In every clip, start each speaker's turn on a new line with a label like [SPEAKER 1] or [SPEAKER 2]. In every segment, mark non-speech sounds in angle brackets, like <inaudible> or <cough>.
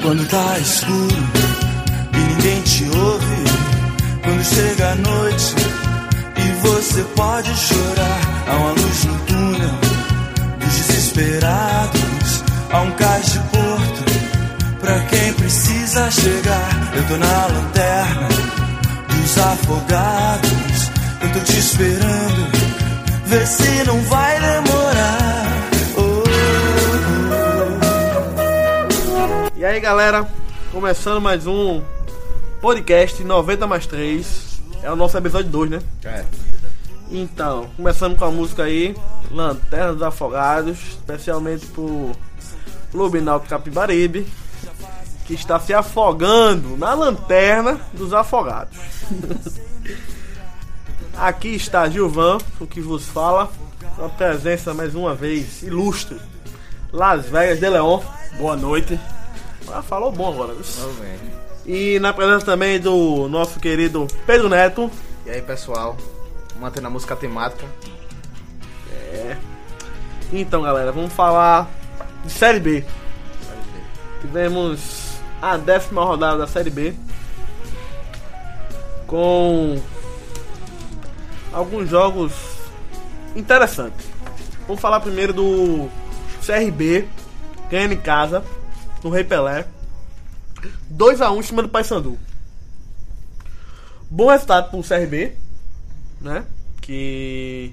[SPEAKER 1] Quando tá escuro e ninguém te ouve. Quando chega a noite e você pode chorar. Há uma luz no túnel dos desesperados. Há um cais de porto pra quem precisa chegar. Eu tô na lanterna dos afogados. Eu tô te esperando. Vê se não vai demorar. Oh.
[SPEAKER 2] E aí galera, começando mais um podcast 90 mais 3. É o nosso episódio 2, né?
[SPEAKER 3] É.
[SPEAKER 2] Então, começando com a música aí, Lanterna dos Afogados, especialmente pro Clube Náutico Capibaribe, que está se afogando na lanterna dos afogados. <laughs> Aqui está Gilvan, o que vos fala, uma presença mais uma vez ilustre. Las Vegas de Leon, boa noite. Ah, falou bom agora. viu?
[SPEAKER 3] Tudo bem.
[SPEAKER 2] E na presença também do nosso querido Pedro Neto.
[SPEAKER 3] E aí, pessoal? Mantendo a música temática.
[SPEAKER 2] Então, galera, vamos falar de Série B. Tivemos a décima rodada da Série B. Com alguns jogos interessantes. Vamos falar primeiro do CRB, ganhando em casa, no Rei Pelé. 2x1 em cima do Paysandu. Bom resultado pro CRB, né? Que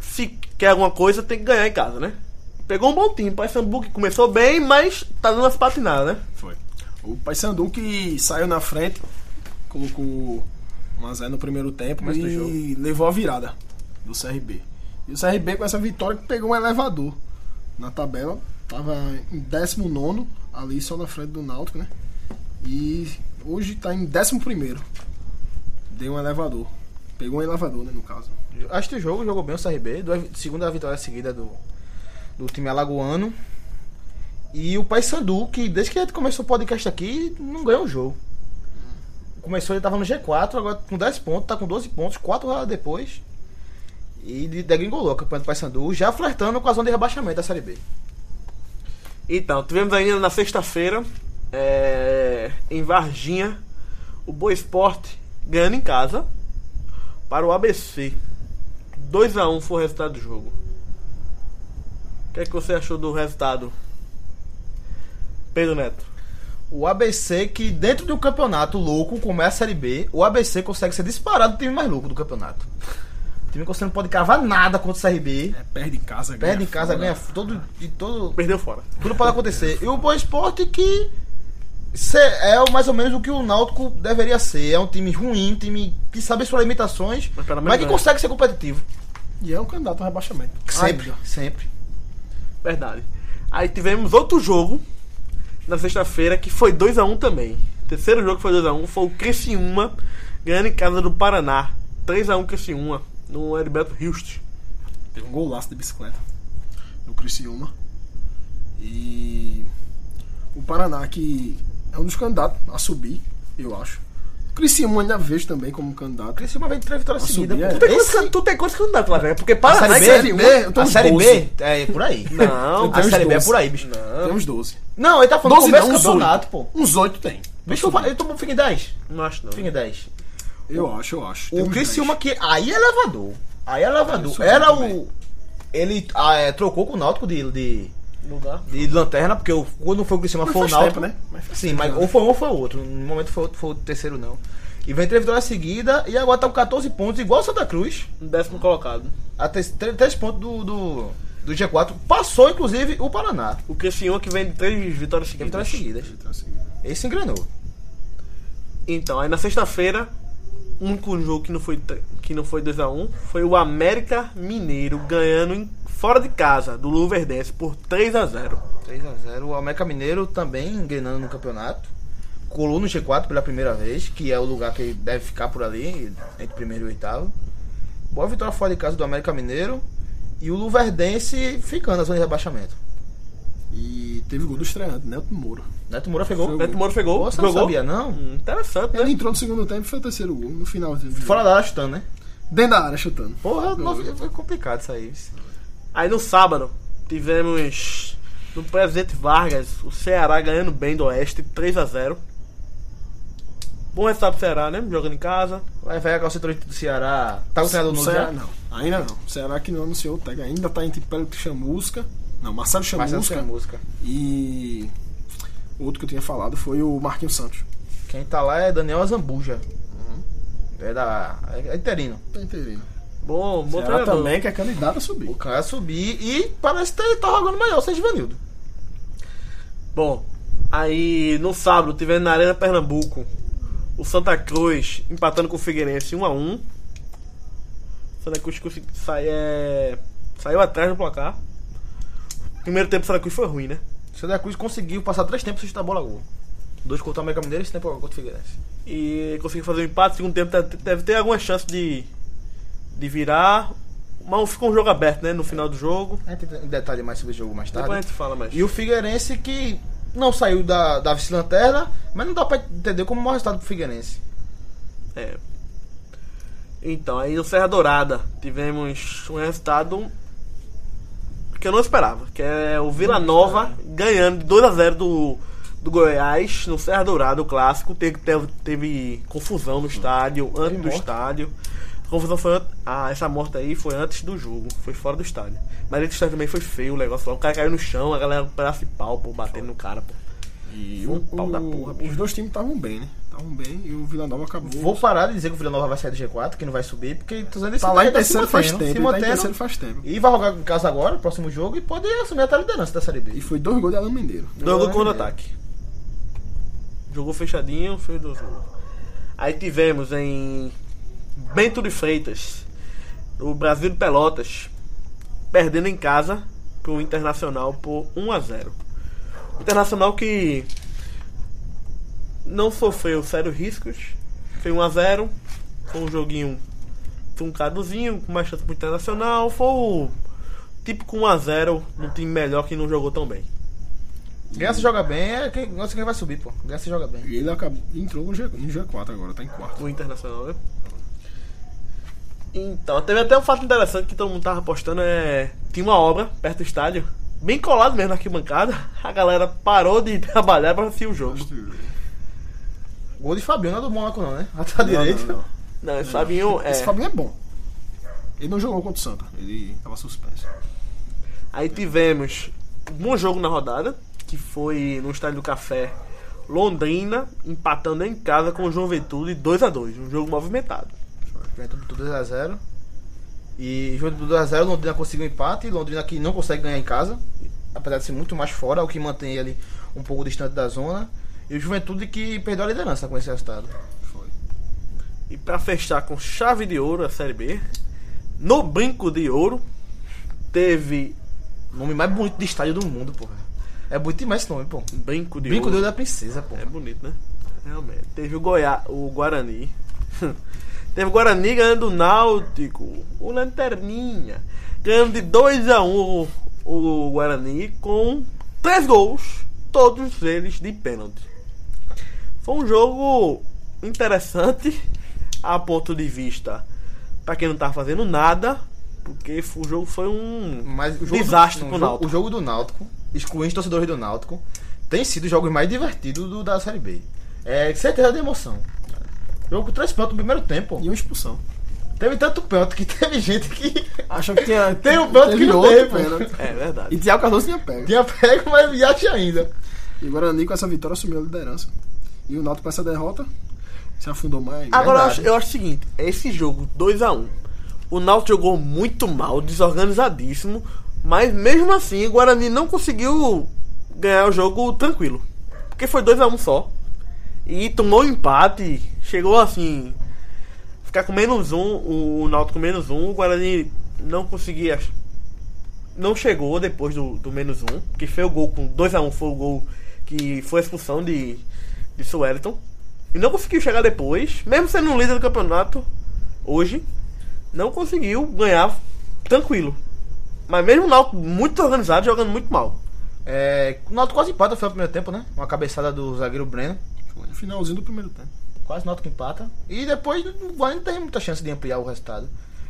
[SPEAKER 2] se quer alguma coisa, tem que ganhar em casa, né? Pegou um bom time, Paysandu que começou bem, mas tá dando as patinadas, né?
[SPEAKER 4] Foi. O Paysandu que saiu na frente, colocou 1x0 no primeiro tempo
[SPEAKER 2] Começo do
[SPEAKER 4] e levou a virada do CRB. E o CRB com essa vitória que pegou um elevador na tabela, tava em 19 ali só na frente do Náutico, né? E hoje tá em 11º. Deu um elevador. Pegou um elevador, né, no caso.
[SPEAKER 3] Acho que o jogo jogou bem o CRB. Duas, segunda vitória seguida do, do time alagoano. E o Paysandu, que desde que começou o podcast aqui, não ganhou o jogo. Começou, ele tava no G4, agora com 10 pontos, tá com 12 pontos, 4 rodadas depois. E de- degringolou o campeonato do Paysandu, já flertando com a zona de rebaixamento da Série B.
[SPEAKER 2] Então, tivemos ainda na sexta-feira, é, em Varginha, o Boa Esporte ganhando em casa para o ABC. 2x1 foi o resultado do jogo. O que, é que você achou do resultado, Pedro Neto?
[SPEAKER 3] O ABC, que dentro do campeonato louco, como é a Série B, o ABC consegue ser disparado do time mais louco do campeonato. O time que você não pode cavar nada contra o CRB.
[SPEAKER 4] É, perde em casa,
[SPEAKER 3] Perde em casa,
[SPEAKER 4] fora.
[SPEAKER 3] ganha f- todo, de todo.
[SPEAKER 2] Perdeu fora.
[SPEAKER 3] Tudo pode acontecer. E o Boa Esporte que cê- é o- mais ou menos o que o Náutico deveria ser. É um time ruim, um time que sabe suas limitações,
[SPEAKER 2] Mas
[SPEAKER 3] mas,
[SPEAKER 2] pelo menos
[SPEAKER 3] que
[SPEAKER 2] ganha.
[SPEAKER 3] consegue ser competitivo.
[SPEAKER 4] E é um candidato ao rebaixamento.
[SPEAKER 3] Sempre,
[SPEAKER 4] Ainda.
[SPEAKER 3] sempre.
[SPEAKER 2] Verdade. Aí tivemos outro jogo na sexta-feira que foi 2x1 também. O terceiro jogo que foi 2x1 foi o Criciúma ganhando em casa do Paraná. 3x1 Criciúma no Heriberto Hilst.
[SPEAKER 4] Teve um golaço de bicicleta no Criciúma. E o Paraná, que é um dos candidatos a subir, eu acho. O Criciúma ainda vejo também como um candidato.
[SPEAKER 3] Criciúma vem de três vitórias
[SPEAKER 4] A
[SPEAKER 3] seguidas.
[SPEAKER 4] subida
[SPEAKER 3] pô.
[SPEAKER 4] é-
[SPEAKER 2] Tem quantos can- Tu tem quantos candidatos lá, velho? Porque
[SPEAKER 3] A
[SPEAKER 2] Paraná é
[SPEAKER 3] Série
[SPEAKER 2] e
[SPEAKER 3] B,
[SPEAKER 2] Criciúma-
[SPEAKER 4] Série 1, então
[SPEAKER 3] a
[SPEAKER 4] os
[SPEAKER 3] Série
[SPEAKER 4] 12.
[SPEAKER 3] B é por aí.
[SPEAKER 2] Não,
[SPEAKER 3] a
[SPEAKER 4] tem uns
[SPEAKER 3] Série B é
[SPEAKER 4] 12.
[SPEAKER 3] por aí, bicho.
[SPEAKER 4] Tem uns 12.
[SPEAKER 3] Não, ele tá falando do
[SPEAKER 4] 12
[SPEAKER 3] começo
[SPEAKER 4] não, um
[SPEAKER 3] do
[SPEAKER 4] uns
[SPEAKER 3] campeonato,
[SPEAKER 4] 8.
[SPEAKER 3] pô.
[SPEAKER 4] Uns 8 tem.
[SPEAKER 3] Bicho, ele tomou fica em 10.
[SPEAKER 2] Não acho não.
[SPEAKER 3] Fica em 10.
[SPEAKER 4] Eu acho, eu acho. Tem
[SPEAKER 3] O
[SPEAKER 4] uns
[SPEAKER 3] Criciúma
[SPEAKER 4] 10.
[SPEAKER 3] que. Aí é elevador. Aí é elevador.
[SPEAKER 4] isso
[SPEAKER 3] Era
[SPEAKER 4] também.
[SPEAKER 3] o. Ele ah, é, trocou com o Náutico de, de,
[SPEAKER 2] Lugar.
[SPEAKER 3] de lanterna, porque o, quando foi o Criciúma
[SPEAKER 4] Mas
[SPEAKER 3] foi o
[SPEAKER 4] faz
[SPEAKER 3] Náutico.
[SPEAKER 4] tempo, né? Mas faz
[SPEAKER 3] Sim,
[SPEAKER 4] tempo,
[SPEAKER 3] mas
[SPEAKER 4] né?
[SPEAKER 3] ou foi um ou foi outro. No momento foi, outro- foi o terceiro, não. E vem três vitórias seguidas e agora tá com 14 pontos, igual o Santa Cruz.
[SPEAKER 2] Um décimo colocado.
[SPEAKER 3] A 3, pontos do, do, do G4. Passou, inclusive, o Paraná.
[SPEAKER 2] O Criciúma que vem de três vitórias
[SPEAKER 3] Três vitórias
[SPEAKER 2] seguidas.
[SPEAKER 3] seguidas.
[SPEAKER 4] Então, assim,
[SPEAKER 3] Esse engrenou.
[SPEAKER 2] Então, aí na sexta-feira, o único jogo que não foi, tre- que não foi 2x1 foi o América Mineiro ganhando em- fora de casa do Luverdense por 3x0.
[SPEAKER 3] 3x0. O América Mineiro também engrenando no campeonato. Colou no G4 pela primeira vez, que é o lugar que ele deve ficar por ali, entre primeiro e oitavo. Boa vitória fora de casa do América Mineiro. E o Luverdense ficando na zona de rebaixamento.
[SPEAKER 4] E teve gol do estreante, Nelton Moura.
[SPEAKER 3] Neto Moura fez gol.
[SPEAKER 4] Foi
[SPEAKER 2] Beto Moro fez gol.
[SPEAKER 3] Você não
[SPEAKER 2] jogou.
[SPEAKER 3] sabia, não?
[SPEAKER 2] Hum, Interessante,
[SPEAKER 4] Ele
[SPEAKER 2] né?
[SPEAKER 4] entrou no segundo tempo e foi o terceiro gol. No final. teve-
[SPEAKER 3] Fora da área chutando, né? é
[SPEAKER 4] Dentro da área, chutando.
[SPEAKER 3] Porra, não, foi complicado isso aí.
[SPEAKER 2] Aí no sábado, tivemos No Presidente Vargas, o Ceará ganhando bem do Oeste, 3x0. Bom resultado pro Ceará, né? Jogando em casa.
[SPEAKER 3] Vai, vai a calcetura do Ceará. Tá com o treinador
[SPEAKER 4] O
[SPEAKER 3] novo
[SPEAKER 4] Ceará
[SPEAKER 3] já?
[SPEAKER 4] não. Ainda não. Será que não anunciou o Tega? Ainda tá entre Pedro Chamusca. Não, Marcelo
[SPEAKER 3] Mas não
[SPEAKER 4] Chamusca.
[SPEAKER 3] tem música.
[SPEAKER 4] E. Outro que eu tinha falado foi o Marquinhos Santos.
[SPEAKER 3] Quem tá lá é Daniel Azambuja. É da. É interino.
[SPEAKER 4] Tá inteirinho.
[SPEAKER 2] Bom, bom
[SPEAKER 4] Ceará
[SPEAKER 2] treinador.
[SPEAKER 4] também que é candidato a
[SPEAKER 3] O
[SPEAKER 4] subir.
[SPEAKER 3] cara subir e parece que ele tá jogando melhor, seja Vanildo.
[SPEAKER 2] Bom, aí no sábado tivemos na Arena Pernambuco o Santa Cruz empatando com o Figueirense 1x1. Santa Cruz consegui- sai- é, saiu atrás no placar. Primeiro tempo do Santa Cruz foi ruim, né?
[SPEAKER 3] O Santa Cruz conseguiu passar três tempos sem chutar a bola a gol. Dois contra o América Mineiro e esse tempo contra o Figueirense.
[SPEAKER 2] E conseguiu fazer um empate. Segundo tempo te- deve ter alguma chance de, de virar. Mas ficou um jogo aberto, né? No final do jogo.
[SPEAKER 3] A gente tem um detalhe mais sobre o jogo mais
[SPEAKER 2] Depois a
[SPEAKER 3] tarde.
[SPEAKER 2] gente fala mais.
[SPEAKER 3] E o Figueirense que não saiu da, da vice-lanterna, mas não dá pra entender como é o maior resultado pro Figueirense.
[SPEAKER 2] É. Então, aí no Serra Dourada tivemos um resultado que eu não esperava, que é o Vila Nova ganhando de 2 a 0 do, do Goiás no Serra Dourada, o clássico. Teve, teve, teve confusão no estádio, antes do
[SPEAKER 3] morte.
[SPEAKER 2] estádio. A confusão foi an- ah, essa morte aí foi antes do jogo, foi fora do estádio. Mas dentro do estádio também foi feio o negócio lá. O cara caiu no chão, a galera com um pedaço de pau, pô, batendo no cara, pô.
[SPEAKER 4] E
[SPEAKER 2] Foi um pau da porra, bicho.
[SPEAKER 4] os dois times estavam bem, né? Estavam bem e o Vila Nova acabou.
[SPEAKER 3] Vou parar de dizer que o Vila Nova vai sair do G4, que não vai subir, porque tô dizendo
[SPEAKER 4] tá lá em
[SPEAKER 3] tá se
[SPEAKER 4] terceiro faz
[SPEAKER 3] mantendo, se
[SPEAKER 4] tempo. ele Tá em
[SPEAKER 3] mantendo.
[SPEAKER 4] terceiro faz tempo.
[SPEAKER 3] E vai jogar em casa agora, próximo jogo, e pode assumir até a liderança da Série
[SPEAKER 4] E
[SPEAKER 3] B.
[SPEAKER 4] foi dois gols de Alan Mineiro.
[SPEAKER 2] Dois gols
[SPEAKER 3] Pelo
[SPEAKER 2] contra
[SPEAKER 3] amor de
[SPEAKER 2] ataque. Jogou fechadinho, fez dois gols. Aí tivemos em Bento de Freitas, o Brasil de Pelotas, perdendo em casa pro Internacional por 1 a 0. O Internacional que não sofreu sérios riscos, foi 1 a 0, foi um joguinho truncadozinho, com mais chance pro Internacional, foi o típico 1 a 0 num time melhor que não jogou tão bem.
[SPEAKER 3] Ganhar se joga bem, é quem, nossa, quem vai subir, pô. Ganhar se joga bem.
[SPEAKER 4] E ele acabou, entrou no, G, no G4 agora, tá em quarto.
[SPEAKER 2] O internacional, né? Então, teve até um fato interessante que todo mundo tava apostando é. Tinha uma obra perto do estádio, bem colado mesmo na arquibancada. <laughs> A galera parou de <laughs> trabalhar pra assistir o jogo.
[SPEAKER 3] Gol de Fabinho, não é do Mônaco não, né? <laughs> Até a
[SPEAKER 4] Não,
[SPEAKER 3] direita.
[SPEAKER 4] não, não.
[SPEAKER 2] Não, esse Fabinho é.
[SPEAKER 4] Esse Fabinho é bom. Ele não jogou contra o Santa, ele tava suspenso.
[SPEAKER 2] Aí tivemos um bom jogo na rodada, que foi no estádio do Café Londrina, empatando em casa com o Juventude 2 a 2 Um jogo movimentado.
[SPEAKER 3] Juventude 2x0. E Juventude 2x0, Londrina conseguiu um empate. Londrina que não consegue ganhar em casa, apesar de ser muito mais fora, o que mantém ele um pouco distante da zona. E o Juventude que perdeu a liderança com esse resultado.
[SPEAKER 4] Foi.
[SPEAKER 2] E pra fechar com chave de ouro a Série B, no brinco de ouro, teve
[SPEAKER 3] O nome mais bonito de estádio do mundo, porra. É bonito demais esse nome, pô.
[SPEAKER 2] Brinco de
[SPEAKER 3] Brinco de
[SPEAKER 2] ouro.
[SPEAKER 3] Ouro da Princesa, pô.
[SPEAKER 2] É bonito, né? Realmente. Teve o Goiá, o Guarani. <laughs> Teve o Guarani ganhando o Náutico, o Lanterninha. Ganhando de 2x1 o, o Guarani com três gols, todos eles de pênalti. Foi um jogo interessante a ponto de vista pra quem não tava fazendo nada, porque f- o jogo foi um
[SPEAKER 3] Mas o jogo
[SPEAKER 2] desastre
[SPEAKER 3] do,
[SPEAKER 2] pro
[SPEAKER 3] o jogo-
[SPEAKER 2] Náutico.
[SPEAKER 3] O jogo do Náutico, excluindo os torcedores do Náutico, tem sido os jogos mais divertidos do- da Série B. É certeza de emoção. Jogo com três pênaltis no primeiro tempo.
[SPEAKER 4] E uma expulsão.
[SPEAKER 3] Teve tanto pênalti que <laughs> teve gente
[SPEAKER 4] <laughs>
[SPEAKER 3] que
[SPEAKER 4] Achou que tinha.
[SPEAKER 3] Tem um pênalti
[SPEAKER 4] teve né?
[SPEAKER 3] que não
[SPEAKER 4] outro
[SPEAKER 3] tem, pô.
[SPEAKER 4] pênalti.
[SPEAKER 2] É verdade.
[SPEAKER 4] E Thiago Cardoso tinha pego.
[SPEAKER 3] tinha pego, mas viaja ainda.
[SPEAKER 4] E o Guarani com essa vitória assumiu a liderança. E o Náutico com essa derrota se afundou mais.
[SPEAKER 2] Agora eu acho,
[SPEAKER 3] Verdade.
[SPEAKER 2] eu acho o seguinte, esse jogo 2 a 1 o Náutico jogou muito mal, desorganizadíssimo, mas mesmo assim o Guarani não conseguiu ganhar o jogo tranquilo. Porque foi 2 a 1 só. E tomou um empate, chegou assim, ficar com menos um, o, o Náutico com menos um, o Guarani não conseguia não chegou depois do, do menos um, que foi o gol com 2x1, foi o gol que foi a expulsão de, de Suelton. E não conseguiu chegar depois, mesmo sendo um líder do campeonato hoje, não conseguiu ganhar tranquilo. Mas mesmo o Náutico muito organizado, jogando muito mal.
[SPEAKER 3] É, o Náutico quase empata foi o primeiro tempo, né? Uma cabeçada do zagueiro Breno.
[SPEAKER 4] Foi no finalzinho do primeiro tempo.
[SPEAKER 3] Quase o Náutico empata. E depois o Guarani tem muita chance de ampliar o resultado.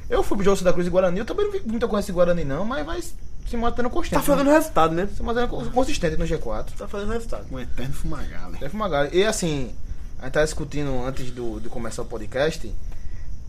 [SPEAKER 3] Eu fui pro jogo Santa Cruz e Guarani, eu também não vi muita coisa de Guarani não, mas vai se mantendo constante.
[SPEAKER 2] Tá fazendo resultado, né?
[SPEAKER 3] Se mantendo cons- consistente no G4.
[SPEAKER 2] Tá fazendo resultado.
[SPEAKER 4] Um eterno fumagalho.
[SPEAKER 3] Deve Magalho. E assim, a gente tava discutindo antes do, de começar o podcast.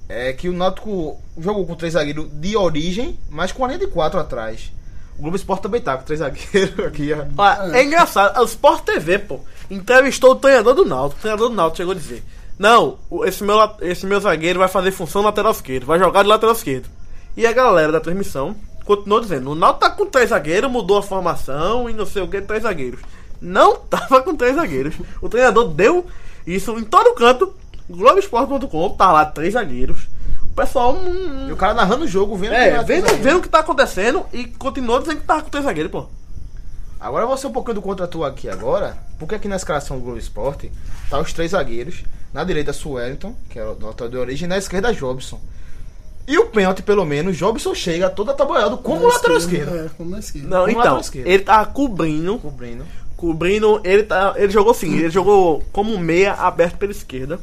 [SPEAKER 3] É que o Náutico jogou com três zagueiros de origem, mas com a linha de quatro atrás. O Globo Esporte também tá com três zagueiros <laughs> aqui. ó.
[SPEAKER 2] Olha, é engraçado. A Sport TV, pô, entrevistou o treinador do Náutico. O treinador do Náutico chegou a dizer: Não, o- esse meu, la- esse meu zagueiro vai fazer função lateral esquerdo, vai jogar de lateral esquerdo. E a galera da transmissão continuou dizendo: O Náutico tá com três zagueiros, mudou a formação e não sei o que, três zagueiros. Não <laughs> tava com três zagueiros. O treinador deu isso em todo canto. Globoesporte.com, tá lá três zagueiros. O pessoal hum,
[SPEAKER 3] E o cara narrando o jogo, vendo que
[SPEAKER 2] é,
[SPEAKER 3] era três
[SPEAKER 2] vendo,
[SPEAKER 3] zagueiros.
[SPEAKER 2] vendo o que tá acontecendo e continuou dizendo que tava com três zagueiros, pô.
[SPEAKER 3] Agora eu vou ser um pouquinho do contra tu aqui agora, porque aqui na escalação do Globo Esporte tá os três zagueiros. Na direita, Suellington, que é o notório de origem, e na esquerda, Jobson. E o pênalti, pelo menos, Jobson chega todo atabalhado como
[SPEAKER 4] Na
[SPEAKER 3] lateral
[SPEAKER 4] esquerda,
[SPEAKER 3] esquerdo.
[SPEAKER 4] É, como na esquerda.
[SPEAKER 2] Não,
[SPEAKER 3] Um
[SPEAKER 2] então,
[SPEAKER 3] lateral esquerdo.
[SPEAKER 2] ele tava cobrindo.
[SPEAKER 3] Cobrindo.
[SPEAKER 2] Cobrindo, ele tá. Ele jogou assim, ele jogou como meia aberto pela esquerda.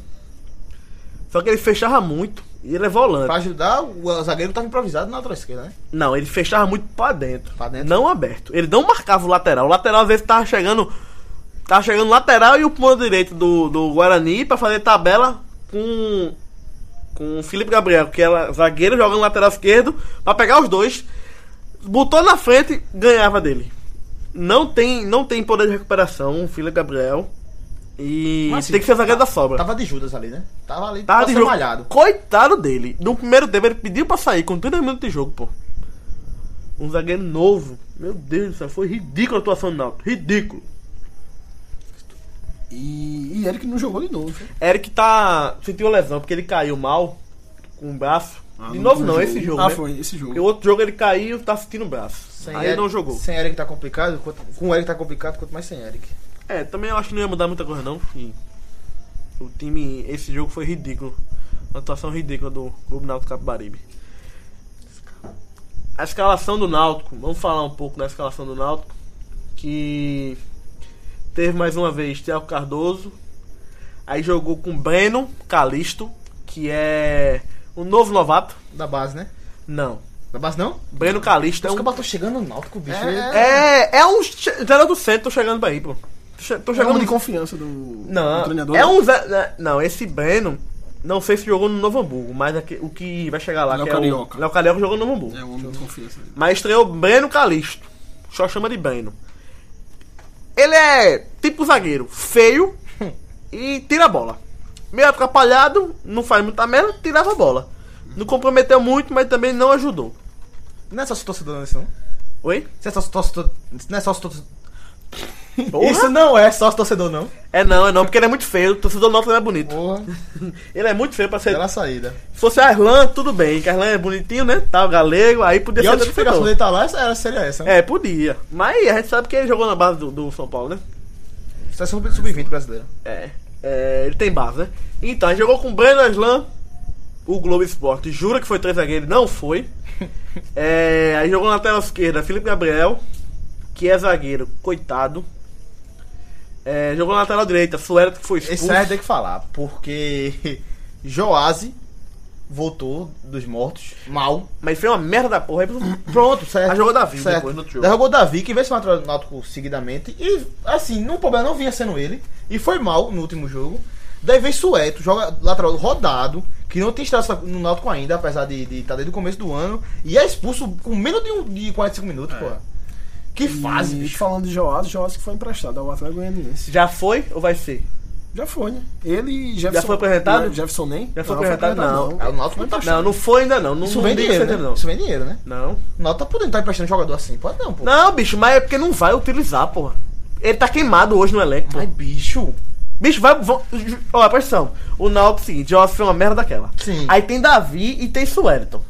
[SPEAKER 2] Só que ele fechava muito e ele é volante.
[SPEAKER 3] Pra ajudar, o zagueiro tava improvisado na lateral esquerda, né?
[SPEAKER 2] Não, ele fechava muito pra dentro.
[SPEAKER 3] Pra dentro?
[SPEAKER 2] Não aberto. Ele não marcava o lateral. O lateral às vezes tava chegando. Tava chegando lateral e o ponto direito do, do Guarani pra fazer tabela com. Com o Felipe Gabriel, que era zagueiro jogando lateral esquerdo, pra pegar os dois. Botou na frente, ganhava dele. Não tem, não tem poder de recuperação, o Felipe Gabriel. E
[SPEAKER 3] Mas, assim,
[SPEAKER 2] tem que ser zagueiro da sobra.
[SPEAKER 3] Tava de Judas ali, né? Tava ali,
[SPEAKER 2] Tava
[SPEAKER 3] tava
[SPEAKER 2] Tá de jogo.
[SPEAKER 3] malhado.
[SPEAKER 2] Coitado dele. No primeiro tempo ele pediu pra sair com 30 minutos de jogo, pô. Um zagueiro novo. Meu Deus do céu, foi ridículo a atuação do Náutico. Ridículo.
[SPEAKER 4] E, e Eric não jogou de novo. viu?
[SPEAKER 2] Eric tá. sentiu lesão porque ele caiu mal com o braço. de
[SPEAKER 4] não
[SPEAKER 2] novo não,
[SPEAKER 4] foi
[SPEAKER 2] esse jogo.
[SPEAKER 4] Ah,
[SPEAKER 2] né?
[SPEAKER 4] foi esse jogo.
[SPEAKER 2] Porque o outro jogo ele caiu tá sentindo o braço. Aí ele
[SPEAKER 3] Eric-
[SPEAKER 2] não jogou.
[SPEAKER 3] Sem Eric tá complicado, quanto- com o Eric tá complicado, quanto mais sem Eric.
[SPEAKER 2] É, também eu acho que não ia mudar muita coisa não. E o time. Esse jogo foi ridículo. Uma atuação ridícula do Clube Náutico Capibaribe. A escalação do Náutico, vamos falar um pouco da escalação do Náutico. Que teve mais uma vez Thiago Cardoso. Aí jogou com Breno Calisto, que é um novo novato.
[SPEAKER 3] Da base, né?
[SPEAKER 2] Não.
[SPEAKER 3] Da base não?
[SPEAKER 2] Breno Calisto é
[SPEAKER 3] Os
[SPEAKER 2] um
[SPEAKER 3] caras estão chegando no Náutico, bicho.
[SPEAKER 4] É,
[SPEAKER 2] É, é um che- zero do centro, tô chegando pra aí, pô. Tô che- Tô
[SPEAKER 4] É um
[SPEAKER 2] chegando
[SPEAKER 4] de confiança do,
[SPEAKER 2] Não,
[SPEAKER 4] do treinador.
[SPEAKER 2] é um zero, né? Não, esse Breno, não sei se jogou no Novo Hamburgo, mas aqui- o que vai chegar lá,
[SPEAKER 4] Léo
[SPEAKER 2] que
[SPEAKER 4] Carioca.
[SPEAKER 2] é o... Léo Carioca jogou no Novo Hamburgo.
[SPEAKER 4] É um homem de confiança.
[SPEAKER 2] Mas estreou Breno Calisto. Só chama de Breno. Ele é tipo zagueiro, feio e tira a bola. Meio atrapalhado, não faz muita merda, tirava a bola. Não comprometeu muito, mas também não ajudou.
[SPEAKER 3] Não é só se torcedor, não, isso não.
[SPEAKER 2] Oi?
[SPEAKER 3] Isso é só se torcedor. Isso não é só se torcedor. Isso não é só se torcedor, não.
[SPEAKER 2] É não, é não, porque ele é muito feio. O torcedor nosso não é bonito.
[SPEAKER 3] <laughs> Porra,
[SPEAKER 2] Ele é muito feio pra ser
[SPEAKER 3] bela saída.
[SPEAKER 2] Se fosse a Arlan, tudo bem, que a Arlan é bonitinho, né? Tal, galego, aí podia
[SPEAKER 3] E a
[SPEAKER 2] ser
[SPEAKER 3] outra explicação
[SPEAKER 2] defensor.
[SPEAKER 3] dele tá lá essa- era, seria essa. né?
[SPEAKER 2] É, podia. Mas a gente sabe que ele jogou na base do, do São Paulo, né?
[SPEAKER 3] Seleção é sub- sub-20 brasileira.
[SPEAKER 2] É. É, Ele tem base, né? Então, ele jogou com o Breno Aslan, o Globo Esporte jura que foi três zagueiro, não
[SPEAKER 3] <laughs>
[SPEAKER 2] foi. É, aí jogou na tela esquerda Felipe Gabriel, que é zagueiro, coitado. É, jogou na lateral direita, Suérez que foi expulso.
[SPEAKER 3] Esse é aí tem que falar, porque <laughs> Joase voltou dos mortos, mal.
[SPEAKER 2] Mas foi uma merda da porra. Aí, pro-
[SPEAKER 3] Pronto, certo.
[SPEAKER 2] Aí jogou Davi
[SPEAKER 3] certo.
[SPEAKER 2] depois no outro jogo.
[SPEAKER 3] Derrubou Davi, que veio se matar o Náutico seguidamente. E, assim, no problema não vinha sendo ele. E foi mal no último jogo. Daí vem Sueto, joga lateral rodado, que não tem estrada no Náutico ainda, apesar de estar desde o começo do ano. E é expulso com menos de, um, de 45
[SPEAKER 2] É.
[SPEAKER 3] minutos, pô. Que
[SPEAKER 2] Hum,
[SPEAKER 3] fase,
[SPEAKER 4] e,
[SPEAKER 3] bicho.
[SPEAKER 4] falando de Joás, Joás que foi emprestado ao Atlético Goianiense.
[SPEAKER 2] Já foi ou vai ser?
[SPEAKER 4] Já foi, né? Ele e Jefferson.
[SPEAKER 2] foi apresentado?
[SPEAKER 4] Jefferson nem?
[SPEAKER 2] Já foi apresentado? Não. Ah,
[SPEAKER 3] É, o Náutico não tá
[SPEAKER 2] Não, não foi ainda não. Não,
[SPEAKER 3] Isso
[SPEAKER 2] não
[SPEAKER 3] vem
[SPEAKER 2] tem que
[SPEAKER 3] dinheiro,
[SPEAKER 2] ser,
[SPEAKER 3] né?
[SPEAKER 2] um não.
[SPEAKER 3] Isso vem dinheiro, né?
[SPEAKER 2] Não.
[SPEAKER 3] O Náutico tá podendo estar emprestando jogador assim. Pode não, pô.
[SPEAKER 2] Não, bicho, mas é porque não vai utilizar, porra. Ele tá queimado hoje no elenco, pô.
[SPEAKER 3] Ai, bicho.
[SPEAKER 2] Bicho, vai. vão- ju- Ó, pressão. O Náutico é o seguinte, ó, foi uma merda daquela.
[SPEAKER 3] Sim.
[SPEAKER 2] Aí tem Davi e tem Suelton.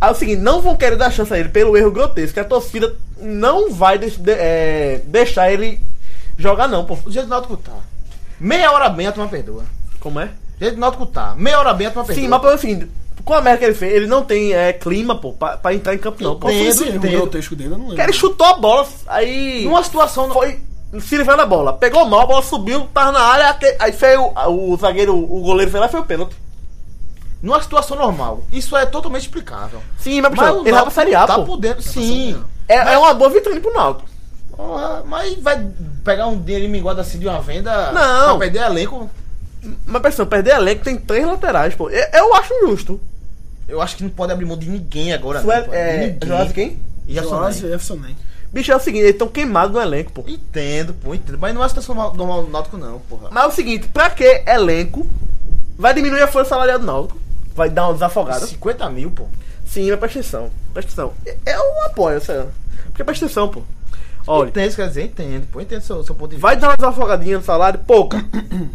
[SPEAKER 2] Aí é o seguinte, não vão querer dar chance a ele pelo erro grotesco. que A torcida não vai deix- de- é, deixar ele jogar, não, pô.
[SPEAKER 3] O jeito do Náutico tá. Meia hora bem, a turma perdoa.
[SPEAKER 2] Como é?
[SPEAKER 3] O jeito do Náutico tá. Meia hora bem, a turma perdoa.
[SPEAKER 2] Sim, mas pelo seguinte, com a merda que ele fez, ele não tem é, clima, pô, pra, pra entrar em campo, não. pô.
[SPEAKER 4] Qual foi esse
[SPEAKER 3] Entendo,
[SPEAKER 4] erro
[SPEAKER 3] entendo.
[SPEAKER 4] um grotesco dele? Eu não lembro.
[SPEAKER 2] Cara, é ele chutou a bola, aí.
[SPEAKER 3] Numa situação... não-
[SPEAKER 2] Foi se livrando da bola. Pegou mal, a bola subiu, tava na área, aque- aí foi o, o zagueiro, o goleiro foi lá e foi o pênalti.
[SPEAKER 3] numa situação normal. Isso é totalmente explicável.
[SPEAKER 2] Sim, mas,
[SPEAKER 3] Mas o
[SPEAKER 2] ele vai pra
[SPEAKER 3] Náutico
[SPEAKER 2] Série A,
[SPEAKER 3] tá
[SPEAKER 2] pô.
[SPEAKER 3] podendo. Sim.
[SPEAKER 4] Série
[SPEAKER 2] É, é uma boa vitrine pro Náutico.
[SPEAKER 3] Porra, Mas vai pegar um dinheiro minguado assim de uma venda
[SPEAKER 2] Não.
[SPEAKER 3] pra perder elenco.
[SPEAKER 2] Mas pensando, perder elenco tem três laterais, pô. Eu, eu acho justo.
[SPEAKER 3] Eu acho que não pode abrir mão de ninguém agora.
[SPEAKER 2] Sué-
[SPEAKER 3] não, pô.
[SPEAKER 2] é,
[SPEAKER 3] de
[SPEAKER 2] Joás quem?
[SPEAKER 3] E é já
[SPEAKER 4] Joás
[SPEAKER 3] Soares.
[SPEAKER 4] e é Jefferson Nen.
[SPEAKER 2] Bicho, é o seguinte, eles estão queimados no elenco, pô.
[SPEAKER 3] Entendo, pô, entendo. Mas não é a situação normal- normal do Náutico, não, porra.
[SPEAKER 2] Mas é o seguinte, pra que elenco? Vai diminuir a folha salarial do Náutico. Vai dar uma desafogada.
[SPEAKER 3] 50 mil, pô.
[SPEAKER 2] Sim, mas presta atenção. Presta atenção. Eu apoio essa. Porque presta atenção, pô. Olha,
[SPEAKER 3] Entendo, isso quer dizer, entendo, pô. Entendo seu, seu ponto de vista.
[SPEAKER 2] vai dar uma desafogadinha no salário,
[SPEAKER 3] <coughs>
[SPEAKER 2] pouca.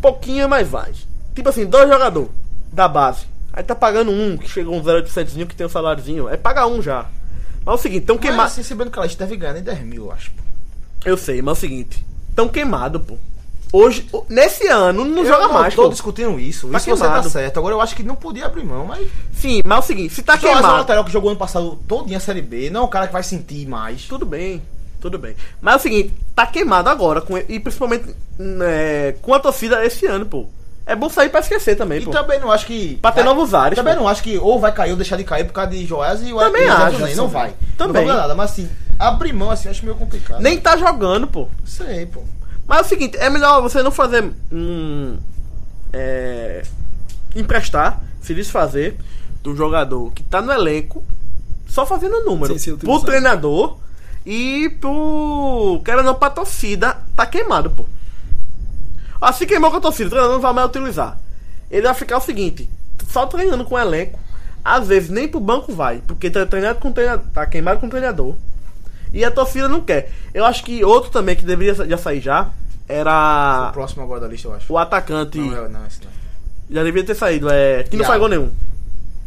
[SPEAKER 2] Pouquinha, mas vai. Tipo assim, dois jogadores da base. Aí tá pagando um que chegou um 0,800 que tem um saláriozinho. É pagar um já. Mas é o seguinte, tão
[SPEAKER 3] Mas,
[SPEAKER 2] queimado.
[SPEAKER 3] assim, sabendo que ela deve ganhar nem 10 mil, eu acho. pô.
[SPEAKER 2] Eu sei, mas é o seguinte. Tão queimado, pô. Hoje, o- nesse ano, não
[SPEAKER 3] Eu
[SPEAKER 2] joga mais,
[SPEAKER 3] tô
[SPEAKER 2] pô.
[SPEAKER 3] discutindo isso.
[SPEAKER 2] Tá
[SPEAKER 3] isso você tá
[SPEAKER 2] queimado.
[SPEAKER 3] certo. Agora eu acho que não podia abrir mão, mas.
[SPEAKER 2] Sim, mas é o seguinte, se tá
[SPEAKER 3] Joás é um
[SPEAKER 2] queimado.
[SPEAKER 3] lateral que jogou ano passado todinha a Série B. Não é um cara que vai sentir mais.
[SPEAKER 2] Tudo bem, tudo bem. Mas é o seguinte, tá queimado agora, com, e principalmente né, com a torcida esse ano, pô. É bom sair pra esquecer também,
[SPEAKER 3] E
[SPEAKER 2] pô.
[SPEAKER 3] também não acho que.
[SPEAKER 2] Tipo, Pra ter
[SPEAKER 3] vai-
[SPEAKER 2] novos ares,
[SPEAKER 3] Também
[SPEAKER 2] pô.
[SPEAKER 3] não acho que ou vai cair ou deixar de cair por causa de Joás e o
[SPEAKER 2] Também
[SPEAKER 3] e o
[SPEAKER 2] acho, assim.
[SPEAKER 3] Zé Jones. Não vai. Não vai
[SPEAKER 2] Também.
[SPEAKER 3] mudar nada, mas assim, abrir mão assim, acho meio complicado.
[SPEAKER 2] Nem tá jogando, pô.
[SPEAKER 3] sei, pô.
[SPEAKER 2] Mas é o seguinte, é melhor você não fazer. Hum, é, emprestar, se desfazer do jogador que tá no elenco, só fazendo número.
[SPEAKER 4] Sem ser
[SPEAKER 2] pro
[SPEAKER 4] utilizado.
[SPEAKER 2] treinador e pro. Cara, não, pra torcida, tá queimado, pô. Ah, se queimou com a torcida, o treinador não vai mais utilizar. Ele vai ficar o seguinte: só treinando com o elenco. Às vezes nem pro banco vai, porque tá treinado com o treinador, tá queimado com o treinador. E a torcida não quer. Eu acho que outro também que deveria sa- já sair já
[SPEAKER 3] O
[SPEAKER 2] era
[SPEAKER 3] próximo agora da lista, eu acho.
[SPEAKER 2] o atacante.
[SPEAKER 3] Não, é- não, esse não.
[SPEAKER 2] Já devia ter saído, é. Que não
[SPEAKER 3] Thiago.
[SPEAKER 2] faz gol nenhum.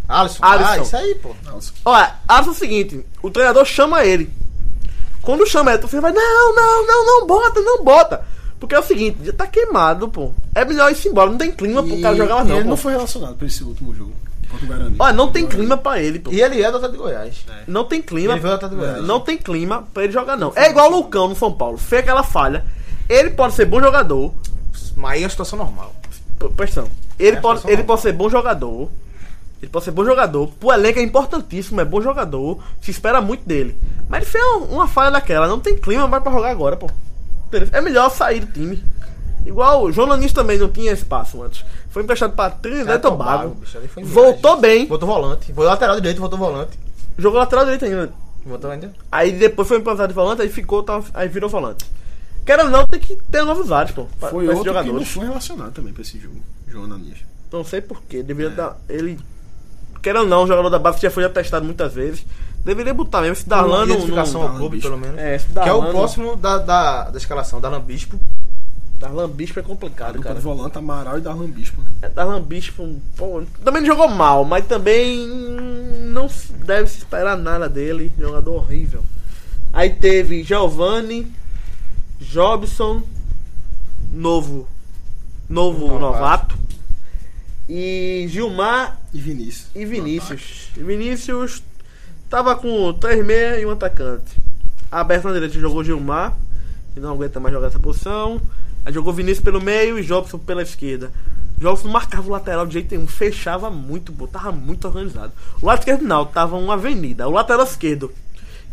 [SPEAKER 3] Alisson. Ah,
[SPEAKER 2] Alisson.
[SPEAKER 3] isso aí, pô.
[SPEAKER 4] Nossa.
[SPEAKER 2] Olha, acha o seguinte, o treinador chama ele. Quando chama ele, você vai, não, não, não, não bota, não bota. Porque é o seguinte, já tá queimado, pô. É melhor ir embora, não tem clima pro cara jogar mais
[SPEAKER 4] e
[SPEAKER 2] não.
[SPEAKER 4] ele
[SPEAKER 2] pô.
[SPEAKER 4] não foi relacionado pra esse último jogo. Contra o Guarani.
[SPEAKER 2] Olha, não tem clima pra ele, pô.
[SPEAKER 3] E ele é do Atlético de Goiás.
[SPEAKER 2] Não tem clima.
[SPEAKER 3] Ele veio até do Goiás.
[SPEAKER 2] Não tem clima pra ele jogar, não. É igual o Lucão no São Paulo. Fez aquela falha. Ele pode ser bom jogador.
[SPEAKER 3] Mas aí é a situação normal.
[SPEAKER 2] P- Presta atenção. Ele,
[SPEAKER 3] É,
[SPEAKER 2] pode,
[SPEAKER 3] pessoal.
[SPEAKER 2] ele pode ser bom jogador. Ele pode ser bom jogador. Pro elenco é importantíssimo, é bom jogador. Se espera muito dele. Mas ele fez um- uma falha daquela. Não tem clima mais pra jogar agora, pô. Entendeu? É melhor sair do time. Igual o João Nunes também não tinha espaço antes. Foi emprestado pra Trinidad
[SPEAKER 3] É,
[SPEAKER 2] e Tobago.
[SPEAKER 3] bicho, ali foi em
[SPEAKER 2] Voltou bem.
[SPEAKER 3] Voltou volante. Voltou lateral direito, voltou volante.
[SPEAKER 2] Jogou lateral direito ainda.
[SPEAKER 3] Voltou ainda?
[SPEAKER 2] Aí depois foi implantado de volante, aí ficou, tava- aí virou volante. Quero ou não, tem que ter novos ares, pô. pra-
[SPEAKER 4] Foi
[SPEAKER 2] pra esses
[SPEAKER 4] outro que não foi relacionado também pra esse jogo. João Ananias.
[SPEAKER 2] Não sei porquê, deveria dar. Ele. Querendo ou não, o jogador da base já foi atestado muitas vezes. Deveria botar mesmo. Esse Darlan não.
[SPEAKER 3] identificação
[SPEAKER 2] não-
[SPEAKER 3] ao clube,
[SPEAKER 4] bicho.
[SPEAKER 3] pelo menos.
[SPEAKER 2] É, esse
[SPEAKER 3] que é
[SPEAKER 2] Darlan
[SPEAKER 3] o
[SPEAKER 2] não-
[SPEAKER 3] próximo da, da, da escalação, Darlan Bispo.
[SPEAKER 2] Darlan Bispo é
[SPEAKER 4] A
[SPEAKER 2] complicado,
[SPEAKER 4] dupla
[SPEAKER 2] cara.
[SPEAKER 4] de volante, Amaral e Darlan Bispo. né?
[SPEAKER 2] É, Darlan Bispo. pô, um também não jogou mal, mas também. hum, Não se- deve se esperar nada dele. Jogador horrível. Aí teve Giovanni. Jobson. Novo. Novo
[SPEAKER 3] Novato.
[SPEAKER 2] novato. E Gilmar
[SPEAKER 4] E Vinícius.
[SPEAKER 2] E
[SPEAKER 4] no ataque.
[SPEAKER 2] Vinícius. E Vinícius tava com 3 meia e um atacante. Aberto na direita jogou Gilmar, que não aguenta mais jogar essa posição. Aí jogou Vinícius pelo meio e Jobson pela esquerda. Jobson marcava o lateral de jeito nenhum, fechava muito, pô, tava muito organizado. O lado esquerdo não, tava uma avenida. O lateral esquerdo,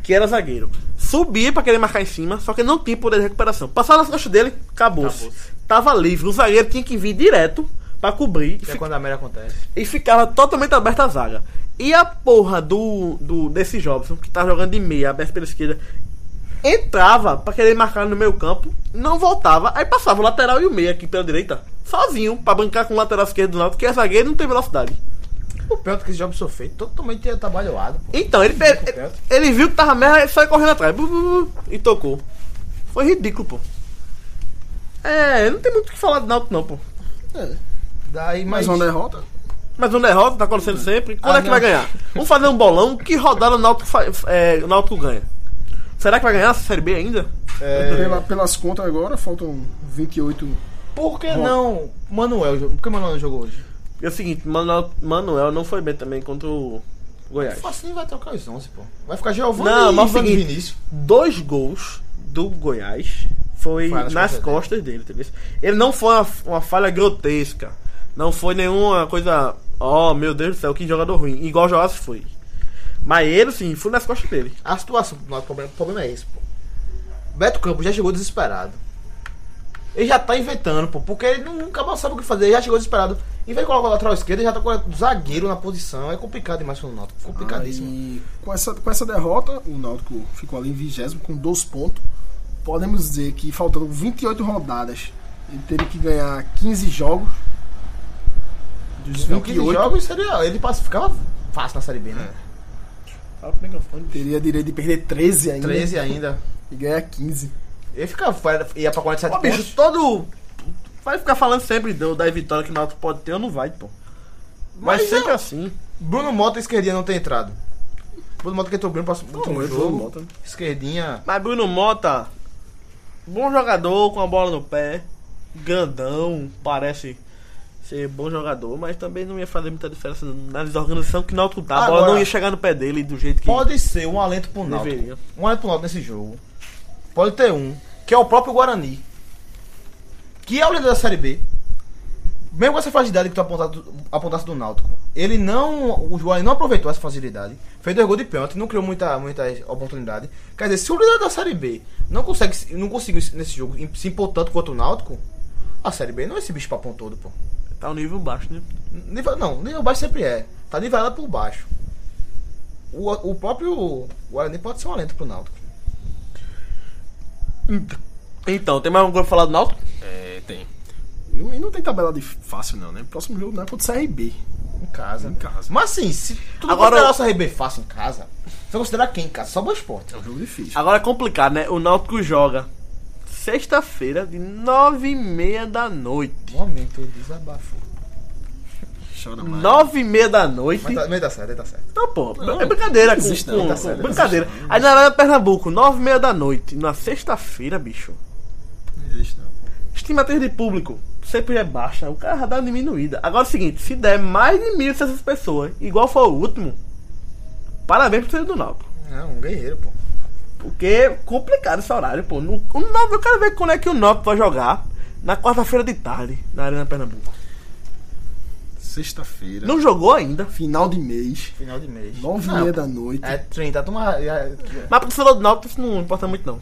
[SPEAKER 2] que era zagueiro, subia pra querer marcar em cima, só que não tinha poder de recuperação. Passava nas costas dele, acabou-se.
[SPEAKER 3] Acabou-se.
[SPEAKER 2] Tava livre, o zagueiro tinha que vir direto pra cobrir. e
[SPEAKER 3] Que é
[SPEAKER 2] ficar-
[SPEAKER 3] quando a merda acontece.
[SPEAKER 2] e ficava totalmente aberta a zaga. E a porra do, do desse Jobson, que tá jogando de meia, aberto pela esquerda, entrava pra querer marcar no meio campo, não voltava, aí passava o lateral e o meia aqui pela direita, sozinho, pra bancar com o lateral esquerdo do lado, que é zagueiro e não tem velocidade.
[SPEAKER 3] O pior é que esse job sofreu totalmente atabalhoado, pô.
[SPEAKER 2] Então, ele, ele, ele viu que tava merda e saiu correndo atrás, bu, bu, bu, e tocou. Foi ridículo, pô. É, não tem muito o que falar do Náutico não, pô.
[SPEAKER 4] É.
[SPEAKER 3] Daí,
[SPEAKER 4] Mais
[SPEAKER 3] mas...
[SPEAKER 4] uma derrota.
[SPEAKER 2] Mas um derrota tá acontecendo sempre. Quando
[SPEAKER 3] Ah,
[SPEAKER 2] é que
[SPEAKER 3] não.
[SPEAKER 2] vai ganhar? Vamos fazer um bolão. Que rodada o Náutico, fa- é, o Náutico ganha? Será que vai ganhar essa Série B ainda?
[SPEAKER 3] É...
[SPEAKER 4] Pela- pelas contas agora, faltam 28.
[SPEAKER 3] Por que não Manuel? jo- Por que Manuel não jogou hoje?
[SPEAKER 2] E é o seguinte, Manuel, Manuel não foi bem também contra o Goiás.
[SPEAKER 3] Facinho vai trocar os 11, pô. Vai ficar Giovanni
[SPEAKER 2] Não,
[SPEAKER 3] e
[SPEAKER 2] mas é
[SPEAKER 3] Ivan
[SPEAKER 2] o seguinte-
[SPEAKER 3] Vinícius.
[SPEAKER 2] Dois gols do Goiás foi
[SPEAKER 3] Foi nas
[SPEAKER 2] nas,
[SPEAKER 3] costas
[SPEAKER 2] costas dele, entendeu? Ele não foi uma, uma falha grotesca. Não foi nenhuma coisa. Oh, meu Deus do céu, que jogador ruim. Igual o Joás foi. Mas ele, sim, fui nas costas dele.
[SPEAKER 3] A situação do nosso problema, o problema é esse, pô. Beto Campos já chegou desesperado. Ele já tá inventando, pô, porque ele nunca mais sabe o que fazer, ele já chegou desesperado. E vai colocar o lateral esquerdo, ele já tá com o zagueiro na posição. É complicado demais pro Náutico, complicadíssimo.
[SPEAKER 4] Aí, com, essa, com essa derrota, o Náutico ficou ali em vigésimo com 12 pontos. Podemos dizer que faltando 28 rodadas, ele teve que ganhar 15 jogos. Dos
[SPEAKER 3] Então, 15 jogos seria. Ele passa- ficava fácil na Série B, né?
[SPEAKER 2] Fala pro microfone.
[SPEAKER 4] teria direito de perder 13 ainda
[SPEAKER 3] 13 ainda.
[SPEAKER 4] e ganhar 15.
[SPEAKER 3] Ele ficava, fora- ia pra 47
[SPEAKER 2] Ô, bicho, todo. Vai ficar falando sempre do, da vitória que o Náutico pode ter ou não vai, pô. Mas,
[SPEAKER 3] Mas
[SPEAKER 2] sempre
[SPEAKER 3] eu-
[SPEAKER 2] assim.
[SPEAKER 3] Bruno Mota esquerdinha não tem entrado. Bruno Mota que entrou né? bem no próximo último
[SPEAKER 4] Então, eu
[SPEAKER 3] jogo.
[SPEAKER 4] vou Mota.
[SPEAKER 3] Esquerdinha.
[SPEAKER 2] Mas Bruno Mota, bom jogador com a bola no pé. Grandão, parece ser bom jogador, mas também não ia fazer muita diferença na desorganização que o Náutico tá. A bola
[SPEAKER 3] Agora-
[SPEAKER 2] não ia chegar no pé dele do jeito que
[SPEAKER 3] Pode ser um alento pro Náutico.
[SPEAKER 2] deveria.
[SPEAKER 3] Um alento pro Náutico nesse jogo. Pode ter um. Que é o próprio Guarani. Que é o líder da Série B. Mesmo com essa facilidade que tu apontado- apontasse do Náutico. Ele não. O Guarani não aproveitou essa facilidade. Fez dois gols de pênalti. Não criou muita, muita oportunidade. Quer dizer, se o líder da Série B não consegue. se- Não conseguiu se- nesse jogo se impor tanto quanto o Náutico. A Série B não é esse bicho papão todo, pô.
[SPEAKER 2] Tá um nível baixo, né?
[SPEAKER 3] Nível, não, nível baixo sempre é. Tá nivelado por baixo. O, o próprio Guarani pode ser um alento pro Náutico.
[SPEAKER 2] Então, tem mais alguma coisa pra falar do Náutico?
[SPEAKER 4] É, tem. Não- E não tem tabela de fácil, não, né? Próximo jogo não é contra o CRB.
[SPEAKER 3] Em casa.
[SPEAKER 4] Em casa.
[SPEAKER 3] Mas assim, se tu
[SPEAKER 2] Agora
[SPEAKER 3] Agora,
[SPEAKER 2] eu-
[SPEAKER 3] considerar o CRB fácil em casa, você vai considerar quem em casa? Só o Boa Esporte.
[SPEAKER 4] É um jogo difícil.
[SPEAKER 2] Agora é complicado, né? O Náutico joga sexta-feira de nove e meia da noite.
[SPEAKER 3] Momento desabafo.
[SPEAKER 4] Chora mais.
[SPEAKER 2] Nove e meia da noite.
[SPEAKER 3] Mas tá, mas tá certo, aí tá certo.
[SPEAKER 2] Não, pô, é brincadeira com,
[SPEAKER 4] existe, não,
[SPEAKER 2] com-
[SPEAKER 4] tá
[SPEAKER 2] com-
[SPEAKER 4] certo,
[SPEAKER 2] brincadeira.
[SPEAKER 4] não existe,
[SPEAKER 2] Aí na Arena Pernambuco, nove e meia da noite, na sexta-feira, bicho.
[SPEAKER 4] Não existe, não.
[SPEAKER 2] Estimativa de público sempre é baixa, o cara já dá uma diminuída. Agora é o seguinte, se der mais de 1.600 pessoas, igual foi o último, parabéns pro torcedor do Náutico.
[SPEAKER 3] É um guerreiro, pô.
[SPEAKER 2] Porque é complicado esse horário, pô. No, o Náutico, eu quero ver quando é que o Náutico vai jogar na quarta-feira de tarde, na Arena Pernambuco.
[SPEAKER 4] Sexta-feira.
[SPEAKER 2] Não jogou ainda.
[SPEAKER 4] Final de mês.
[SPEAKER 3] Final de mês.
[SPEAKER 4] Nove e
[SPEAKER 3] Não,
[SPEAKER 4] meia
[SPEAKER 3] pô.
[SPEAKER 4] da noite.
[SPEAKER 3] É 30, toma. É,
[SPEAKER 2] Mas pro torcedor do Náutico isso não importa muito, não.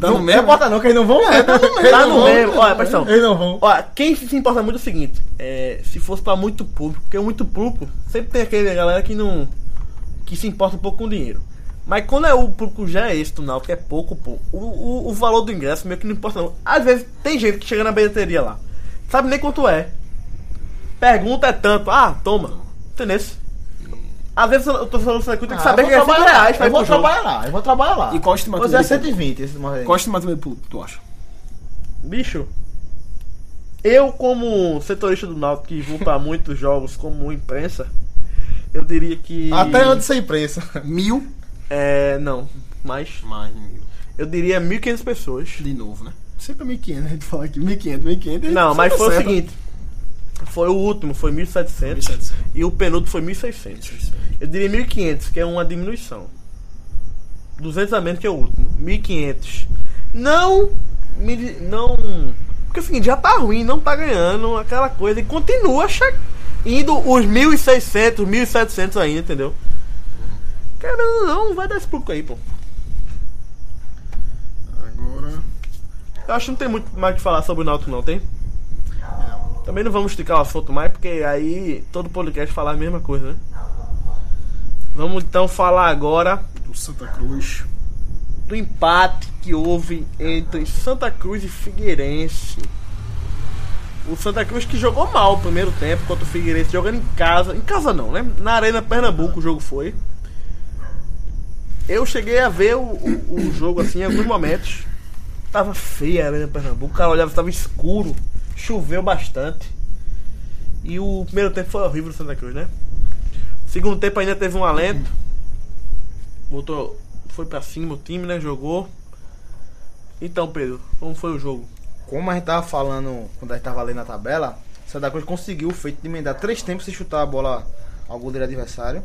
[SPEAKER 4] Tá
[SPEAKER 3] não importa não, que eles não vão. É, tá no
[SPEAKER 2] Tá no mesmo, olha, presta atenção.
[SPEAKER 3] Eles não vão.
[SPEAKER 2] Ó, quem se se importa muito é o seguinte, é, se fosse pra muito público, porque muito público, sempre tem aquele galera que não. que se importa um pouco com dinheiro. Mas quando é o público já é esse do Náutico, é pouco, pô. O, o, o valor do ingresso meio que não importa não. Às vezes tem gente que chega na bilheteria lá, sabe nem quanto é. Pergunta é tanto, ah, toma. Entendeu? Às vezes eu tô falando isso aqui, tem que saber
[SPEAKER 3] Ah, eu
[SPEAKER 2] que
[SPEAKER 3] vou
[SPEAKER 2] é 5
[SPEAKER 3] trabalhar lá,
[SPEAKER 2] reais pra
[SPEAKER 3] Eu
[SPEAKER 2] ir pro
[SPEAKER 3] vou
[SPEAKER 2] jogo.
[SPEAKER 3] trabalhar lá, eu vou trabalhar lá.
[SPEAKER 4] E qual a estimativa
[SPEAKER 3] Mas é
[SPEAKER 4] de público?
[SPEAKER 3] 120 esse mais aí.
[SPEAKER 4] Costa mais ou menos público, tu acha?
[SPEAKER 2] Bicho, eu como setorista do Náutico que vou pra muitos jogos como imprensa, eu diria que
[SPEAKER 3] Até onde sem preço.
[SPEAKER 4] Mil.
[SPEAKER 2] é, não, mas
[SPEAKER 4] Mais de mil.
[SPEAKER 2] eu diria 1500 pessoas.
[SPEAKER 4] De novo, né? Sempre é 1.500, a gente fala aqui. 1.500, 1.500.
[SPEAKER 2] Não, mas
[SPEAKER 4] sempre
[SPEAKER 2] foi o
[SPEAKER 4] acerta.
[SPEAKER 2] seguinte, foi o último, foi 1700
[SPEAKER 4] 1.700.
[SPEAKER 2] e o penúltimo foi 1600. Eu diria 1500, que é uma diminuição. 200 a menos que é o último, 1500. Não me di- não porque é o seguinte, já tá ruim, não tá ganhando aquela coisa e continua che- indo os 1600, 1700 ainda, entendeu? Caramba, não, vai dar esse público aí, pô.
[SPEAKER 4] Agora.
[SPEAKER 2] Eu acho que não tem muito mais o que falar sobre o Náutico não, tem? Também não vamos esticar o assunto mais, porque aí todo podcast fala a mesma coisa, né? Vamos então falar agora
[SPEAKER 4] Do Santa Cruz.
[SPEAKER 2] do empate que houve entre Santa Cruz e Figueirense. O Santa Cruz que jogou mal o primeiro tempo contra o Figueirense, jogando em casa. Em casa não, né? Na Arena Pernambuco o jogo foi. Eu cheguei a ver o, o- o jogo assim em alguns momentos. Tava feia a Arena Pernambuco, o cara olhava, tava escuro, choveu bastante. E o primeiro tempo foi horrível do Santa Cruz, né? Segundo tempo ainda teve um alento. Botou, foi pra cima o time, né? Jogou. Então, Pedro, como foi o jogo?
[SPEAKER 3] Como a gente tava falando quando a gente tava lendo a tabela, Santa Cruz conseguiu o feito de emendar três tempos sem chutar a bola ao goleiro adversário.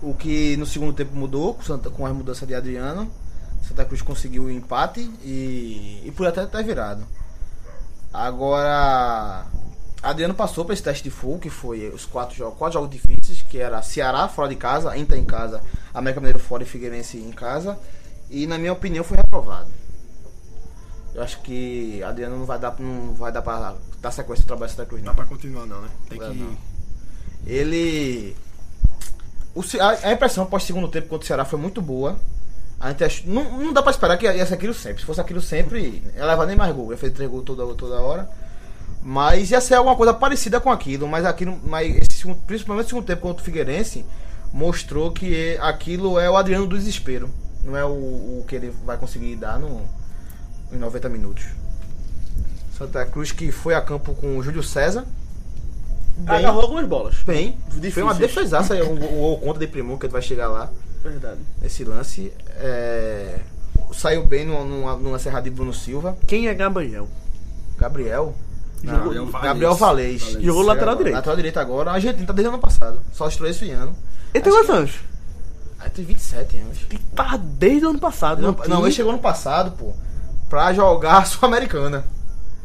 [SPEAKER 3] O que no segundo tempo mudou com, Santa, com a mudança de Adriano. Santa Cruz conseguiu o empate e, e por até ter virado. Agora, Adriano passou para esse teste de fogo, que foi os quatro jogos, quatro jogos difíceis, que era Ceará fora de casa, Inter em casa, América Mineiro fora e Figueirense em casa. E na minha opinião foi reprovado. Eu acho que Adriano não vai dar, não vai dar para dar sequência ao trabalho do Santa Cruz.
[SPEAKER 4] Não
[SPEAKER 3] Não.
[SPEAKER 4] dá pra continuar, não, né? Tem
[SPEAKER 3] Não,
[SPEAKER 4] que.
[SPEAKER 3] não. Ele. o Ce- a, a impressão após o segundo tempo contra o Ceará foi muito boa. A gente ach- não, não dá pra esperar que ia ser aquilo sempre. Se fosse aquilo sempre, ia levar nem mais gol. Ia fazer três gols toda, toda hora. Mas ia ser alguma coisa parecida com aquilo. Mas aquilo. Mas esse segundo- principalmente o segundo tempo contra o Figueirense mostrou que é- aquilo é o Adriano do desespero. Não é o, o que ele vai conseguir dar no, em 90 minutos. Santa Cruz que foi a campo com o Júlio César. Bem-
[SPEAKER 2] Agarrou algumas bolas.
[SPEAKER 3] Bem, foi uma
[SPEAKER 2] Difíceis.
[SPEAKER 3] defesaça é o, o, o contra de Primor que vai chegar lá
[SPEAKER 2] Verdade.
[SPEAKER 3] nesse lance. É, saiu bem no, no, no lance errado de Bruno Silva.
[SPEAKER 2] Quem é Gabriel?
[SPEAKER 3] Gabriel.
[SPEAKER 2] Jogou-
[SPEAKER 3] Gabriel Valês.
[SPEAKER 4] Valês.
[SPEAKER 3] Gabriel Valês.
[SPEAKER 4] Valês.
[SPEAKER 2] Jogou lateral direito.
[SPEAKER 3] Lateral direito agora. A gente tá desde o ano passado. Só estreou esse ano.
[SPEAKER 2] Ele tem
[SPEAKER 3] Acho
[SPEAKER 2] quantos
[SPEAKER 3] que-
[SPEAKER 2] anos?
[SPEAKER 3] Aí tem 27 anos.
[SPEAKER 2] Ele tá desde o ano passado. né?
[SPEAKER 3] Não,
[SPEAKER 2] no time.
[SPEAKER 3] não, ele chegou no passado, pô, pra jogar a Sul-Americana.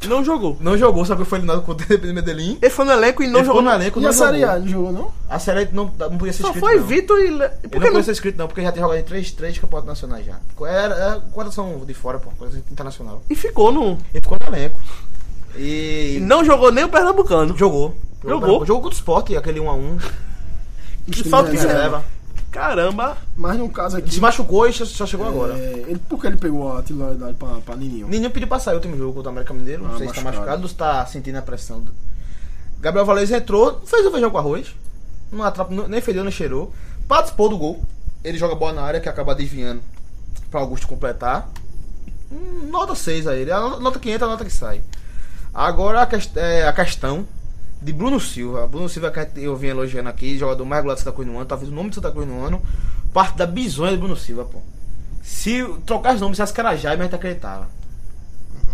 [SPEAKER 2] Não jogou.
[SPEAKER 3] Não jogou, sabe que foi eliminado contra o DP Medellín.
[SPEAKER 2] é- Ele foi no elenco e não
[SPEAKER 3] Ele
[SPEAKER 2] jogou.
[SPEAKER 3] ficou no elenco,
[SPEAKER 4] E
[SPEAKER 3] não
[SPEAKER 4] a Série
[SPEAKER 3] jogou.
[SPEAKER 4] A, não jogou, não?
[SPEAKER 3] A série não, não podia ser
[SPEAKER 2] Só
[SPEAKER 3] inscrito,
[SPEAKER 2] foi
[SPEAKER 3] não.
[SPEAKER 2] Vitor e. Le- Por
[SPEAKER 3] Eu
[SPEAKER 2] que
[SPEAKER 3] não
[SPEAKER 2] não?
[SPEAKER 3] conheço inscrito não, porque já tem jogado em três, três campeonatos nacionais já. Era, era cotação de fora, pô, cotação internacional.
[SPEAKER 2] E ficou no.
[SPEAKER 3] Ele ficou no elenco.
[SPEAKER 2] E
[SPEAKER 3] E.
[SPEAKER 2] não jogou nem o Pernambucano.
[SPEAKER 3] Jogou.
[SPEAKER 2] Jogou.
[SPEAKER 3] Jogou contra o Sport, aquele 1x1.
[SPEAKER 2] Que
[SPEAKER 4] Time
[SPEAKER 2] falta que
[SPEAKER 4] reserva.
[SPEAKER 2] leva. Caramba.
[SPEAKER 4] Mas no caso aqui.
[SPEAKER 3] Se machucou e só- só chegou agora.
[SPEAKER 4] é, ele, por que ele pegou a titularidade pra, pra Nininho?
[SPEAKER 3] Ninguém pediu pra sair o último jogo contra o América Mineiro. Não
[SPEAKER 4] Ah,
[SPEAKER 3] sei se tá
[SPEAKER 4] machucado.
[SPEAKER 3] machucado ou se tá sentindo a pressão. do- Gabriel Valês entrou, fez o feijão com arroz. Não atrapa, não- nem fedeu, nem cheirou. Participou do gol. Ele joga bola na área, que acaba desviando pra Augusto completar. Hum, Nota 6 a ele. A no- nota que entra, a nota que sai. Agora a, quest- é, a questão de Bruno Silva. Bruno Silva que eu vim elogiando aqui, jogador mais regular de Santa Cruz no ano, talvez o nome de Santa Cruz no ano, parte da bisonha de Bruno Silva, pô. Se trocar os nomes, se ascarajá, mas acreditava.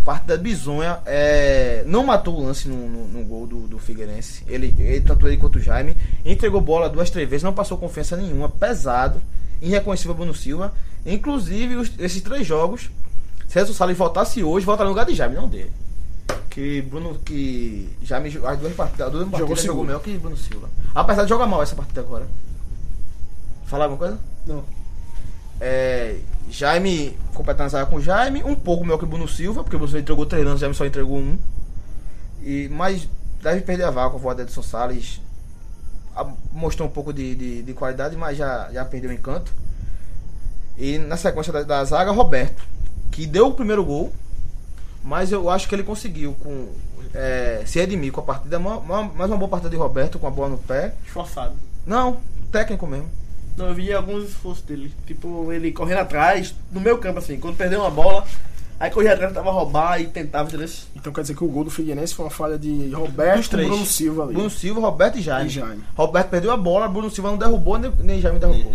[SPEAKER 3] Parte da bisonha é, não matou o lance no, no- no gol do, do Figueirense. Ele, ele, tanto ele quanto o Jaime, entregou bola duas, três vezes, não passou confiança nenhuma, pesado, irreconhecível Bruno Silva. Inclusive, os- esses três jogos, se Edson Salles voltasse hoje, voltaria no lugar de Jaime, não dele. Que Bruno. Que Jaime jogou as duas partidas. As duas jogou, partidas jogou
[SPEAKER 4] seguro.
[SPEAKER 3] melhor que Bruno Silva. Apesar de jogar mal essa partida agora. Falar alguma coisa?
[SPEAKER 4] Não.
[SPEAKER 3] É, Jaime, completando essa área com o Jaime, um pouco melhor que o Bruno Silva, porque o Bruno Silva entregou três anos, o Jaime só entregou um. E, mas deve perder a vaga com a voz de Edson Salles. A- Mostrou um pouco de, de, de qualidade, mas já, já perdeu o encanto. E na sequência da, da zaga, Roberto, que deu o primeiro gol, mas eu acho que ele conseguiu com, é, se redimir com a partida. Ma- ma- Mais uma boa partida de Roberto, com a bola no pé.
[SPEAKER 2] Esforçado.
[SPEAKER 3] Não, técnico mesmo.
[SPEAKER 2] Não, eu vi alguns esforços dele. Tipo, ele correndo atrás, no meu campo, assim. Quando perdeu uma bola, aí corria atrás, tentava roubar e tentava, entendeu?
[SPEAKER 4] Então quer dizer que o gol do Figueirense foi uma falha de Roberto, Bruno Silva ali.
[SPEAKER 3] Bruno Silva, Roberto e Jaime.
[SPEAKER 4] é. E Jaime.
[SPEAKER 3] Roberto perdeu a bola, Bruno Silva não derrubou, nem, nem Jaime derrubou.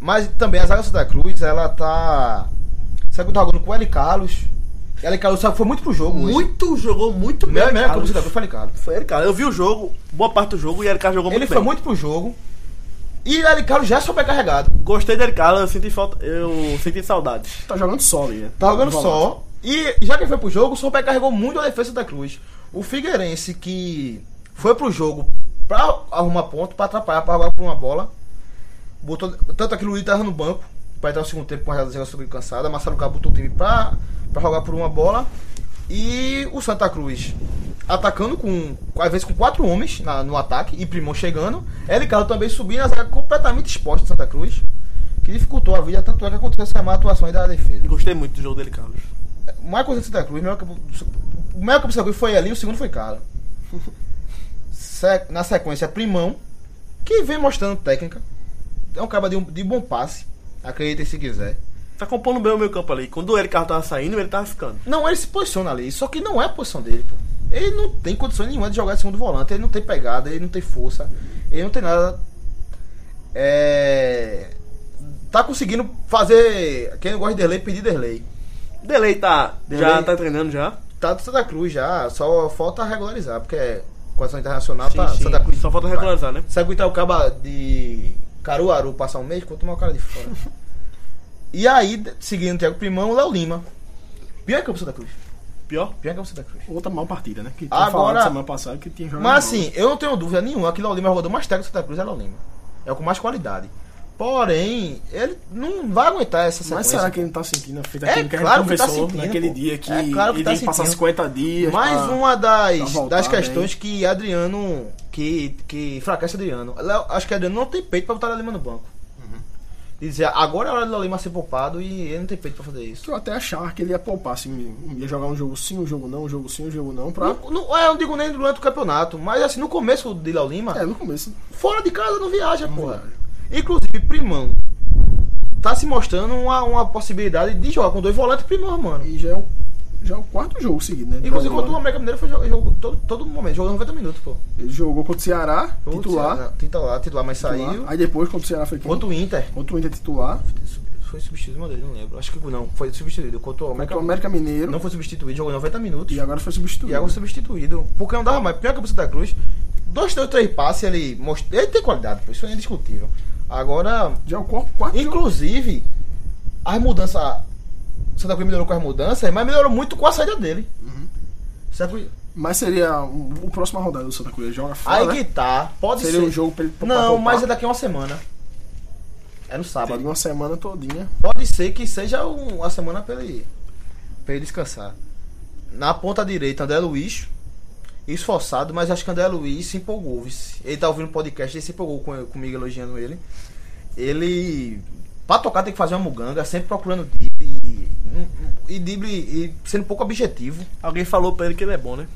[SPEAKER 3] Mas também a zaga do Santa Cruz, ela tá. Sabe que tá jogando com o Eli Carlos. Eli Carlos sabe, foi muito pro jogo hoje.
[SPEAKER 2] Muito, jogou muito bem.
[SPEAKER 3] Melhor, melhor que o
[SPEAKER 2] Carlos.
[SPEAKER 3] Santa Cruz foi Eli Carlos.
[SPEAKER 2] Foi ele, cara. Eu vi o jogo, boa parte do jogo, e ele, cara, jogou
[SPEAKER 3] Ele
[SPEAKER 2] muito
[SPEAKER 3] foi
[SPEAKER 2] bem.
[SPEAKER 3] muito pro jogo. E o Eli Carlos já é sobrecarregado.
[SPEAKER 2] Gostei dele, cara. Eu senti falta. Eu senti saudades.
[SPEAKER 4] Tá jogando só ali, né?
[SPEAKER 3] Tá jogando
[SPEAKER 4] Volante.
[SPEAKER 3] só. E já que foi pro jogo, sobrecarregou muito a defesa da Cruz. O Figueirense que foi pro jogo pra arrumar ponto, pra atrapalhar, pra roubar por uma bola. Botou, tanto aquilo que o tava no banco, pra entrar no segundo tempo com a reserva sobrecansada. Marcelo Cabo botou o time pra, pra jogar por uma bola. E o Santa Cruz atacando com, às vezes, com quatro homens na- no ataque e Primão chegando. Ele Carlos também subindo, a zaga completamente exposta do Santa Cruz. Que dificultou a vida, tanto é que aconteceu essa má atuação aí da defesa.
[SPEAKER 2] Gostei muito do jogo dele, Carlos.
[SPEAKER 3] O Michael Zé de Santa Cruz, o melhor campo- o melhor campo do Santa Cruz foi ali, o segundo foi Carlos. Se- Na sequência, Primão, que vem mostrando técnica. É um cara de, um- de bom passe. Acreditem se quiser.
[SPEAKER 2] Tá compondo bem o meu campo ali. Quando ele, Carlos, tava saindo, ele tava ficando.
[SPEAKER 3] Não, ele se posiciona ali, só que não é a posição dele, pô. Ele não tem condição nenhuma de jogar de segundo volante, ele não tem pegada, ele não tem força, ele não tem nada. É. Tá conseguindo fazer. Quem não gosta de Derlei, pedir Derlei.
[SPEAKER 2] Delay tá. Já
[SPEAKER 3] Delay-
[SPEAKER 2] tá treinando já.
[SPEAKER 3] Tá do Santa Cruz já, só falta regularizar, porque é condição internacional
[SPEAKER 2] Sim,
[SPEAKER 3] tá.
[SPEAKER 2] sim.
[SPEAKER 3] Santa Cruz
[SPEAKER 2] Só falta regularizar, né?
[SPEAKER 3] Se aguentar o caba de Caruaru passar um mês, vou tomar o cara de fora. e aí, seguindo o Thiago Primão, o Léo Lima. Pior que o Santa Cruz.
[SPEAKER 2] Pior?
[SPEAKER 3] Pior que é o Santa Cruz.
[SPEAKER 4] Outra mal partida, né? Que
[SPEAKER 3] Agora-
[SPEAKER 4] tinha falado semana passada que tinha jogado. mal.
[SPEAKER 3] Mas assim, eu não tenho dúvida nenhuma que Lolima é o jogador mais técnico do Santa Cruz é Lolima. É o com mais qualidade. Porém, ele não vai aguentar essa
[SPEAKER 4] Mas
[SPEAKER 3] sequência.
[SPEAKER 4] será que ele não tá sentindo a fita
[SPEAKER 3] É
[SPEAKER 4] aquilo que
[SPEAKER 3] claro
[SPEAKER 4] a
[SPEAKER 3] que
[SPEAKER 4] gente
[SPEAKER 3] tá
[SPEAKER 4] conversou
[SPEAKER 3] sentindo,
[SPEAKER 4] naquele
[SPEAKER 3] pô.
[SPEAKER 4] dia que,
[SPEAKER 3] É claro que
[SPEAKER 4] ele
[SPEAKER 3] tá
[SPEAKER 4] tem que passar
[SPEAKER 3] sentindo.
[SPEAKER 4] 50 dias.
[SPEAKER 3] Mais um.
[SPEAKER 4] pra-
[SPEAKER 3] uma
[SPEAKER 4] pra
[SPEAKER 3] das,
[SPEAKER 4] voltar,
[SPEAKER 3] das questões que Adriano. Que, que fraquece Adriano. Léo- Acho que Adriano não tem peito pra botar Lolima no banco.
[SPEAKER 4] Uhum.
[SPEAKER 3] Dizer, agora é a hora de Lolima ser poupado e ele não tem peito pra fazer isso.
[SPEAKER 4] Que eu até achava que ele ia poupar, assim, ia jogar um jogo sim, um jogo não, um jogo sim, um jogo não, pra.
[SPEAKER 3] Não, não- é, eu não digo nem durante o campeonato, mas assim, no começo de Léo Lima,
[SPEAKER 4] É, no começo.
[SPEAKER 3] fora de casa não viaja, porra. Inclusive, Primão tá se mostrando uma, uma possibilidade de jogar com dois volantes e Primão, mano.
[SPEAKER 4] E já é o, já é o quarto jogo seguido, né?
[SPEAKER 3] Inclusive,
[SPEAKER 4] Então,
[SPEAKER 3] contra o América Mineiro foi jogo, jogo todo, todo momento, jogou 90 minutos, pô.
[SPEAKER 4] Ele jogou contra o Ceará,
[SPEAKER 3] Putz, é,
[SPEAKER 4] titular.
[SPEAKER 3] não, Titular, titular, mas
[SPEAKER 4] titular.
[SPEAKER 3] saiu.
[SPEAKER 4] Aí depois, contra o Ceará, foi quem?
[SPEAKER 3] Contra o Inter,
[SPEAKER 4] Contra o Inter titular.
[SPEAKER 3] Foi substituído, meu Deus, não lembro. Acho que não, foi substituído. Contra o
[SPEAKER 4] Contra
[SPEAKER 3] América,
[SPEAKER 4] o América Mineiro.
[SPEAKER 3] não foi substituído, jogou 90 minutos.
[SPEAKER 4] E agora foi substituído.
[SPEAKER 3] E agora foi substituído. Porque não dava mais. Pior que o Santa Cruz. Dois, dois, três passes, ele mostrou. Ele tem qualidade, pô, isso é indiscutível. Agora,
[SPEAKER 4] Já é o quarto, quarto jogo.
[SPEAKER 3] inclusive, as mudanças. O Santa Cruz melhorou com as mudanças, mas melhorou muito com a saída dele.
[SPEAKER 4] Uhum.
[SPEAKER 3] Santa Cruz-
[SPEAKER 4] Mas seria o, o próximo rodada do Santa Cruz. Ele joga fora.
[SPEAKER 3] Aí
[SPEAKER 4] né?
[SPEAKER 3] que tá. Pode
[SPEAKER 4] Seria
[SPEAKER 3] ser.
[SPEAKER 4] um jogo pra ele poupar,
[SPEAKER 3] não,
[SPEAKER 4] poupar.
[SPEAKER 3] mas é daqui a uma semana. É no sábado.
[SPEAKER 4] Teria uma semana todinha.
[SPEAKER 3] Pode ser que seja um, a semana pra ele, pra ele descansar. Na ponta direita, André Luiz. Esforçado, mas acho que André Luiz se empolgou. vice. Ele tá ouvindo o podcast, ele se empolgou com- comigo elogiando ele. Ele. Pra tocar tem que fazer uma muganga, sempre procurando drible. E, e drible e sendo pouco objetivo.
[SPEAKER 2] Alguém falou pra ele que ele é bom, né?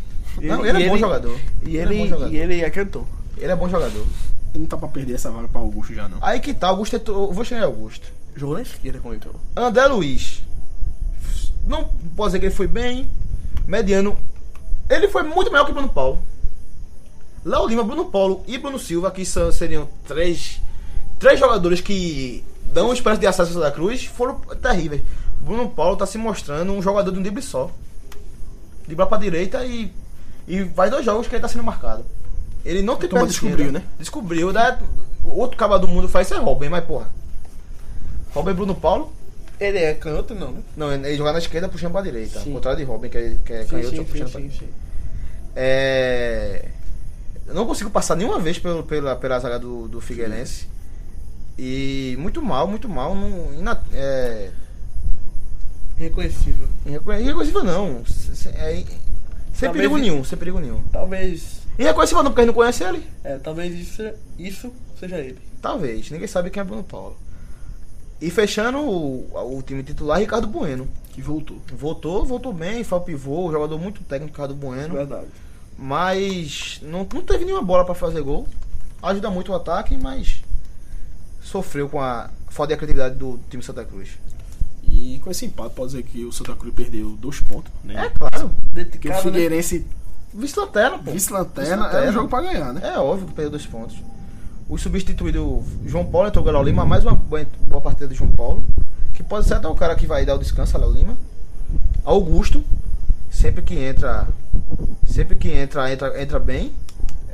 [SPEAKER 2] E
[SPEAKER 3] Não, ele é
[SPEAKER 2] e
[SPEAKER 3] bom jogador.
[SPEAKER 2] E
[SPEAKER 3] Ele é
[SPEAKER 2] ele,
[SPEAKER 3] bom jogador.
[SPEAKER 2] e ele é cantor.
[SPEAKER 3] Ele é bom jogador.
[SPEAKER 4] Ele não tá pra perder essa vaga pra Augusto já, não.
[SPEAKER 3] Aí que tá, Augusto. tentou- eu Vou chegar em Augusto.
[SPEAKER 2] Jogou na esquerda com ele. então.
[SPEAKER 3] André Luiz. Não posso dizer que ele foi bem. Mediano. Ele foi muito melhor que Bruno Paulo. Léo Lima, Bruno Paulo e Bruno Silva, que são, seriam três, três jogadores que dão esperança de acesso ao Santa Cruz, foram terríveis. Bruno Paulo tá se mostrando um jogador de um drible só. Driblar pra direita e, e faz dois jogos que ele tá sendo marcado. Ele não tem
[SPEAKER 4] Toma
[SPEAKER 3] perna
[SPEAKER 4] descobriu,
[SPEAKER 3] esquerda.
[SPEAKER 4] né?
[SPEAKER 3] Descobriu. Da, outro caba do mundo faz isso é Robin, mas porra. Robin e Bruno Paulo
[SPEAKER 2] Ele é canhoto, não, né?
[SPEAKER 3] não, ele jogar na esquerda puxando pra direita.
[SPEAKER 2] Sim.
[SPEAKER 3] Ao contrário de Robin, que é, que é canhoto, puxando pra direita. É... Eu não consigo passar nenhuma vez pelo, pela, pela zaga do, do Figueirense. E muito mal, muito mal. Não, ina, é,
[SPEAKER 2] Reconhecível.
[SPEAKER 3] irreconhe- irreconhecível não. Se- se- é i- sem
[SPEAKER 2] Talvez
[SPEAKER 3] perigo
[SPEAKER 2] ele-
[SPEAKER 3] nenhum, sem perigo nenhum.
[SPEAKER 2] Talvez.
[SPEAKER 3] Irreconhecível não, porque a gente não conhece ele.
[SPEAKER 2] É, talvez isso, isso seja ele.
[SPEAKER 3] Talvez, ninguém sabe quem é Bruno Paulo. E fechando o, o time titular, Ricardo Bueno.
[SPEAKER 4] Que voltou.
[SPEAKER 3] Voltou, voltou bem, foi o pivô, jogador muito técnico, Ricardo Bueno.
[SPEAKER 2] Verdade.
[SPEAKER 3] Mas não, não teve nenhuma bola pra fazer gol. Ajuda muito o ataque, mas sofreu com a falta de criatividade do time Santa Cruz.
[SPEAKER 4] E com esse empate, pode dizer que o Santa Cruz perdeu dois pontos. Né?
[SPEAKER 3] É claro,
[SPEAKER 4] Porque
[SPEAKER 2] Dedicado, né?
[SPEAKER 4] o Figueirense
[SPEAKER 3] vice-lanterna, pô.
[SPEAKER 4] vice-lanterna é
[SPEAKER 3] né? Vice-lanterna.
[SPEAKER 4] um jogo pra ganhar, né?
[SPEAKER 3] É óbvio que perdeu dois pontos. O substituído João Paulo entrou o Léo Lima, mais uma boa, boa partida do João Paulo. Que pode ser até o cara que vai dar o descanso a Léo Lima. Augusto, sempre que entra. Sempre que entra, entra, entra bem.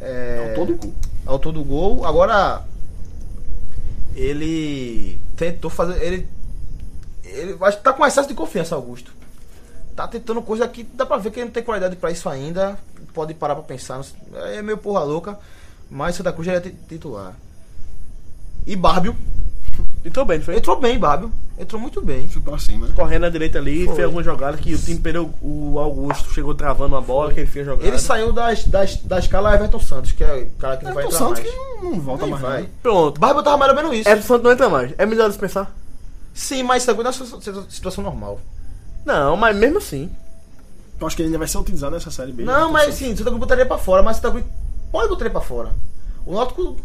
[SPEAKER 3] É,
[SPEAKER 4] É todo gol.
[SPEAKER 3] autor do gol. Agora ele tentou fazer, ele ele acho que tá com excesso de confiança, Augusto. Tá tentando coisa que dá pra ver que ele não tem qualidade pra isso ainda. Pode parar pra pensar, não- é meio porra louca, mas Santa Cruz já é ti- titular. E Bárbio,
[SPEAKER 2] E tô bem, foi?
[SPEAKER 3] entrou bem, Bárbio. Entrou muito bem.
[SPEAKER 4] Foi pra cima, né?
[SPEAKER 2] Correndo à direita ali,
[SPEAKER 3] Foi.
[SPEAKER 2] fez algumas jogadas que o time perdeu. O Augusto chegou travando a bola, que ele fez jogada.
[SPEAKER 3] Ele saiu das, das, da escala Everton Santos, que é o cara que não vai
[SPEAKER 4] Everton
[SPEAKER 3] entrar
[SPEAKER 4] Santos
[SPEAKER 3] mais.
[SPEAKER 4] que não não volta
[SPEAKER 3] Nem
[SPEAKER 4] mais.
[SPEAKER 3] vai.
[SPEAKER 4] né?
[SPEAKER 2] Pronto.
[SPEAKER 3] Bárbio tava mais ou menos isso.
[SPEAKER 2] É Santos não entra mais. É melhor dispensar?
[SPEAKER 3] Sim, mas Santa Cruz é uma situação normal.
[SPEAKER 2] Não, mas mesmo assim.
[SPEAKER 4] Eu acho que ele ainda vai ser utilizado nessa série B.
[SPEAKER 3] Não,
[SPEAKER 4] né?
[SPEAKER 3] mas assim, sim, o Santa Cruz botaria pra fora, mas o Santa Cruz pode botar ele pra fora. O Náutico.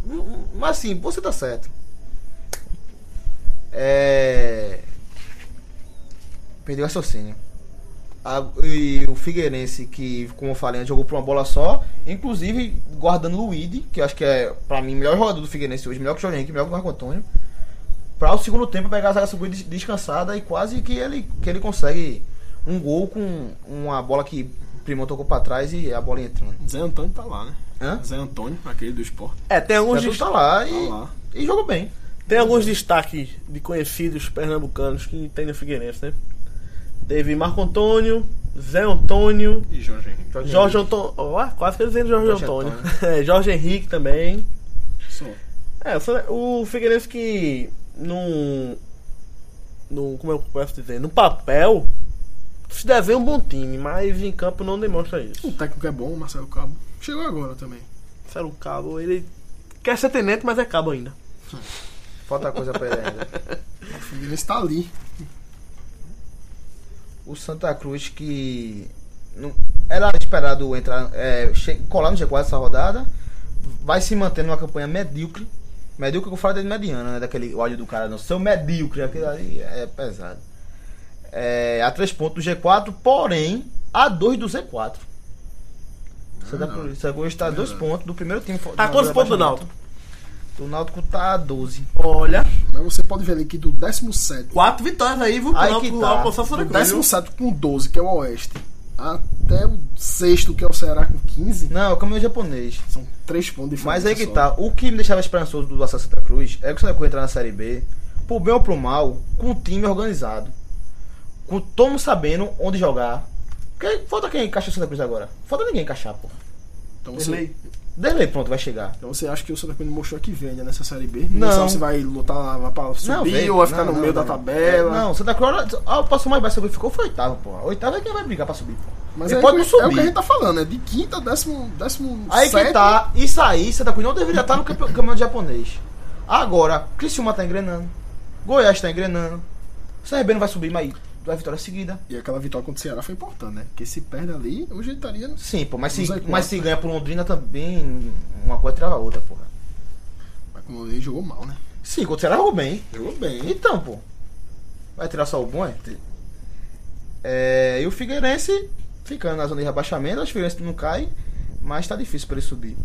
[SPEAKER 3] Mas assim, você tá certo. É. Perdeu o raciocínio. A- e o Figueirense, que, como eu falei, jogou por uma bola só. Inclusive, guardando o Luíde, que eu acho que é, pra mim, o melhor jogador do Figueirense hoje, melhor que o Jorge Henrique, melhor que o Marco Antônio. Pra o segundo tempo pegar a zaga subir des- descansada e quase que ele, que ele consegue um gol com uma bola que o Primo tocou pra trás e a bola entrando.
[SPEAKER 4] Zé Antônio tá lá, né?
[SPEAKER 3] Hã?
[SPEAKER 4] Zé Antônio, aquele do esporte.
[SPEAKER 2] É, tem
[SPEAKER 3] O
[SPEAKER 2] alguns, dest-
[SPEAKER 3] Jesus tá lá e,
[SPEAKER 4] Tá lá.
[SPEAKER 3] e jogou bem.
[SPEAKER 2] tem alguns destaques de conhecidos pernambucanos que tem no Figueirense, né? Teve Marco Antônio, Zé Antônio,
[SPEAKER 4] E Jorge Henrique.
[SPEAKER 3] Jorge
[SPEAKER 2] Jorge
[SPEAKER 3] Henrique.
[SPEAKER 2] Antônio. Ó, quase que eles dizendo Jorge,
[SPEAKER 3] Jorge
[SPEAKER 2] Antônio. <laughs> É, Jorge Henrique também.
[SPEAKER 4] Só.
[SPEAKER 2] É, o Sane- o Figueirense que num, num. Como eu posso dizer? No papel, se desenha um bom time, mas em campo não demonstra
[SPEAKER 4] O
[SPEAKER 2] isso.
[SPEAKER 4] técnico é bom, Marcelo Cabo. Chegou agora também.
[SPEAKER 2] Marcelo Cabo, ele quer ser tenente, mas é cabo ainda.
[SPEAKER 3] Falta coisa pra ele ainda.
[SPEAKER 4] O Figueirense tá ali.
[SPEAKER 3] O Santa Cruz que. não- era esperado entrar. é, che- colar no G4 essa rodada. Vai se manter numa campanha medíocre. Medíocre que eu falo de mediana, né? Daquele ódio do cara, não. Seu medíocre, aquilo ali é pesado. É, a 3 pontos do G4, porém, a 2 do Z4. Santa
[SPEAKER 4] não.
[SPEAKER 3] Cruz, Santa Cruz está a 2
[SPEAKER 4] Não.
[SPEAKER 3] pontos do primeiro time.
[SPEAKER 2] Ah, é. Tá
[SPEAKER 3] do
[SPEAKER 2] quantos pontos do
[SPEAKER 3] rebaixamento.
[SPEAKER 2] Náutico?
[SPEAKER 3] O Náutico tá a 12.
[SPEAKER 2] Olha,
[SPEAKER 4] Mas você pode ver ali que do 17,
[SPEAKER 2] quatro vitórias aí, viu?
[SPEAKER 3] Aí
[SPEAKER 2] Pro
[SPEAKER 3] que
[SPEAKER 2] Náutico
[SPEAKER 3] tá.
[SPEAKER 2] alcançar sua
[SPEAKER 4] do
[SPEAKER 2] vitória, viu?
[SPEAKER 4] 17 com 12, que é o Oeste, até o sexto, que é o Ceará com 15,
[SPEAKER 3] Não, é o caminhão japonês.
[SPEAKER 4] são 3 pontos de
[SPEAKER 3] Mas aí que
[SPEAKER 4] só.
[SPEAKER 3] tá. O que me deixava esperançoso do Acesso Santa Cruz é que o Santa Cruz entrar na Série B, por bem ou pro mal, com o time organizado. Com todo mundo sabendo onde jogar. Porque falta quem encaixa o Santa Cruz agora? Falta ninguém encaixar, pô.
[SPEAKER 4] Então
[SPEAKER 2] Derlei.
[SPEAKER 4] você,
[SPEAKER 3] Dele pronto, vai chegar.
[SPEAKER 4] então você acha que o Santa Cruz mostrou que vende nessa Série B?
[SPEAKER 3] Não.
[SPEAKER 4] sabe se vai lutar lá, lá pra subir
[SPEAKER 3] veio.
[SPEAKER 4] ou vai ficar
[SPEAKER 3] Não,
[SPEAKER 4] no
[SPEAKER 3] não,
[SPEAKER 4] meio
[SPEAKER 3] não.
[SPEAKER 4] da tabela?
[SPEAKER 3] Não, Santa Cruz, ah, passou mais baixo, Santa Cruz ficou, foi oitavo, pô. Oitavo é quem vai brigar pra subir, pô.
[SPEAKER 4] Mas
[SPEAKER 3] Ele
[SPEAKER 4] é,
[SPEAKER 3] pode
[SPEAKER 4] o-
[SPEAKER 3] não subir.
[SPEAKER 4] é o que a gente tá falando, é de quinta, décimo, décimo
[SPEAKER 3] Aí que
[SPEAKER 4] sétimo.
[SPEAKER 3] tá, isso aí, Santa Cruz não deveria estar no campe- campeonato japonês. Agora, Criciúma tá engrenando, Goiás tá engrenando, o CRB não vai subir, mas vai vitória seguida.
[SPEAKER 4] E aquela vitória contra o Ceará foi importante, né? Porque se perde ali, hoje ele estaria no
[SPEAKER 3] Sim, pô, mas se,
[SPEAKER 4] Não sei quanto.
[SPEAKER 3] mas se ganha por Londrina também, uma coisa trava a outra, porra.
[SPEAKER 4] Mas como ele jogou mal, né?
[SPEAKER 3] Sim, contra o Ceará jogou bem.
[SPEAKER 4] Jogou bem.
[SPEAKER 3] Então, pô, vai tirar só o bom, é? É, e o Figueirense ficando na zona de rebaixamento, acho que o Figueirense não cai, mas tá difícil pra ele subir.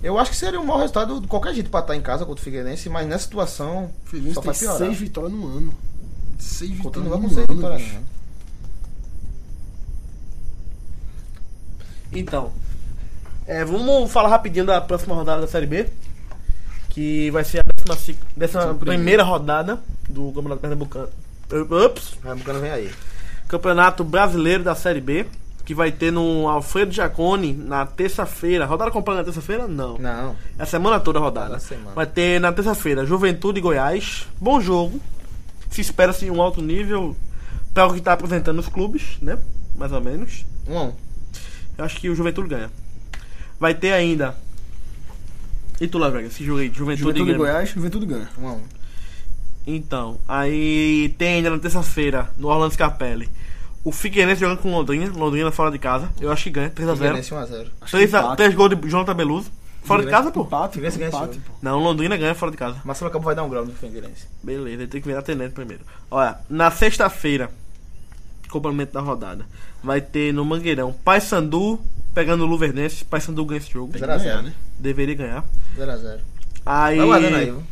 [SPEAKER 3] Eu acho que seria um mau resultado de qualquer jeito pra estar em casa contra o Figueirense, mas nessa situação
[SPEAKER 4] O Figueirense
[SPEAKER 3] só
[SPEAKER 4] tem
[SPEAKER 3] vai piorar.
[SPEAKER 4] seis vitórias no ano. Seis vitórias no
[SPEAKER 3] Continua
[SPEAKER 4] ano.
[SPEAKER 3] com seis vitórias.
[SPEAKER 4] bicho.
[SPEAKER 3] né?
[SPEAKER 2] Então, é, vamos falar rapidinho da próxima rodada da Série B, que vai ser a décima, ci- décima
[SPEAKER 4] Décima primeira.
[SPEAKER 2] primeira rodada do Campeonato Pernambucano. Ups,
[SPEAKER 3] Pernambucano vem aí.
[SPEAKER 2] Campeonato Brasileiro da Série B, que vai ter no Alfredo Jacone na terça-feira. Rodada completa na terça-feira? Não.
[SPEAKER 3] Não.
[SPEAKER 2] É a semana toda a rodada.
[SPEAKER 3] Na semana.
[SPEAKER 2] Vai ter na terça-feira Juventude e Goiás. Bom jogo. Se espera-se um alto nível para o que está apresentando os clubes, né? Mais ou menos.
[SPEAKER 3] Um a um.
[SPEAKER 2] Eu acho que o Juventude ganha. Vai ter ainda. E tu lá, velho? Esse jogo aí, Juventude, e
[SPEAKER 4] Juventude
[SPEAKER 2] Grêmio.
[SPEAKER 4] Goiás, Juventude ganha.
[SPEAKER 3] Um a um.
[SPEAKER 2] Então, aí tem ainda na terça-feira, no Orlando Capelli, o Figueirense jogando com Londrina. Londrina fora de casa. Eu acho que ganha, 3x0.
[SPEAKER 3] Figueirense 1 a 0.
[SPEAKER 4] Acho que empate.
[SPEAKER 2] 3 gols de Jonathan Beluso. Fora de casa, pô.
[SPEAKER 4] Empate,
[SPEAKER 3] Figueirense ganha esse
[SPEAKER 4] empate,
[SPEAKER 3] jogo.
[SPEAKER 4] pô.
[SPEAKER 2] Não, Londrina ganha fora de casa.
[SPEAKER 3] Marcelo Cabo vai dar um grau no Figueirense.
[SPEAKER 2] Beleza, ele tem que virar tenente primeiro. Olha, na sexta-feira, complemento da rodada, vai ter no Mangueirão Paysandu pegando o Luverdense. Paysandu ganha esse jogo.
[SPEAKER 3] Tem que
[SPEAKER 4] Ganhar,
[SPEAKER 3] 0x0.
[SPEAKER 4] né?
[SPEAKER 2] Deveria ganhar.
[SPEAKER 3] 0x0.
[SPEAKER 2] Aí.
[SPEAKER 3] Vai guardando aí. viu?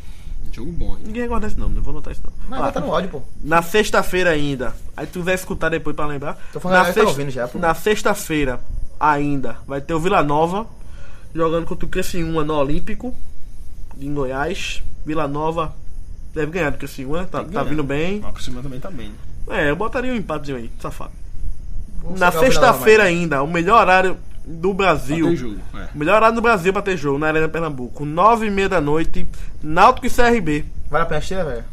[SPEAKER 4] Jogo bom, hein?
[SPEAKER 2] Ninguém guarda isso não, não vou notar isso não.
[SPEAKER 3] Mas
[SPEAKER 2] Ó,
[SPEAKER 3] vai tá no áudio, pô.
[SPEAKER 2] Na sexta-feira ainda, aí tu vai escutar depois pra lembrar.
[SPEAKER 3] Tô falando,
[SPEAKER 2] na
[SPEAKER 3] a galera tá ouvindo já, pô.
[SPEAKER 2] Na sexta-feira ainda, vai ter o Vila Nova jogando contra o Criciúma no Olímpico, em Goiás. Vila Nova deve ganhar do Criciúma, tá, tá vindo bem.
[SPEAKER 4] Mas por cima também tá bem. né?
[SPEAKER 2] É, eu botaria um empatezinho aí, safado.
[SPEAKER 3] Vamos
[SPEAKER 2] Na
[SPEAKER 3] chegar ao final
[SPEAKER 2] sexta-feira
[SPEAKER 3] da manhã.
[SPEAKER 2] ainda, o melhor horário do Brasil.
[SPEAKER 4] Tem jogo, é.
[SPEAKER 2] Melhor horário do Brasil pra ter jogo na Arena Pernambuco. Nove e meia da noite, Náutico e CRB.
[SPEAKER 3] Vale a pena assistir, né, velho?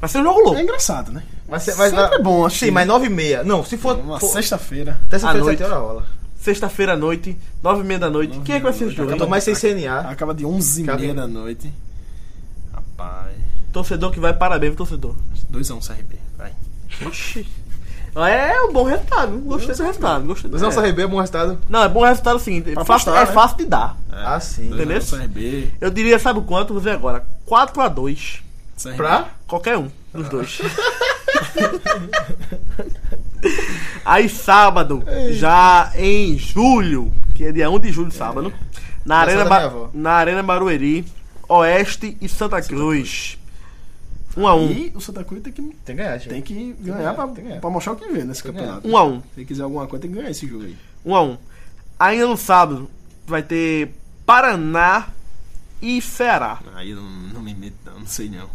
[SPEAKER 2] Vai ser um jogo
[SPEAKER 4] É
[SPEAKER 2] louco.
[SPEAKER 4] engraçado, né?
[SPEAKER 3] Mas, cê- mas
[SPEAKER 4] Sempre
[SPEAKER 3] vai-
[SPEAKER 4] é bom
[SPEAKER 3] Sim,
[SPEAKER 4] assistir.
[SPEAKER 3] mas 9 e meia. Não, se for.
[SPEAKER 4] Uma
[SPEAKER 3] for-
[SPEAKER 4] sexta-feira.
[SPEAKER 2] À
[SPEAKER 3] Terça-feira, 7 horas rola.
[SPEAKER 2] Sexta-feira à noite, nove e meia da noite.
[SPEAKER 4] Nove
[SPEAKER 2] Quem é que vai ser o
[SPEAKER 4] da
[SPEAKER 2] jogo?
[SPEAKER 4] noite.
[SPEAKER 3] Cantou
[SPEAKER 2] hein?
[SPEAKER 3] mais sem CNA.
[SPEAKER 4] Acaba de 11 h
[SPEAKER 3] Acaba-
[SPEAKER 4] 30 da noite. Rapaz.
[SPEAKER 2] Torcedor que vai, parabéns, pro torcedor.
[SPEAKER 4] 2x1 CRB. Vai.
[SPEAKER 2] Oxi. É um bom resultado. Gostei desse resultado. Gostei
[SPEAKER 3] Mas não,
[SPEAKER 2] é.
[SPEAKER 3] CRB é bom resultado.
[SPEAKER 2] Não, é bom resultado assim. É
[SPEAKER 4] Pra
[SPEAKER 2] fácil,
[SPEAKER 4] apostar,
[SPEAKER 2] é
[SPEAKER 4] né?
[SPEAKER 2] fácil de dar.
[SPEAKER 3] Ah, sim.
[SPEAKER 4] 2 a 1
[SPEAKER 2] Beleza?
[SPEAKER 4] CRB.
[SPEAKER 2] Eu diria, sabe o quanto? Vou ver agora. 4x2.
[SPEAKER 4] CRB.
[SPEAKER 3] Pra?
[SPEAKER 2] Qualquer um dos dois. Aí sábado, já em julho, que é dia 1 de julho, sábado, na
[SPEAKER 3] Essa
[SPEAKER 2] Arena,
[SPEAKER 3] da
[SPEAKER 2] Ba-
[SPEAKER 3] minha avó.
[SPEAKER 2] na Arena Barueri, Oeste e Santa Cruz. 1 a 1
[SPEAKER 4] E o Santa Cruz tem que,
[SPEAKER 3] Tem que ganhar, gente.
[SPEAKER 4] tem que
[SPEAKER 3] que
[SPEAKER 4] ganhar, pra,
[SPEAKER 3] tem que ganhar.
[SPEAKER 4] pra mostrar o que vê nesse
[SPEAKER 3] que
[SPEAKER 4] campeonato.
[SPEAKER 2] 1 a 1
[SPEAKER 4] Se quiser alguma coisa, tem que ganhar esse jogo aí.
[SPEAKER 2] 1 a 1 Ainda no sábado, vai ter Paraná e Ceará.
[SPEAKER 4] Aí eu não, não me meto, não, não sei não.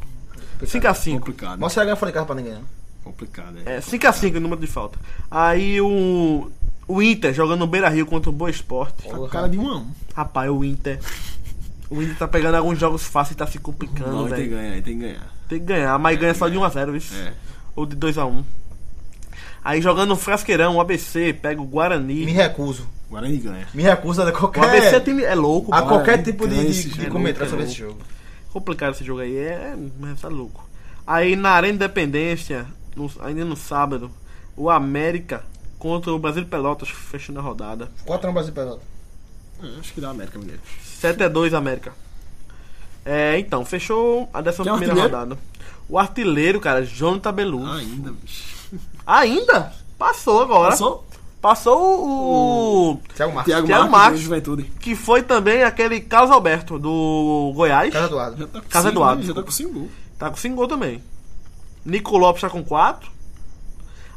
[SPEAKER 2] 5 a 5
[SPEAKER 4] Complicado.
[SPEAKER 3] Mostra a ganhar fora de casa pra ninguém. né?
[SPEAKER 4] Complicado, Tá
[SPEAKER 2] É, 5x5 o número de falta. Aí o. O Inter jogando no Beira Rio contra o Boa Esporte.
[SPEAKER 4] Tá com cara de um a um.
[SPEAKER 2] Rapaz, o Inter. O Inter tá pegando alguns jogos fáceis e tá se
[SPEAKER 4] Não,
[SPEAKER 2] complicando,
[SPEAKER 4] tem que
[SPEAKER 2] velho.
[SPEAKER 4] ganhar, tem que ganhar.
[SPEAKER 2] Tem que ganhar, mas ganha só de 1x0, viu?
[SPEAKER 4] É.
[SPEAKER 2] Ou de 2x1. Aí jogando no Frasqueirão, o ABC pega o Guarani.
[SPEAKER 3] Me recuso.
[SPEAKER 4] Guarani ganha.
[SPEAKER 3] Me recuso a
[SPEAKER 2] O ABC é,
[SPEAKER 3] qualquer.
[SPEAKER 2] time, é louco,
[SPEAKER 3] A
[SPEAKER 2] pô.
[SPEAKER 3] qualquer tipo
[SPEAKER 4] Cara,
[SPEAKER 3] de,
[SPEAKER 4] esse
[SPEAKER 3] de, de
[SPEAKER 4] jogo
[SPEAKER 3] comentário
[SPEAKER 2] é
[SPEAKER 3] sobre
[SPEAKER 2] louco.
[SPEAKER 3] esse jogo.
[SPEAKER 2] Complicado esse jogo aí, é, é, tá louco. Aí na Arena Independência, no- ainda no sábado, o América contra o Brasil de Pelotas, fechando a rodada.
[SPEAKER 3] 4 no Brasil Pelota.
[SPEAKER 4] É, acho que dá a América Mineiro.
[SPEAKER 2] 7 a 2 América. É, então, fechou a décima
[SPEAKER 4] Quem é o
[SPEAKER 2] primeira
[SPEAKER 4] artilheiro?
[SPEAKER 2] rodada. O artilheiro, cara, Jonathan Belu.
[SPEAKER 4] Ainda, bicho.
[SPEAKER 2] Ainda? Passou agora.
[SPEAKER 4] Passou?
[SPEAKER 2] Passou o, o-
[SPEAKER 3] Thiago Marcos.
[SPEAKER 4] Thiago
[SPEAKER 2] Thiago
[SPEAKER 4] Marques,
[SPEAKER 2] Marques.
[SPEAKER 4] Juventude.
[SPEAKER 2] que foi também aquele Carlos Alberto do Goiás.
[SPEAKER 3] Casa Eduardo.
[SPEAKER 4] tá com
[SPEAKER 2] Casa
[SPEAKER 4] cinco,
[SPEAKER 2] Eduardo,
[SPEAKER 4] né? Já tá com 5 gols.
[SPEAKER 2] Tá com 5 gols também. Nico Lopes tá com 4.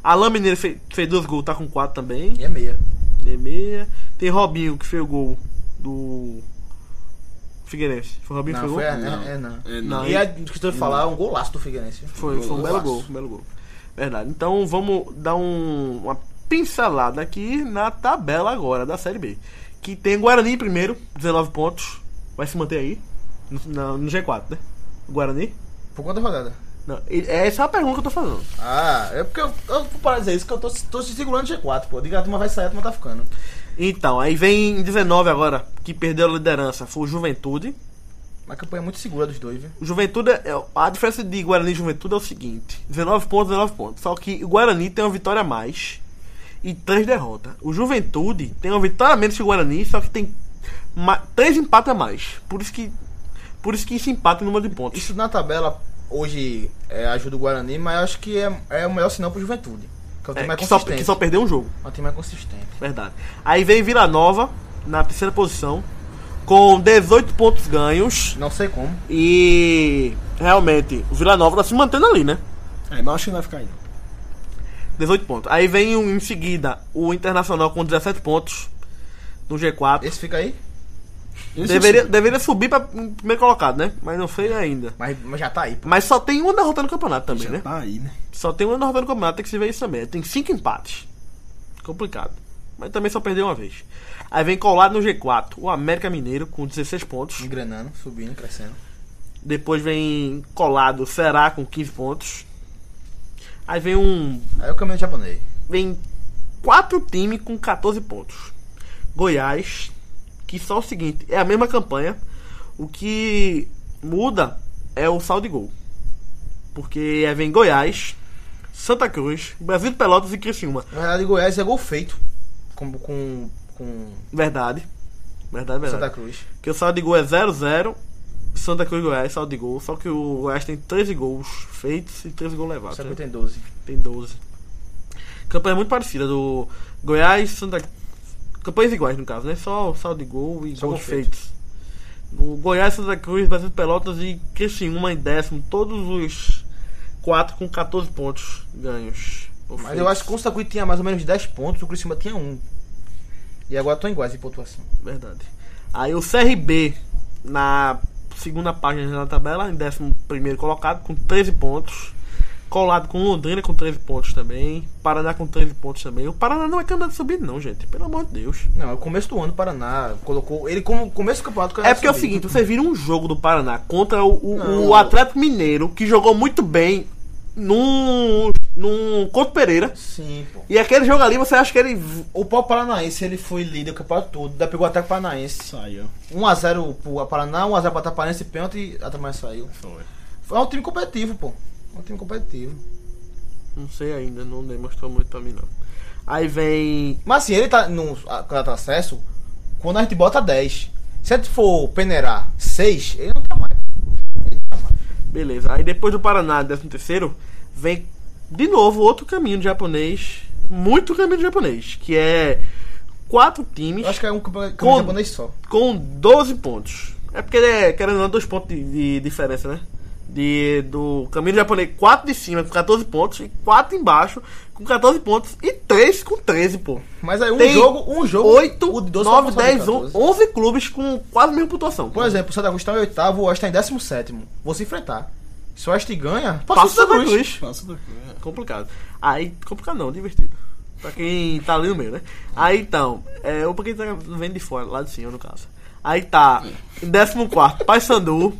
[SPEAKER 2] Alain Mineiro fe- fez 2 gols, tá com 4 também.
[SPEAKER 3] E é meia.
[SPEAKER 2] De meia. Tem Robinho que fez o gol do Figueirense. Foi o Robinho que
[SPEAKER 3] Não,
[SPEAKER 2] fez o
[SPEAKER 3] foi
[SPEAKER 2] gol?
[SPEAKER 3] a,
[SPEAKER 4] Não.
[SPEAKER 3] É, é, não.
[SPEAKER 4] É,
[SPEAKER 2] Não,
[SPEAKER 3] E a do que tu ia falar, um golaço do Figueirense.
[SPEAKER 2] Foi, foi um belo
[SPEAKER 3] Golaço.
[SPEAKER 2] gol, um belo gol. Verdade. Então vamos dar um- uma pincelada aqui na tabela agora da Série B. Que tem Guarani em primeiro, 19 pontos. Vai se manter aí. No, na- no G4, né? O Guarani?
[SPEAKER 3] Por conta da rodada.
[SPEAKER 2] Não, e- essa é a pergunta que eu tô fazendo.
[SPEAKER 3] Ah, é porque eu, eu vou parar de dizer isso, que eu tô, tô se segurando no G4, pô. Diga, a turma vai sair, a turma tá ficando.
[SPEAKER 2] Então, aí vem em 19 agora, que perdeu a liderança, foi o Juventude.
[SPEAKER 3] Uma campanha é muito segura dos dois, viu?
[SPEAKER 2] O Juventude, é- é- a diferença de Guarani e Juventude é o seguinte: 19 pontos, 19 pontos. Só que o Guarani tem uma vitória a mais e três derrotas. O Juventude tem uma vitória a menos que o Guarani, só que tem ma- três empates a mais. Por isso que por isso que se empata o número de pontos.
[SPEAKER 3] Isso na tabela hoje é, ajuda o Guarani, mas eu acho que é, é o melhor sinal pro Juventude. Que é o time
[SPEAKER 2] É,
[SPEAKER 3] mais
[SPEAKER 2] que, só,
[SPEAKER 3] consistente.
[SPEAKER 2] que só perdeu um jogo,
[SPEAKER 3] É o time mais consistente.
[SPEAKER 2] verdade. Aí vem Vila Nova na terceira posição com 18 pontos ganhos.
[SPEAKER 3] Não sei como.
[SPEAKER 2] E realmente, o Vila Nova tá se mantendo ali, né?
[SPEAKER 4] É, mas acho que não vai ficar aí, não.
[SPEAKER 2] 18 pontos. Aí vem um, em seguida o Internacional com 17 pontos no G4.
[SPEAKER 3] Esse fica aí,
[SPEAKER 4] Esse é
[SPEAKER 2] deveria,
[SPEAKER 4] sim.
[SPEAKER 2] deveria subir pra um primeiro colocado, né? Mas não foi ainda.
[SPEAKER 3] mas, mas já tá aí, pô.
[SPEAKER 2] Mas só tem uma derrota no campeonato também,
[SPEAKER 4] Já
[SPEAKER 2] né?
[SPEAKER 4] tá aí, né?
[SPEAKER 2] Só tem uma derrota no campeonato, tem que se ver isso também. Tem cinco empates. Complicado. Mas também só perdeu uma vez. Aí vem colado no G4 o América Mineiro com 16 pontos.
[SPEAKER 3] Engrenando, subindo, crescendo.
[SPEAKER 2] Depois vem colado o Ceará com 15 pontos. Aí vem um
[SPEAKER 3] Aí é o caminho japonês.
[SPEAKER 2] vem quatro times com 14 pontos. Goiás, que só o seguinte, é a mesma campanha. O que muda é o saldo de gol. Porque aí vem Goiás, Santa Cruz, Brasil de Pelotas e Criciúma.
[SPEAKER 3] Na verdade, Goiás é gol feito com, com, com
[SPEAKER 2] Verdade. Verdade,
[SPEAKER 3] Santa
[SPEAKER 2] verdade.
[SPEAKER 3] Cruz.
[SPEAKER 2] Porque o saldo de gol é 0-0. Santa Cruz e Goiás, saldo de gol. Só que o Goiás tem 13 gols feitos e 13 gols levados.
[SPEAKER 3] Santa
[SPEAKER 2] né?
[SPEAKER 3] Cruz
[SPEAKER 2] Tem
[SPEAKER 3] tem 12.
[SPEAKER 2] 12. Campanha muito parecida do Goiás, Santa. Campanhas iguais, no caso, né? Só saldo de gol e
[SPEAKER 3] Só
[SPEAKER 2] gols
[SPEAKER 3] gol
[SPEAKER 2] feitos. O Goiás, Santa Cruz, Brasil de Pelotas e Criciúma em décimo. Todos os quatro com 14 pontos ganhos. Ou
[SPEAKER 3] Mas eu
[SPEAKER 2] feitos.
[SPEAKER 3] acho que o Santa Cruz tinha mais ou menos 10 pontos, o Criciúma tinha 1. E agora estão iguais em pontuação.
[SPEAKER 2] Verdade. Aí o CRB, na segunda página da tabela, em 11 colocado, com 13 pontos. Colado com Londrina com 13 pontos também. Paraná com 13 pontos também. O Paraná não é candidato a subir, não, gente. Pelo amor de Deus.
[SPEAKER 3] Não, é o começo do ano, o Paraná colocou. Ele, como começo do campeonato,
[SPEAKER 2] É porque é o
[SPEAKER 3] subiu.
[SPEAKER 2] seguinte: você vira um jogo do Paraná contra o, o, o
[SPEAKER 3] Não.
[SPEAKER 2] Atlético Mineiro, que jogou muito bem num, num Couto Pereira.
[SPEAKER 3] Sim, pô.
[SPEAKER 2] E aquele jogo ali, você acha que ele.
[SPEAKER 3] O pau paranaense, ele foi líder o campeonato todo, daí pegou o ataque paranaense.
[SPEAKER 4] Saiu.
[SPEAKER 3] 1x0 pro Paraná, 1x0 pro Ataque Paranaense, pênalti, a Atamaia saiu.
[SPEAKER 4] Foi.
[SPEAKER 3] Foi um time competitivo, pô. Um time competitivo.
[SPEAKER 2] Não sei ainda, não demonstrou muito pra mim, não. Aí vem
[SPEAKER 3] Mas assim, ele tá no a- quando tá acesso, quando a gente bota 10. Se a gente for peneirar 6, ele não tá mais.
[SPEAKER 2] Beleza. Aí depois do Paraná, 13 terceiro, vem de novo outro caminho de japonês. Muito caminho de japonês. Que é quatro times
[SPEAKER 3] Eu acho que é um campeonato
[SPEAKER 2] Com-
[SPEAKER 3] japonês só.
[SPEAKER 2] com 12 pontos. É porque, é, querendo ou não, dois pontos de, de diferença, né? De, do caminho de japonês, quatro de cima com 14 pontos e quatro embaixo com 14 pontos e três com 13, pô.
[SPEAKER 3] Mas aí um
[SPEAKER 2] Tem
[SPEAKER 3] jogo, um jogo.
[SPEAKER 2] 8,
[SPEAKER 3] o de 12
[SPEAKER 2] 9,
[SPEAKER 3] vai passar de
[SPEAKER 2] 10, 11,
[SPEAKER 3] 14.
[SPEAKER 2] 11 clubes um, com quase a mesma pontuação.
[SPEAKER 3] é, Por exemplo, o Santa Cruz tá em oitavo, o Oeste tá em décimo sétimo. Vou se enfrentar. Se o Oeste ganha, passa,
[SPEAKER 2] Passa
[SPEAKER 3] o Santa Cruz.
[SPEAKER 4] Passa da Cruz.
[SPEAKER 2] Complicado. Aí, complicado não, divertido. Pra quem tá ali no meio, né? Aí então, é, ou pra quem tá vendo de fora, lá de cima, no caso. Aí tá, em 14, Paysandu.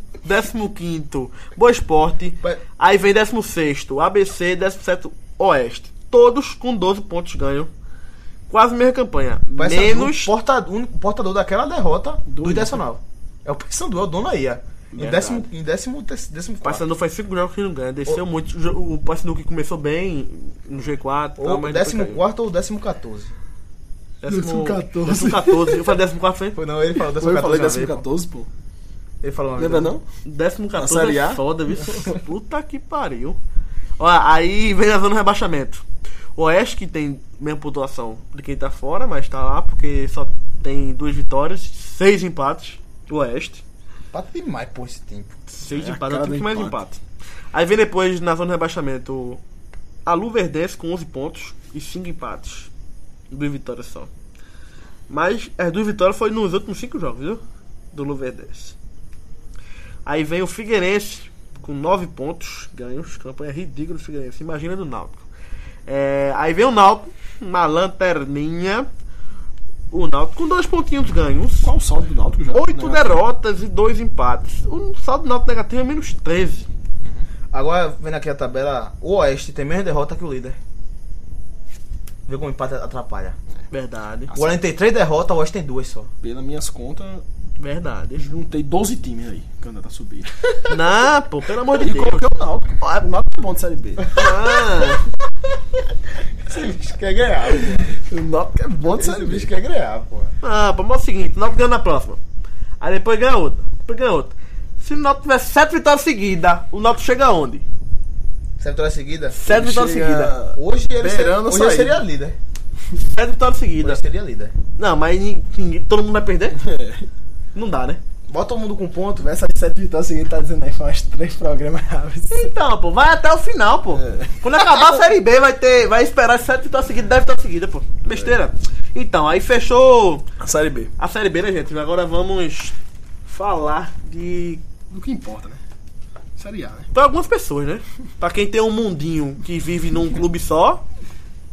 [SPEAKER 2] 15, Boa Esporte.
[SPEAKER 3] Pa-
[SPEAKER 2] Aí vem 16, ABC. 17, Oeste. Todos com 12 pontos ganho. Quase mesma campanha.
[SPEAKER 3] Paysandu,
[SPEAKER 2] Menos.
[SPEAKER 3] porta- o único portador daquela derrota do,
[SPEAKER 4] Do
[SPEAKER 3] Internacional. É o Paysandu, é o dono aí, é. Em décimo, em décimo, te- décimo quarto.
[SPEAKER 2] Paysandu faz 5 jogos que não ganha. Desceu muito. O jo- O Paysandu que começou bem no G4. tal,
[SPEAKER 3] Ou
[SPEAKER 2] mas
[SPEAKER 3] décimo
[SPEAKER 2] depois caiu.
[SPEAKER 3] quarto ou décimo 14.
[SPEAKER 2] Décimo,
[SPEAKER 4] Décimo
[SPEAKER 2] 14.
[SPEAKER 4] 14.
[SPEAKER 2] 14. Eu falei 14, foi?
[SPEAKER 3] <laughs> Foi não, ele falou
[SPEAKER 4] Eu falei
[SPEAKER 3] 14.
[SPEAKER 4] décimo 14, pô.
[SPEAKER 3] Ele falou uma vez,
[SPEAKER 4] Lembra
[SPEAKER 3] né?
[SPEAKER 4] não?
[SPEAKER 2] Décimo
[SPEAKER 4] Na
[SPEAKER 2] 14
[SPEAKER 4] Série
[SPEAKER 2] é
[SPEAKER 4] A?
[SPEAKER 2] foda, viu? <laughs> Puta que pariu. Olha, aí vem a zona de rebaixamento. O Oeste que tem mesma pontuação de quem tá fora, mas tá lá porque só tem duas vitórias, seis empates. O Oeste.
[SPEAKER 3] Empata demais, pô, esse tempo.
[SPEAKER 2] Seis
[SPEAKER 4] É, a
[SPEAKER 2] empates,
[SPEAKER 4] cara
[SPEAKER 2] tem
[SPEAKER 4] do
[SPEAKER 2] mais
[SPEAKER 4] empate.
[SPEAKER 2] empate. Aí vem depois na zona de rebaixamento a Luverdense com 11 pontos e 5 empates. Duas vitórias só. Mas as duas vitórias foi nos últimos cinco jogos, viu? Do Luverdense. Aí vem o Figueirense com 9 pontos ganhos. Campanha ridícula do Figueirense. Imagina do Náutico. É, aí vem o Náutico na lanterninha. O Náutico com dois pontinhos ganhos.
[SPEAKER 4] Qual o saldo do Náutico já?
[SPEAKER 2] Oito
[SPEAKER 4] Negativo.
[SPEAKER 2] derrotas e dois empates. O saldo do Náutico negativo é menos 13.
[SPEAKER 3] Agora, vendo aqui a tabela, o Oeste tem menos derrota que o líder. Vê como o empate atrapalha.
[SPEAKER 2] Verdade.
[SPEAKER 3] O Oeste tem três derrotas, o Oeste tem duas só.
[SPEAKER 4] Pelas minhas contas,
[SPEAKER 2] Verdade.
[SPEAKER 4] juntei 12 times aí. tá Canadá subir.
[SPEAKER 2] Não, pô, pelo amor de
[SPEAKER 4] <laughs> E
[SPEAKER 2] Deus.
[SPEAKER 4] coloquei o Náutico. O Náutico é bom de Série B.
[SPEAKER 2] Ah,
[SPEAKER 3] Quer <laughs> ganhar,
[SPEAKER 4] <laughs> O Náutico é bom de Série B.
[SPEAKER 3] bicho quer ganhar, pô.
[SPEAKER 2] ah, pô, mas é o seguinte, o Náutico ganha na próxima. Aí depois ganha outra. Depois ganha outra. Se o Náutico tiver sete vitórias seguidas, o Náutico chega aonde?
[SPEAKER 3] Sete vitórias seguidas?
[SPEAKER 2] Sete vitórias
[SPEAKER 4] é Chega-
[SPEAKER 2] seguidas.
[SPEAKER 3] Hoje ele, seria,
[SPEAKER 4] Beirando a
[SPEAKER 3] hoje ele
[SPEAKER 4] saída.
[SPEAKER 3] seria líder.
[SPEAKER 2] Sete vitórias
[SPEAKER 3] Hoje
[SPEAKER 2] seguidas.
[SPEAKER 3] seria líder.
[SPEAKER 2] Não, mas nin- ninguém- todo mundo vai perder? Não dá, né?
[SPEAKER 3] Bota todo mundo com ponto, velho.
[SPEAKER 4] Tivesse as sete vitórias seguidas, tá dizendo aí, faz três programas <laughs> rápidos.
[SPEAKER 2] Então, pô, vai até o final, pô. Quando acabar a Série B, vai ter, vai esperar as sete vitórias seguidas, 10 vitórias seguidas, pô. Besteira. Então, aí fechou
[SPEAKER 4] A Série B.
[SPEAKER 2] a Série B, né, gente? Agora vamos falar de
[SPEAKER 4] Do que importa, né? Série A, né?
[SPEAKER 2] Pra algumas pessoas, né? Pra quem tem um mundinho que vive num clube só.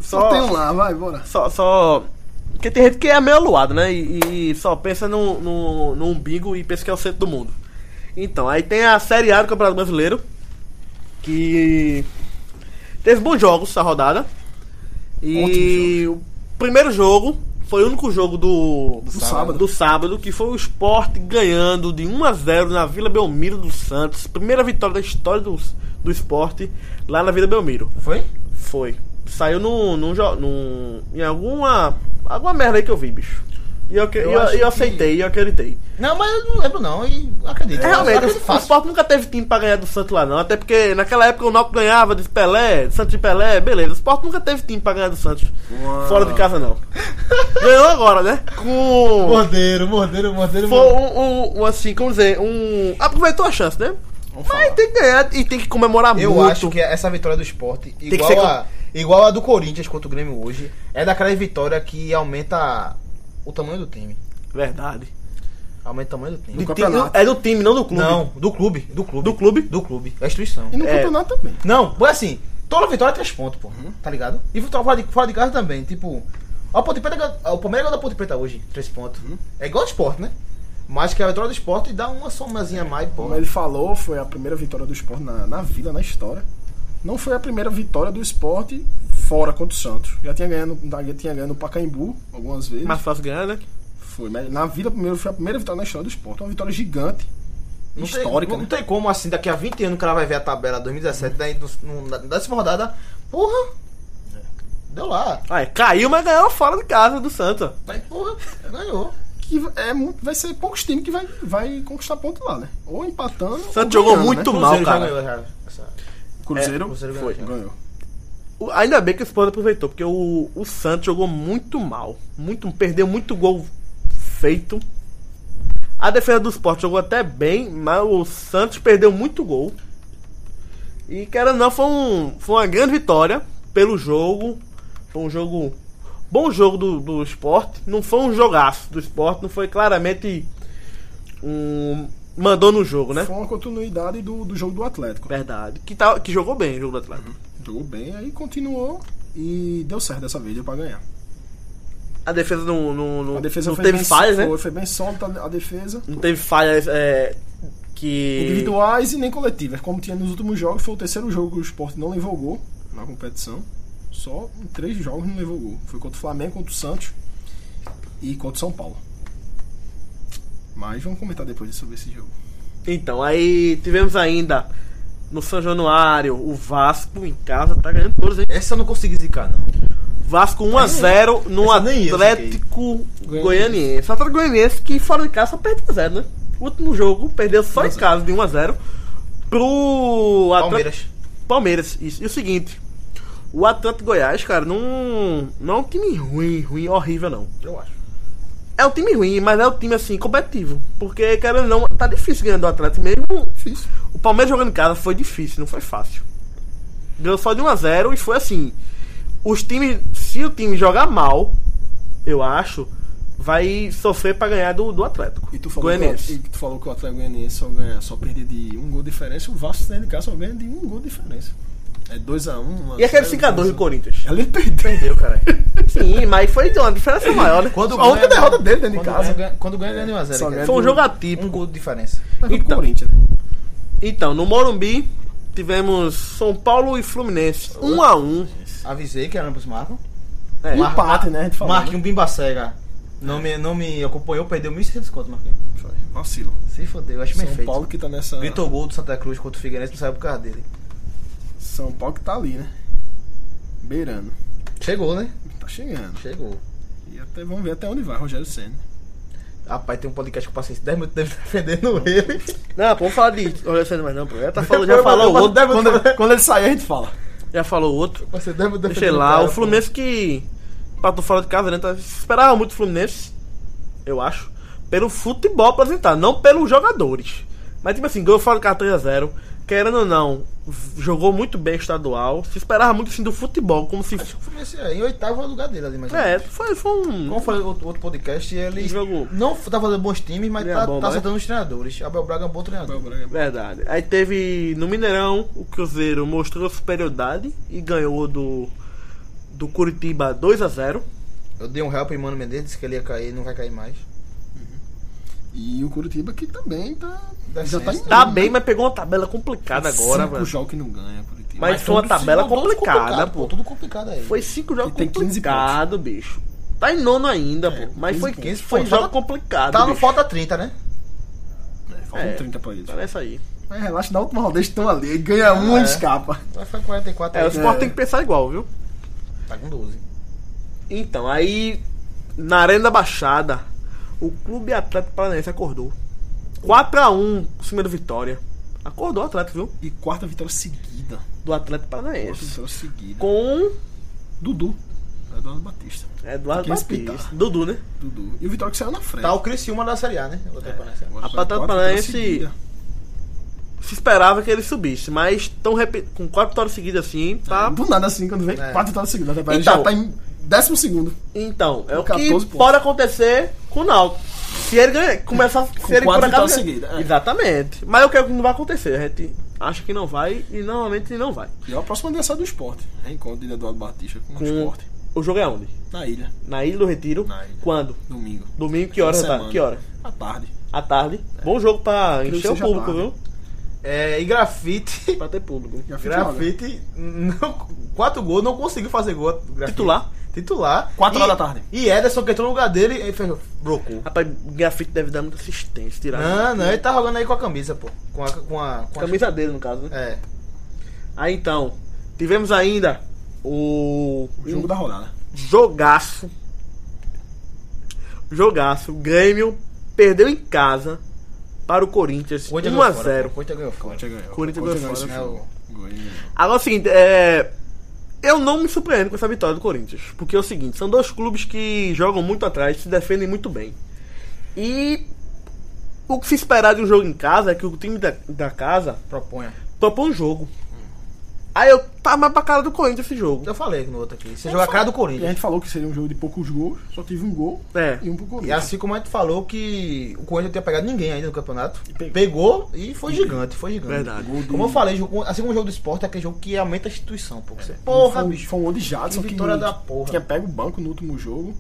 [SPEAKER 2] Só,
[SPEAKER 4] Só, tem um lá, vai, bora.
[SPEAKER 2] Só, só. Porque tem gente que é meio aluado, né? E, e só pensa no, no, no umbigo e pensa que é o centro do mundo. Então, aí tem a Série A do Campeonato Brasileiro. Que. Teve bons jogos essa rodada. E. O primeiro jogo foi o único jogo do. Do
[SPEAKER 4] sábado.
[SPEAKER 2] Do sábado, que foi o Sport ganhando de 1 a 0 na Vila Belmiro do Santos. Primeira vitória da história do, do Sport lá na Vila Belmiro.
[SPEAKER 3] Foi?
[SPEAKER 2] Foi. Saiu num, num, jo- num, em alguma. alguma merda aí que eu vi, bicho. E eu, que-
[SPEAKER 3] Eu
[SPEAKER 2] e eu,
[SPEAKER 3] acho
[SPEAKER 2] e eu
[SPEAKER 3] que-
[SPEAKER 2] aceitei, e eu acreditei.
[SPEAKER 3] Não, mas eu não lembro não, e acredito.
[SPEAKER 2] É, realmente,
[SPEAKER 3] Acredito
[SPEAKER 2] o
[SPEAKER 3] fácil.
[SPEAKER 2] Sport nunca teve time pra ganhar do Santos lá, não. Até porque naquela época o Náutico ganhava de Pelé, de Santos de Pelé, beleza. O Sport nunca teve time pra ganhar do Santos. Fora de casa, não. Ganhou agora, né? Com.
[SPEAKER 3] Mordeiro, mordeiro, mordeiro.
[SPEAKER 2] Foi um, um- um, assim, como dizer, um. Aproveitou a chance, né?
[SPEAKER 4] Vamos
[SPEAKER 2] Mas tem que ganhar e tem que comemorar
[SPEAKER 3] Eu
[SPEAKER 2] muito.
[SPEAKER 3] acho que é essa vitória do esporte,
[SPEAKER 2] um que
[SPEAKER 3] igual,
[SPEAKER 2] ser
[SPEAKER 3] a, igual a do Corinthians contra o Grêmio hoje, é daquela vitória que aumenta o tamanho do time.
[SPEAKER 2] Verdade.
[SPEAKER 3] Aumenta o tamanho do time.
[SPEAKER 2] De
[SPEAKER 4] Do
[SPEAKER 2] time-
[SPEAKER 4] campeonato.
[SPEAKER 2] é do time, não do clube.
[SPEAKER 3] Não, do clube, do clube.
[SPEAKER 2] Do clube?
[SPEAKER 3] Do clube, da instituição.
[SPEAKER 4] E no
[SPEAKER 2] É.
[SPEAKER 4] campeonato também.
[SPEAKER 3] Não, foi assim, toda vitória é três pontos, pô, tá ligado? E vitória fora de, fora de casa também, tipo, a Ponte Preta, gan- o Palmeiras ganhou da Ponte Preta hoje, três pontos.
[SPEAKER 2] Uhum.
[SPEAKER 3] É igual ao esporte, né? Mas que a vitória do esporte dá uma somazinha a mais, pô.
[SPEAKER 4] Como ele falou, foi a primeira vitória do esporte na, na vida, na história. Não foi a primeira vitória do esporte fora contra o Santos. Já tinha ganhado, já tinha ganhado o Pacaembu algumas vezes.
[SPEAKER 2] Mais fácil ganhar, né?
[SPEAKER 4] Foi, mas na vida primeiro foi a primeira vitória na história do esporte. Uma vitória gigante.
[SPEAKER 3] Não tem-
[SPEAKER 4] histórica,
[SPEAKER 3] não,
[SPEAKER 4] né?
[SPEAKER 3] tem como assim, daqui a 20 anos o cara vai ver a tabela 2017, daí no, no, na décima rodada, porra, deu lá.
[SPEAKER 2] Ah, é, caiu, mas ganhou fora de casa do Santos.
[SPEAKER 3] Mas porra, ganhou.
[SPEAKER 4] Que é, mu- vai ser poucos times que vai, vai conquistar ponto lá, né? Ou empatando. ou
[SPEAKER 2] Santos jogou
[SPEAKER 4] ganhando,
[SPEAKER 2] muito
[SPEAKER 4] né?
[SPEAKER 2] mal,
[SPEAKER 3] Cruzeiro já
[SPEAKER 2] cara.
[SPEAKER 3] ganhou, já, essa-
[SPEAKER 4] Cruzeiro,
[SPEAKER 3] É, Cruzeiro
[SPEAKER 4] foi,
[SPEAKER 3] ganhou.
[SPEAKER 4] ganhou.
[SPEAKER 2] O- Ainda bem que o Sport aproveitou, porque o, o Santos jogou muito mal. Muito, perdeu muito gol feito. A defesa do Sport jogou até bem, mas o Santos perdeu muito gol. E cara, não, foi, um, foi uma grande vitória pelo jogo. Foi um jogo. Bom jogo do, do Sport. Não foi um jogaço do Sport, não foi claramente um, mandou no jogo, né?
[SPEAKER 4] Foi uma continuidade do, do jogo do Atlético.
[SPEAKER 2] Verdade. Que, tá, que jogou bem o jogo do Atlético.
[SPEAKER 4] Jogou bem, aí continuou e deu certo dessa vez, deu pra ganhar.
[SPEAKER 2] A defesa não, não, não,
[SPEAKER 4] A defesa
[SPEAKER 2] não
[SPEAKER 4] foi
[SPEAKER 2] teve
[SPEAKER 4] bem,
[SPEAKER 2] falhas, né?
[SPEAKER 4] Foi, foi bem sólida a defesa.
[SPEAKER 2] Não teve falhas é, que.
[SPEAKER 4] Individuais e nem coletivas. Como tinha nos últimos jogos, foi o terceiro jogo que o Sport não levou gol na competição. Só em três jogos não levou gol. Foi contra o Flamengo, contra o Santos e contra o São Paulo. Mas vamos comentar depois sobre esse jogo.
[SPEAKER 2] Então, aí tivemos ainda no São Januário o Vasco em casa, tá ganhando todos, hein?
[SPEAKER 3] Essa eu não consegui zicar, não.
[SPEAKER 2] Vasco 1x0 no
[SPEAKER 3] Essa nem eu
[SPEAKER 2] Atlético
[SPEAKER 3] fiquei.
[SPEAKER 2] Goianiense. Atlético Goianiense que fora de casa só perde 1x0, né? O último jogo perdeu só em casa de 1x0 pro Atlético-
[SPEAKER 3] Palmeiras.
[SPEAKER 2] Palmeiras. Isso. E o seguinte, o Atlético Goiás, cara, não, não é um time ruim, ruim, horrível, não.
[SPEAKER 3] Eu acho.
[SPEAKER 2] É um time ruim, mas é um time, assim, competitivo. Porque, cara, não, tá difícil ganhar do Atlético mesmo.
[SPEAKER 4] Difícil.
[SPEAKER 2] O Palmeiras jogando em casa foi difícil, não foi fácil. Ganhou só de 1x0 e foi assim. Os times, se o time jogar mal, eu acho, vai sofrer pra ganhar do, do Atlético.
[SPEAKER 4] E tu falou, que,
[SPEAKER 2] Goianiense.
[SPEAKER 4] o- e tu falou que o Atlético Goianiense só, ganha, só perde de um gol de diferença. O Vasco dentro de casa só ganha de um gol de diferença. É 2x1. Um,
[SPEAKER 2] E aquele 5x2 do Corinthians.
[SPEAKER 4] Ele perdeu.
[SPEAKER 3] Perdeu, caralho.
[SPEAKER 2] Sim, mas foi de uma
[SPEAKER 4] <laughs>
[SPEAKER 2] diferença maior, né?
[SPEAKER 3] Quando
[SPEAKER 4] A única derrota dele dentro de
[SPEAKER 3] quando
[SPEAKER 4] casa.
[SPEAKER 3] Ganha, quando ganha, ganha de 1 a 0
[SPEAKER 4] Só
[SPEAKER 3] cara.
[SPEAKER 4] ganha
[SPEAKER 2] Foi um
[SPEAKER 4] do-
[SPEAKER 2] jogo atípico.
[SPEAKER 3] Um gol de diferença.
[SPEAKER 4] Mas foi pro
[SPEAKER 2] Então.
[SPEAKER 4] Corinthians, né?
[SPEAKER 2] Então, no Morumbi, tivemos São Paulo e Fluminense. 1x1.
[SPEAKER 3] Avisei que era ambos marcam.
[SPEAKER 2] É.
[SPEAKER 3] Mar-
[SPEAKER 4] Empate, né? A gente falou, né?
[SPEAKER 3] Marquinhos Bimba Cega. Não me, não me acompanhou, perdeu 1.600 conto, Marquinhos.
[SPEAKER 4] Foi. Vacilo.
[SPEAKER 3] Se fodeu, acho bem
[SPEAKER 4] São
[SPEAKER 3] feito.
[SPEAKER 4] Paulo que tá nessa.
[SPEAKER 3] Vitor Gol do Santa Cruz contra o Figueirense não saiu por causa dele.
[SPEAKER 4] São Paulo que tá ali, né? Beirando.
[SPEAKER 3] Chegou, né?
[SPEAKER 4] Tá chegando.
[SPEAKER 3] Chegou.
[SPEAKER 4] E até vamos ver até onde vai Rogério Senna.
[SPEAKER 3] Rapaz, tem um podcast que eu passei 10 minutos <laughs> defendendo ele.
[SPEAKER 2] Não, pô, vamos falar de Rogério Senna mais não, pô. Já, tá falando, já
[SPEAKER 3] Depois,
[SPEAKER 2] falou
[SPEAKER 3] mas-
[SPEAKER 2] outro.
[SPEAKER 3] mas-
[SPEAKER 4] Quando, ele- quando ele sair, a gente fala.
[SPEAKER 2] Já falou outro. <laughs>
[SPEAKER 3] Passei 10 minutos
[SPEAKER 2] Sei
[SPEAKER 3] defendendo
[SPEAKER 2] lá,
[SPEAKER 3] cara,
[SPEAKER 2] o Fluminense que empatou fora de casa, né? Tá- Esperava muito o Fluminense, eu acho, pelo futebol apresentado, não pelos jogadores. Mas, tipo assim, ganhou fora de casa 3x0, querendo ou não, v- jogou muito bem estadual, se esperava muito, assim, do futebol, como se...
[SPEAKER 3] Pô. O Fluminense é em oitavo lugar dele ali, mas.
[SPEAKER 2] É, foi, foi um...
[SPEAKER 3] Como foi o outro podcast, ele
[SPEAKER 2] Jogou.
[SPEAKER 3] não tá fazendo bons times, mas
[SPEAKER 2] Ele é
[SPEAKER 3] tá,
[SPEAKER 2] bom,
[SPEAKER 3] tá
[SPEAKER 2] né?
[SPEAKER 3] acertando os treinadores. Abel Braga é um bom treinador.
[SPEAKER 2] Verdade. Aí teve no Mineirão, o Cruzeiro mostrou superioridade e ganhou do, do Curitiba 2x0.
[SPEAKER 3] Eu dei um help em Mano Mendes, disse que ele ia cair, não vai cair mais.
[SPEAKER 4] E o Curitiba que também tá.
[SPEAKER 3] Dá
[SPEAKER 4] já tá
[SPEAKER 3] licença.
[SPEAKER 4] em
[SPEAKER 2] Tá bem, mas pegou uma tabela complicada agora,
[SPEAKER 4] Cinco
[SPEAKER 2] velho.
[SPEAKER 4] jogos que não ganha, Curitiba.
[SPEAKER 2] Mas foi uma
[SPEAKER 3] tudo-
[SPEAKER 2] tabela
[SPEAKER 3] um tudo
[SPEAKER 2] complicada,
[SPEAKER 3] complicado,
[SPEAKER 2] pô.
[SPEAKER 3] Tudo complicado aí.
[SPEAKER 2] Foi cinco jogos
[SPEAKER 4] E tem 15
[SPEAKER 2] complicado, bicho. Tá em nono ainda,
[SPEAKER 4] É,
[SPEAKER 2] pô. Mas
[SPEAKER 4] 15
[SPEAKER 2] foi
[SPEAKER 3] pontos.
[SPEAKER 2] 15, foi um
[SPEAKER 3] Pô,
[SPEAKER 2] jogo
[SPEAKER 3] tá-
[SPEAKER 2] complicado.
[SPEAKER 3] Tá no
[SPEAKER 2] bicho.
[SPEAKER 3] falta 30, né?
[SPEAKER 4] É, faltam
[SPEAKER 2] É.
[SPEAKER 4] 30 pra eles.
[SPEAKER 2] Tá nessa aí.
[SPEAKER 4] Mas relaxa, na última rodada eles estão ali. Ganha um
[SPEAKER 3] É.
[SPEAKER 4] e escapa.
[SPEAKER 3] Vai ficar 44
[SPEAKER 2] É,
[SPEAKER 3] aí.
[SPEAKER 2] o Sport
[SPEAKER 4] É.
[SPEAKER 2] tem que pensar igual, viu?
[SPEAKER 3] Tá com 12.
[SPEAKER 2] Então, aí na Arena da Baixada, o Clube Atlético Paranaense acordou. 4x1 em cima do Vitória. Acordou o Atlético, viu?
[SPEAKER 4] E quarta vitória seguida.
[SPEAKER 2] Do Atlético
[SPEAKER 4] Quarta
[SPEAKER 2] Paranaense.
[SPEAKER 4] vitória seguida.
[SPEAKER 2] Com
[SPEAKER 4] Dudu. Eduardo Batista.
[SPEAKER 2] Eduardo
[SPEAKER 4] Tem que respeitar.
[SPEAKER 2] Batista. Dudu, né?
[SPEAKER 4] Dudu. E o Vitória que saiu na frente.
[SPEAKER 3] Tá o Criciúma da Série A, né? Eu vou ter que parar essa.
[SPEAKER 4] Agora
[SPEAKER 2] A
[SPEAKER 4] são
[SPEAKER 2] Patata
[SPEAKER 4] quatro
[SPEAKER 2] Paranaense-
[SPEAKER 4] vitórias seguidas.
[SPEAKER 2] Se esperava que ele subisse, mas tão repe- com 4 vitórias seguidas assim, tá?
[SPEAKER 4] Do nada assim, quando vem
[SPEAKER 3] É.
[SPEAKER 4] quatro vitórias seguidas. Até parece que
[SPEAKER 2] Então.
[SPEAKER 4] já tá em décimo segundo.
[SPEAKER 2] Então, é o que
[SPEAKER 4] 14 pontos.
[SPEAKER 2] pode acontecer com o Náutico. Se ele ganhar, começar se ele
[SPEAKER 4] quatro vitórias
[SPEAKER 2] ganhar-
[SPEAKER 4] seguidas, é.
[SPEAKER 2] Exatamente. Mas eu quero que não vai acontecer. A gente acha que não vai e normalmente não vai.
[SPEAKER 4] E a próxima É adversário do esporte. Reencontro de Eduardo Batista com,
[SPEAKER 2] Com-
[SPEAKER 4] o esporte.
[SPEAKER 2] O jogo é onde?
[SPEAKER 4] Na ilha,
[SPEAKER 2] Na Ilha do Retiro.
[SPEAKER 4] Na ilha.
[SPEAKER 2] Quando?
[SPEAKER 4] domingo.
[SPEAKER 2] Domingo, que hora?
[SPEAKER 4] Essa
[SPEAKER 2] Tá?
[SPEAKER 4] semana.
[SPEAKER 2] Que hora?
[SPEAKER 4] À tarde.
[SPEAKER 2] À tarde. Bom jogo pra
[SPEAKER 4] Creio que
[SPEAKER 2] encher o
[SPEAKER 4] seja à
[SPEAKER 2] público,
[SPEAKER 4] tarde.
[SPEAKER 2] viu?
[SPEAKER 3] É, e grafite.
[SPEAKER 2] Pra ter público.
[SPEAKER 4] Grafite joga.
[SPEAKER 3] grafite. Não, quatro gols, não conseguiu fazer gol. Grafite.
[SPEAKER 2] Titular.
[SPEAKER 3] Titular.
[SPEAKER 4] Quatro
[SPEAKER 3] E-
[SPEAKER 4] horas da tarde.
[SPEAKER 3] E Ederson que entrou no lugar dele e fez. Brocou.
[SPEAKER 2] Rapaz, grafite deve dar muita assistência. Tirar
[SPEAKER 4] Ah.
[SPEAKER 3] Não, não, ele tá jogando aí com a camisa, pô. Com a. Com a, com a
[SPEAKER 2] Camisa dele, no caso, né?
[SPEAKER 3] É.
[SPEAKER 2] Aí então, tivemos ainda o.
[SPEAKER 4] O jogo da rodada.
[SPEAKER 2] Jogaço. Jogaço. O Grêmio perdeu em casa para o Corinthians.
[SPEAKER 4] é
[SPEAKER 3] Corinthians ganhou fora,
[SPEAKER 2] 1x0.
[SPEAKER 3] pô. Corinthians ganhou fora.
[SPEAKER 4] um Corinthians ganhou.
[SPEAKER 2] Corinthians ganhou
[SPEAKER 4] esse
[SPEAKER 3] fora, né,
[SPEAKER 4] jogo. Goiânia ganhou.
[SPEAKER 2] Agora é o seguinte, é. Eu não me surpreendo com essa vitória do Corinthians. Porque é o seguinte, são dois clubes que jogam muito atrás, se defendem muito bem. E o que se esperar de um jogo em casa é que o time da, da casa
[SPEAKER 3] Proponha.
[SPEAKER 2] propõe um jogo. Aí eu tá mais pra cara do Corinthians esse jogo.
[SPEAKER 3] Eu falei no outro aqui. Você joga a cara do
[SPEAKER 4] E a
[SPEAKER 3] Corinthians.
[SPEAKER 4] gente falou que seria um jogo de poucos gols, só tive um gol
[SPEAKER 2] É.
[SPEAKER 4] e um pro
[SPEAKER 3] E
[SPEAKER 4] Corinthians.
[SPEAKER 3] assim como a gente falou que o Corinthians não tinha pegado ninguém ainda no campeonato.
[SPEAKER 4] pegou.
[SPEAKER 3] Pegou e foi gigante, foi gigante.
[SPEAKER 2] Verdade.
[SPEAKER 4] Gol do-
[SPEAKER 3] Como eu falei, jogo- assim como o jogo do esporte é aquele jogo que aumenta a instituição, pô. Você,
[SPEAKER 4] foi,
[SPEAKER 3] porra,
[SPEAKER 4] um-
[SPEAKER 3] bicho.
[SPEAKER 4] Foi um gol de Jadson
[SPEAKER 3] Que
[SPEAKER 4] que
[SPEAKER 3] vitória da porra.
[SPEAKER 4] Tinha pego o banco no último jogo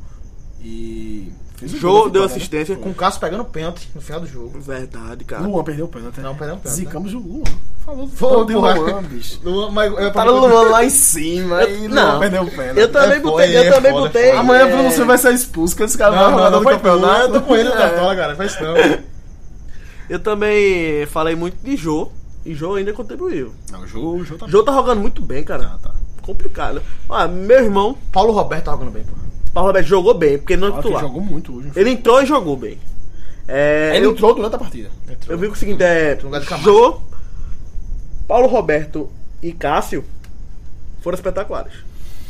[SPEAKER 4] e. Fez
[SPEAKER 3] é
[SPEAKER 4] o
[SPEAKER 2] Jô
[SPEAKER 4] gol da
[SPEAKER 2] deu
[SPEAKER 4] vitória, né?
[SPEAKER 2] assistência.
[SPEAKER 3] Com o Cássio pegando pênalti no final do jogo.
[SPEAKER 2] Verdade, cara.
[SPEAKER 4] Luan perdeu o pênalti. né?
[SPEAKER 3] Não, perdeu o pênalti, né?
[SPEAKER 4] Zicamos o Luan. Falou
[SPEAKER 3] Foi,
[SPEAKER 4] de
[SPEAKER 3] porra.
[SPEAKER 4] Luan, bicho.
[SPEAKER 3] Luan, mas eu,
[SPEAKER 4] Tava o Luan Tá lá em cima e
[SPEAKER 2] Não.
[SPEAKER 4] Luan perdeu o pênalti.
[SPEAKER 2] Eu também
[SPEAKER 3] É foda,
[SPEAKER 2] botei, eu
[SPEAKER 3] é
[SPEAKER 2] também
[SPEAKER 3] foda, é
[SPEAKER 2] botei.
[SPEAKER 3] foda.
[SPEAKER 4] Amanhã
[SPEAKER 2] é,
[SPEAKER 4] o Bruno Silva vai ser expulso, que esse cara
[SPEAKER 3] Não,
[SPEAKER 4] vai
[SPEAKER 3] não, não,
[SPEAKER 4] rodar no
[SPEAKER 3] foi campeonato. Eu tô com ele no
[SPEAKER 4] É.
[SPEAKER 3] cartola, cara. Faz isso não.
[SPEAKER 2] Eu também falei muito de Jô. E Jô ainda contribuiu.
[SPEAKER 4] Não, o jogo, o jogo tá
[SPEAKER 2] Jô tá jogando muito bem, cara.
[SPEAKER 4] Ah, tá.
[SPEAKER 2] Complicado. Ah, meu irmão,
[SPEAKER 3] Paulo Roberto tá jogando bem, pô.
[SPEAKER 2] Paulo Roberto jogou bem, porque ele não
[SPEAKER 3] Ah,
[SPEAKER 2] é
[SPEAKER 4] Olha que
[SPEAKER 2] titular.
[SPEAKER 4] jogou muito hoje.
[SPEAKER 2] Ele entrou e jogou bem. É,
[SPEAKER 4] Ele
[SPEAKER 2] eu,
[SPEAKER 4] entrou durante a partida.
[SPEAKER 3] Entrou.
[SPEAKER 2] eu vi que o seguinte é.
[SPEAKER 3] lugar de Camacho.
[SPEAKER 2] Jô, Paulo Roberto e Cássio foram espetaculares.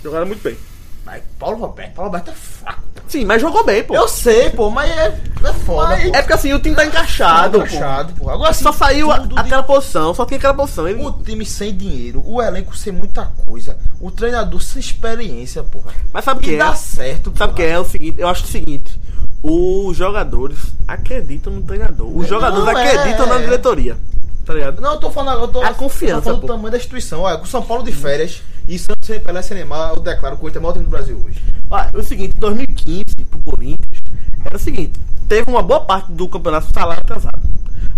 [SPEAKER 2] Jogaram muito bem.
[SPEAKER 3] Mas Paulo Roberto, Paulo Roberto é fraco.
[SPEAKER 2] Sim, mas jogou bem, pô.
[SPEAKER 3] Eu sei, pô, mas é, é foda, pô.
[SPEAKER 2] É porque assim, o time tá encaixado, pô.
[SPEAKER 3] Fechado, pô. Agora sim,
[SPEAKER 2] Só saiu a-
[SPEAKER 3] tudo de-
[SPEAKER 2] aquela posição, só tinha aquela posição. Ele-
[SPEAKER 3] O time sem dinheiro, o elenco sem muita coisa, o treinador sem experiência, porra.
[SPEAKER 2] Mas sabe o que
[SPEAKER 3] E
[SPEAKER 2] é?
[SPEAKER 3] dá certo,
[SPEAKER 2] Sabe o que é? É o seguinte, eu acho o seguinte. Os jogadores acreditam no treinador. Os jogadores
[SPEAKER 3] Não, é-
[SPEAKER 2] acreditam na diretoria. Tá ligado?
[SPEAKER 3] Não, eu tô falando, eu tô,
[SPEAKER 2] A confiança,
[SPEAKER 3] eu tô falando
[SPEAKER 2] pô.
[SPEAKER 3] do tamanho da instituição. Olha, com o São Paulo de férias e Santos sem Pelé sem Neymar, eu declaro que o Corinthians é o maior time do Brasil hoje.
[SPEAKER 2] Olha, Ah, é o seguinte, em 2015, pro Corinthians, era o seguinte, teve uma boa parte do campeonato com salário atrasado.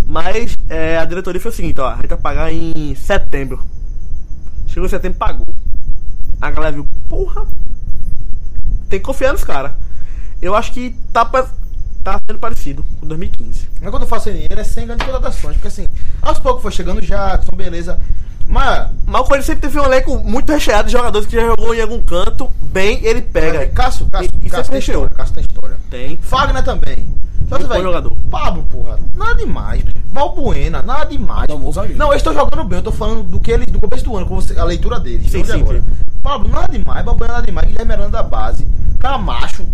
[SPEAKER 2] Mas é, a diretoria foi o seguinte, ó, a gente vai pagar em setembro. Chegou em setembro, pagou. A galera viu, porra, tem que confiar nos caras. Eu acho que tá, pa- tá sendo parecido com 2015.
[SPEAKER 3] Mas quando eu falo sem dinheiro é sem grandes contratações, porque assim, aos poucos foi chegando o Jackson, beleza. Mas,
[SPEAKER 2] Mas o Corinthians sempre teve um elenco muito recheado de jogadores que já jogou em algum canto, bem, ele pega.
[SPEAKER 3] Cássio, Cássio,
[SPEAKER 2] E- é e
[SPEAKER 3] Cássio
[SPEAKER 2] sempre
[SPEAKER 3] tem
[SPEAKER 2] mexeu.
[SPEAKER 3] história, Cássio tem história.
[SPEAKER 2] Tem.
[SPEAKER 3] Fagner também. Só
[SPEAKER 2] Muito
[SPEAKER 3] você
[SPEAKER 2] bom
[SPEAKER 3] vai-
[SPEAKER 2] jogador.
[SPEAKER 3] Pablo, porra, nada demais. Balbuena, nada demais.
[SPEAKER 4] Não, bom zagueiro.
[SPEAKER 3] Não, eles estão jogando bem. Eu tô falando do que eles, do começo do ano, com você, a leitura deles.
[SPEAKER 2] Sim,
[SPEAKER 3] não de
[SPEAKER 2] sim,
[SPEAKER 3] agora.
[SPEAKER 2] sim.
[SPEAKER 3] Pablo, nada demais. Balbuena, nada demais. Guilherme Arana da base. Camacho,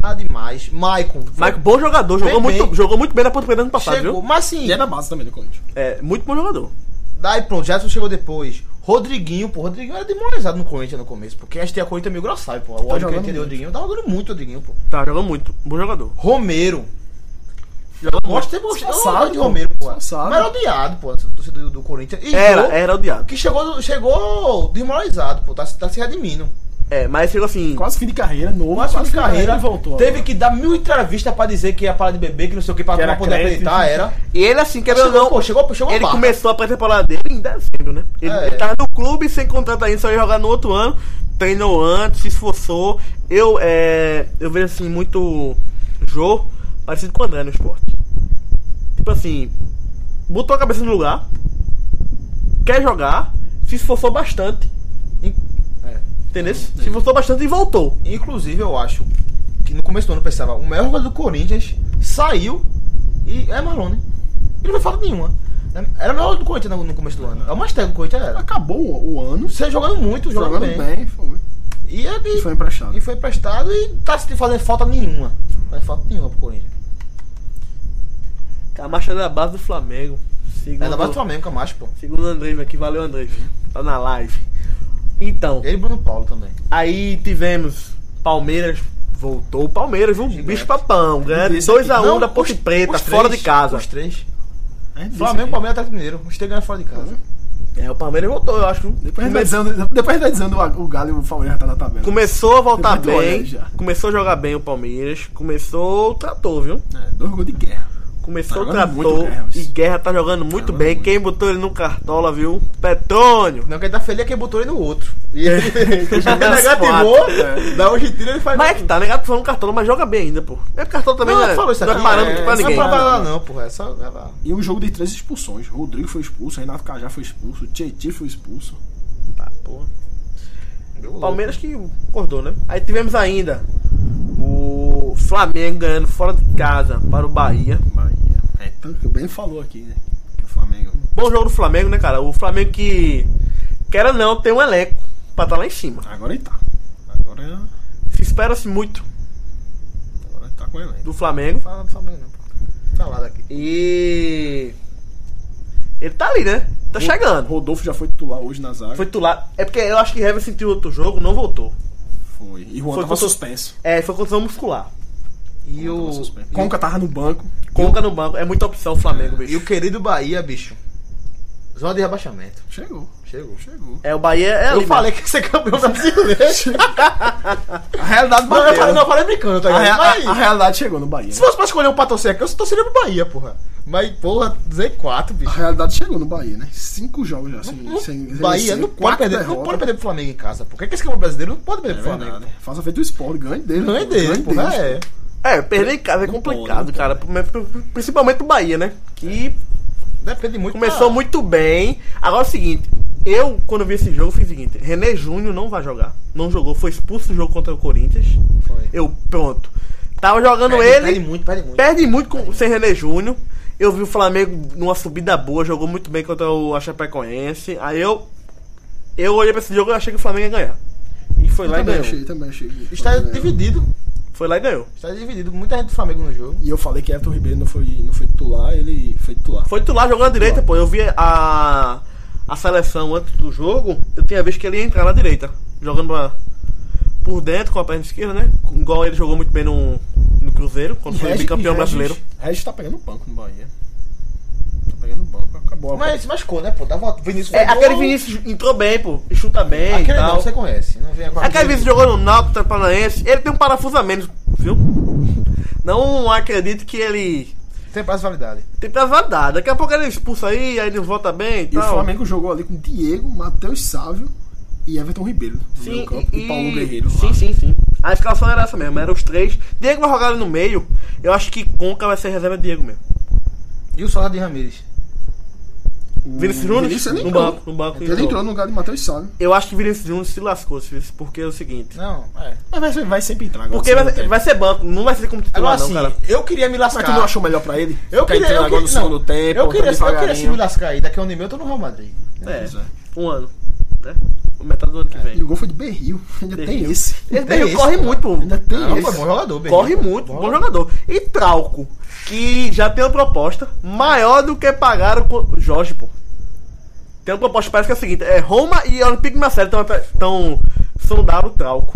[SPEAKER 3] nada demais. Maicon.
[SPEAKER 2] Maicon, bom jogador, jogou
[SPEAKER 3] Bem,
[SPEAKER 2] muito,
[SPEAKER 3] bem.
[SPEAKER 2] jogou muito bem na Ponte Preta ano passado,
[SPEAKER 3] chegou.
[SPEAKER 2] viu?
[SPEAKER 3] Mas assim,
[SPEAKER 4] E é da base também do Corinthians.
[SPEAKER 2] É, muito bom jogador.
[SPEAKER 3] daí pronto, Gerson chegou depois. Rodriguinho, pô, Rodriguinho era demoralizado no Corinthians no começo, porque a gente tem a Corinthians meio grossado, pô. O ódio que a
[SPEAKER 4] jogando
[SPEAKER 3] gente tem de
[SPEAKER 4] muito.
[SPEAKER 3] Rodriguinho, tá jogando muito Rodriguinho, pô.
[SPEAKER 2] Tá, jogou muito. Bom jogador.
[SPEAKER 3] Romero.
[SPEAKER 2] Jogou muito.
[SPEAKER 3] Gosto de gostar
[SPEAKER 4] Só sabe,
[SPEAKER 3] de
[SPEAKER 4] pô.
[SPEAKER 3] Romero, pô.
[SPEAKER 4] Só sabe.
[SPEAKER 3] Mas era odiado, pô, essa torcida do, do Corinthians. E
[SPEAKER 2] Era, é.
[SPEAKER 3] Jô,
[SPEAKER 2] era odiado.
[SPEAKER 3] Que chegou, chegou desmoralizado, pô. Tá, se- tá se redimindo.
[SPEAKER 2] É, mas chegou assim.
[SPEAKER 4] Quase fim de carreira, novo.
[SPEAKER 3] Mas
[SPEAKER 4] quase
[SPEAKER 3] de carreira
[SPEAKER 4] ele voltou.
[SPEAKER 3] Teve
[SPEAKER 4] agora.
[SPEAKER 3] que dar mil entrevistas pra dizer que ia parar de beber, que não sei o que, pra
[SPEAKER 4] Que
[SPEAKER 3] turma
[SPEAKER 4] era
[SPEAKER 3] poder
[SPEAKER 4] crente.
[SPEAKER 3] acreditar, era.
[SPEAKER 2] E ele, assim, querendo ou
[SPEAKER 3] chegou,
[SPEAKER 2] não,
[SPEAKER 3] pô, chegou, chegou
[SPEAKER 2] ele
[SPEAKER 3] barra.
[SPEAKER 2] começou a pré-temporada dele em dezembro, né? Ele,
[SPEAKER 3] É.
[SPEAKER 2] ele tava no clube sem contrato ainda, só ia jogar no outro ano. Treinou antes, se esforçou. Eu, é, eu vejo, assim, muito Jô parecido com o André no esporte. Tipo assim, botou a cabeça no lugar, quer jogar, se esforçou bastante,
[SPEAKER 3] In- é.
[SPEAKER 2] entendeu? Se esforçou bastante e voltou.
[SPEAKER 3] Inclusive, eu acho que no começo do ano eu pensava, o melhor jogador do Corinthians saiu e é Marlone. Ele não faz falta nenhuma. Era o melhor do Corinthians no no começo do ano. É o mais técnico do Corinthians, era.
[SPEAKER 4] Acabou o, o ano.
[SPEAKER 3] Você jogando muito, jogando,
[SPEAKER 4] Jogando
[SPEAKER 3] bem.
[SPEAKER 4] bem, foi.
[SPEAKER 3] E, é de-
[SPEAKER 4] E foi emprestado.
[SPEAKER 3] E foi emprestado e tá se fazendo falta nenhuma. Não faz falta nenhuma pro Corinthians.
[SPEAKER 2] Camacho é da base do Flamengo. Segundo,
[SPEAKER 3] É da base do Flamengo, Camacho, pô.
[SPEAKER 2] Segundo o Andrei aqui, valeu Andrei. Tá na live. Então,
[SPEAKER 3] Ele e Bruno Paulo também.
[SPEAKER 2] aí tivemos Palmeiras. Voltou o Palmeiras, viu? Bicho papão. Ganha
[SPEAKER 4] Esse
[SPEAKER 2] 2x1
[SPEAKER 3] Não,
[SPEAKER 2] da Ponte
[SPEAKER 3] os-
[SPEAKER 2] Preta,
[SPEAKER 3] os
[SPEAKER 2] fora
[SPEAKER 3] três,
[SPEAKER 2] de casa.
[SPEAKER 3] Os três.
[SPEAKER 4] A gente disse
[SPEAKER 3] Flamengo,
[SPEAKER 4] aqui.
[SPEAKER 3] Palmeiras e Atlético Mineiro. Os três ganham fora de casa.
[SPEAKER 2] É, o Palmeiras voltou, eu acho.
[SPEAKER 4] Depois a gente
[SPEAKER 2] Come-
[SPEAKER 4] vai dizendo, depois a gente vai dizendo o, o Galo e o Palmeiras tá na tabela.
[SPEAKER 2] Começou a voltar
[SPEAKER 4] Depois tu olha
[SPEAKER 2] bem.
[SPEAKER 4] já.
[SPEAKER 2] Começou a jogar bem o Palmeiras. Começou o trator, viu?
[SPEAKER 4] É, dois gols de guerra.
[SPEAKER 2] Começou
[SPEAKER 4] Tá
[SPEAKER 2] o
[SPEAKER 4] jogando
[SPEAKER 2] trator.
[SPEAKER 4] muito, Guerra.
[SPEAKER 2] e Guerra tá jogando muito
[SPEAKER 4] Jogando
[SPEAKER 2] bem.
[SPEAKER 4] muito.
[SPEAKER 2] Quem botou ele no cartola, viu? Petrônio.
[SPEAKER 3] Não, quem tá feliz é quem botou ele no outro. E <laughs> ele
[SPEAKER 2] jogando as
[SPEAKER 3] negativou,
[SPEAKER 2] quatro,
[SPEAKER 3] dá um retiro ele faz.
[SPEAKER 2] Mas é que tá, negado falando cartola, mas joga bem ainda, pô. É porque cartola também
[SPEAKER 3] Não,
[SPEAKER 2] não,
[SPEAKER 3] eu
[SPEAKER 2] é,
[SPEAKER 3] falo isso
[SPEAKER 2] não
[SPEAKER 3] aqui.
[SPEAKER 2] é parâmetro
[SPEAKER 3] é,
[SPEAKER 2] pra ninguém.
[SPEAKER 3] Não é pra lá, não, porra. É só. é lá.
[SPEAKER 4] E um jogo de três expulsões. Rodrigo foi expulso, Renato Cajá foi expulso, Tietchan foi expulso.
[SPEAKER 2] Tá, porra. Palmeiras que acordou, né? Aí tivemos ainda o Flamengo ganhando fora de casa para o Bahia.
[SPEAKER 4] Bahia. É, tanto que o Ben falou aqui, né? Que o Flamengo.
[SPEAKER 2] Bom jogo do Flamengo, né, cara? O Flamengo que, quer ou não, tem um elenco pra estar lá em cima.
[SPEAKER 4] Agora ele tá. Agora,
[SPEAKER 2] Se espera-se muito
[SPEAKER 4] agora ele tá com o elenco.
[SPEAKER 2] do Flamengo.
[SPEAKER 3] Fala do Flamengo, não, pô. Tá lá daqui.
[SPEAKER 2] E. Ele tá ali, né? Tá chegando.
[SPEAKER 4] Rodolfo já foi titular hoje na zaga.
[SPEAKER 2] Foi titular. É porque eu acho que Hever sentiu outro jogo, não voltou.
[SPEAKER 4] Foi. E Juan
[SPEAKER 2] Foi
[SPEAKER 4] tava
[SPEAKER 2] contra-
[SPEAKER 4] suspenso.
[SPEAKER 2] É, foi condição muscular.
[SPEAKER 3] E
[SPEAKER 4] Juan
[SPEAKER 3] o.
[SPEAKER 4] tava suspenso. Conca tava no banco.
[SPEAKER 2] Conca no banco. É muita opção o Flamengo, bicho.
[SPEAKER 3] E o querido Bahia, bicho. Zona de rebaixamento.
[SPEAKER 4] Chegou.
[SPEAKER 3] Chegou.
[SPEAKER 4] Chegou.
[SPEAKER 2] É, o Bahia é
[SPEAKER 3] Eu
[SPEAKER 2] ali,
[SPEAKER 3] falei que ia ser campeão <laughs> brasileiro.
[SPEAKER 4] A realidade
[SPEAKER 3] Mas eu
[SPEAKER 4] bateu.
[SPEAKER 3] falei, não, eu falei brincando, tá
[SPEAKER 4] a,
[SPEAKER 3] ligado?
[SPEAKER 4] rea-
[SPEAKER 3] Mas,
[SPEAKER 4] a- a realidade chegou no Bahia. né?
[SPEAKER 3] se fosse pra escolher um pra torcer aqui, eu torceria pro Bahia, porra. Mas, porra, Z4,
[SPEAKER 4] A
[SPEAKER 3] bicho.
[SPEAKER 4] realidade chegou no Bahia, né? Cinco jogos já. Sem, sem
[SPEAKER 3] Bahia
[SPEAKER 4] vencer,
[SPEAKER 3] não pode,
[SPEAKER 4] quatro
[SPEAKER 3] perder, não
[SPEAKER 4] derrotas.
[SPEAKER 3] pode perder pro Flamengo em casa, pô. Quem que é esse campeão brasileiro não pode perder
[SPEAKER 4] É
[SPEAKER 3] pro Flamengo.
[SPEAKER 4] verdade. Faça feito o esporte, ganhe dele.
[SPEAKER 3] Não é
[SPEAKER 4] pô.
[SPEAKER 3] dele,
[SPEAKER 4] Ganhe
[SPEAKER 3] porra,
[SPEAKER 4] deles,
[SPEAKER 3] é.
[SPEAKER 2] É, perder em casa é
[SPEAKER 4] Não
[SPEAKER 2] complicado,
[SPEAKER 4] pode, não
[SPEAKER 2] cara. Principalmente o Bahia, né? Que
[SPEAKER 3] Depende muito
[SPEAKER 2] começou
[SPEAKER 3] da-
[SPEAKER 2] muito bem. Agora é o seguinte, eu, quando vi esse jogo, fiz o seguinte: René Júnior não vai jogar. Não jogou, foi expulso do jogo contra o Corinthians.
[SPEAKER 3] Foi.
[SPEAKER 2] Eu, pronto. Tava jogando
[SPEAKER 3] Perde,
[SPEAKER 2] ele.
[SPEAKER 3] perde muito, né? perde muito.
[SPEAKER 2] Perde muito com- sem René Júnior. Eu vi o Flamengo numa subida boa, jogou muito bem contra o a Chapecoense. Aí eu. Eu olhei pra esse jogo e achei que o Flamengo ia ganhar. E foi
[SPEAKER 4] Eu
[SPEAKER 2] lá e
[SPEAKER 4] também
[SPEAKER 2] ganhou.
[SPEAKER 4] achei, também achei. né?
[SPEAKER 3] Está
[SPEAKER 4] Ganhou.
[SPEAKER 3] dividido.
[SPEAKER 2] Foi lá e ganhou.
[SPEAKER 3] Está dividido. Muita gente do Flamengo no jogo.
[SPEAKER 4] E eu falei que Everton Ribeiro não foi, não foi titular, ele foi titular.
[SPEAKER 2] Foi tu lá jogando à direita, pô. Eu vi a, a seleção antes do jogo. Eu tinha visto que ele ia entrar na direita. Jogando pra- por dentro com a perna esquerda, né? Com- Igual ele jogou muito bem no, no Cruzeiro, quando foi bicampeão brasileiro.
[SPEAKER 4] Regis tá pegando banco no Bahia. Tá pegando banco, acabou. a
[SPEAKER 3] Mas se machucou, né, pô? Tava Vinícius
[SPEAKER 2] É,
[SPEAKER 3] foi
[SPEAKER 2] aquele
[SPEAKER 3] gol.
[SPEAKER 2] Vinícius entrou bem, pô. e Chuta bem e
[SPEAKER 3] Aquele
[SPEAKER 2] tal.
[SPEAKER 3] não, você conhece. Não venha com
[SPEAKER 2] Aquele Vinícius jogou no Náutico Paranaense. Ele tem um parafuso a menos, viu? Não acredito que ele...
[SPEAKER 3] Tem prazo de validade.
[SPEAKER 2] Tem vazar. Daqui a pouco ele é expulso aí, aí não volta bem e,
[SPEAKER 4] E o
[SPEAKER 2] tal.
[SPEAKER 4] Flamengo jogou ali com Diego, Matheus Sávio e Everton Ribeiro no
[SPEAKER 2] Sim,
[SPEAKER 4] meio campo. E, Paulo Guerreiro
[SPEAKER 2] Sim,
[SPEAKER 4] lá.
[SPEAKER 2] sim, sim. A escalação era essa mesmo, era os três. Diego vai jogar ali no meio. Eu acho que Conca vai ser reserva de Diego mesmo.
[SPEAKER 3] E o Salvador de Ramírez?
[SPEAKER 4] O
[SPEAKER 2] Vinícius Júnior
[SPEAKER 4] Vinícius, ele
[SPEAKER 2] no
[SPEAKER 4] entrou.
[SPEAKER 2] banco, no banco.
[SPEAKER 4] Ele entrou no lugar de Matheus Sávio.
[SPEAKER 2] Eu acho que Vinícius Júnior se lascou, se fez, porque é o seguinte.
[SPEAKER 3] Não, é.
[SPEAKER 4] Mas vai, ser- vai sempre entrar agora.
[SPEAKER 2] Porque vai, vai ser banco, não vai ser como titular,
[SPEAKER 3] Agora
[SPEAKER 2] não,
[SPEAKER 3] assim,
[SPEAKER 2] cara.
[SPEAKER 3] eu queria me lascar.
[SPEAKER 4] Mas tu não achou melhor pra ele?
[SPEAKER 3] Eu
[SPEAKER 4] Ficar
[SPEAKER 3] queria,
[SPEAKER 4] entrando
[SPEAKER 3] eu
[SPEAKER 4] agora no
[SPEAKER 3] queria- não,
[SPEAKER 4] segundo tempo.
[SPEAKER 3] eu queria,
[SPEAKER 4] entrar
[SPEAKER 3] eu queria se me
[SPEAKER 4] devagarinho.
[SPEAKER 3] lascar aí. Daqui a um ano e meio eu tô no Real Madrid.
[SPEAKER 2] É,
[SPEAKER 4] Pois é.
[SPEAKER 2] um ano. Né? Metade do ano que
[SPEAKER 4] E
[SPEAKER 2] vem.
[SPEAKER 4] o gol foi de Berril. Ainda tem
[SPEAKER 2] Berril.
[SPEAKER 4] esse.
[SPEAKER 2] <laughs> Ele é
[SPEAKER 3] tem
[SPEAKER 2] tem,
[SPEAKER 3] esse,
[SPEAKER 2] corre
[SPEAKER 3] cara.
[SPEAKER 2] muito, pô.
[SPEAKER 4] <laughs> Ainda tem
[SPEAKER 3] Não,
[SPEAKER 4] esse.
[SPEAKER 3] foi bom jogador, bem. né?
[SPEAKER 2] Corre muito, bom jogador. E Trauco, que já tem uma proposta maior do que pagaram com Jorge, pô. Tem uma proposta, parece que é a seguinte, é Roma e Olympique de Marseille estão sondando o Trauco.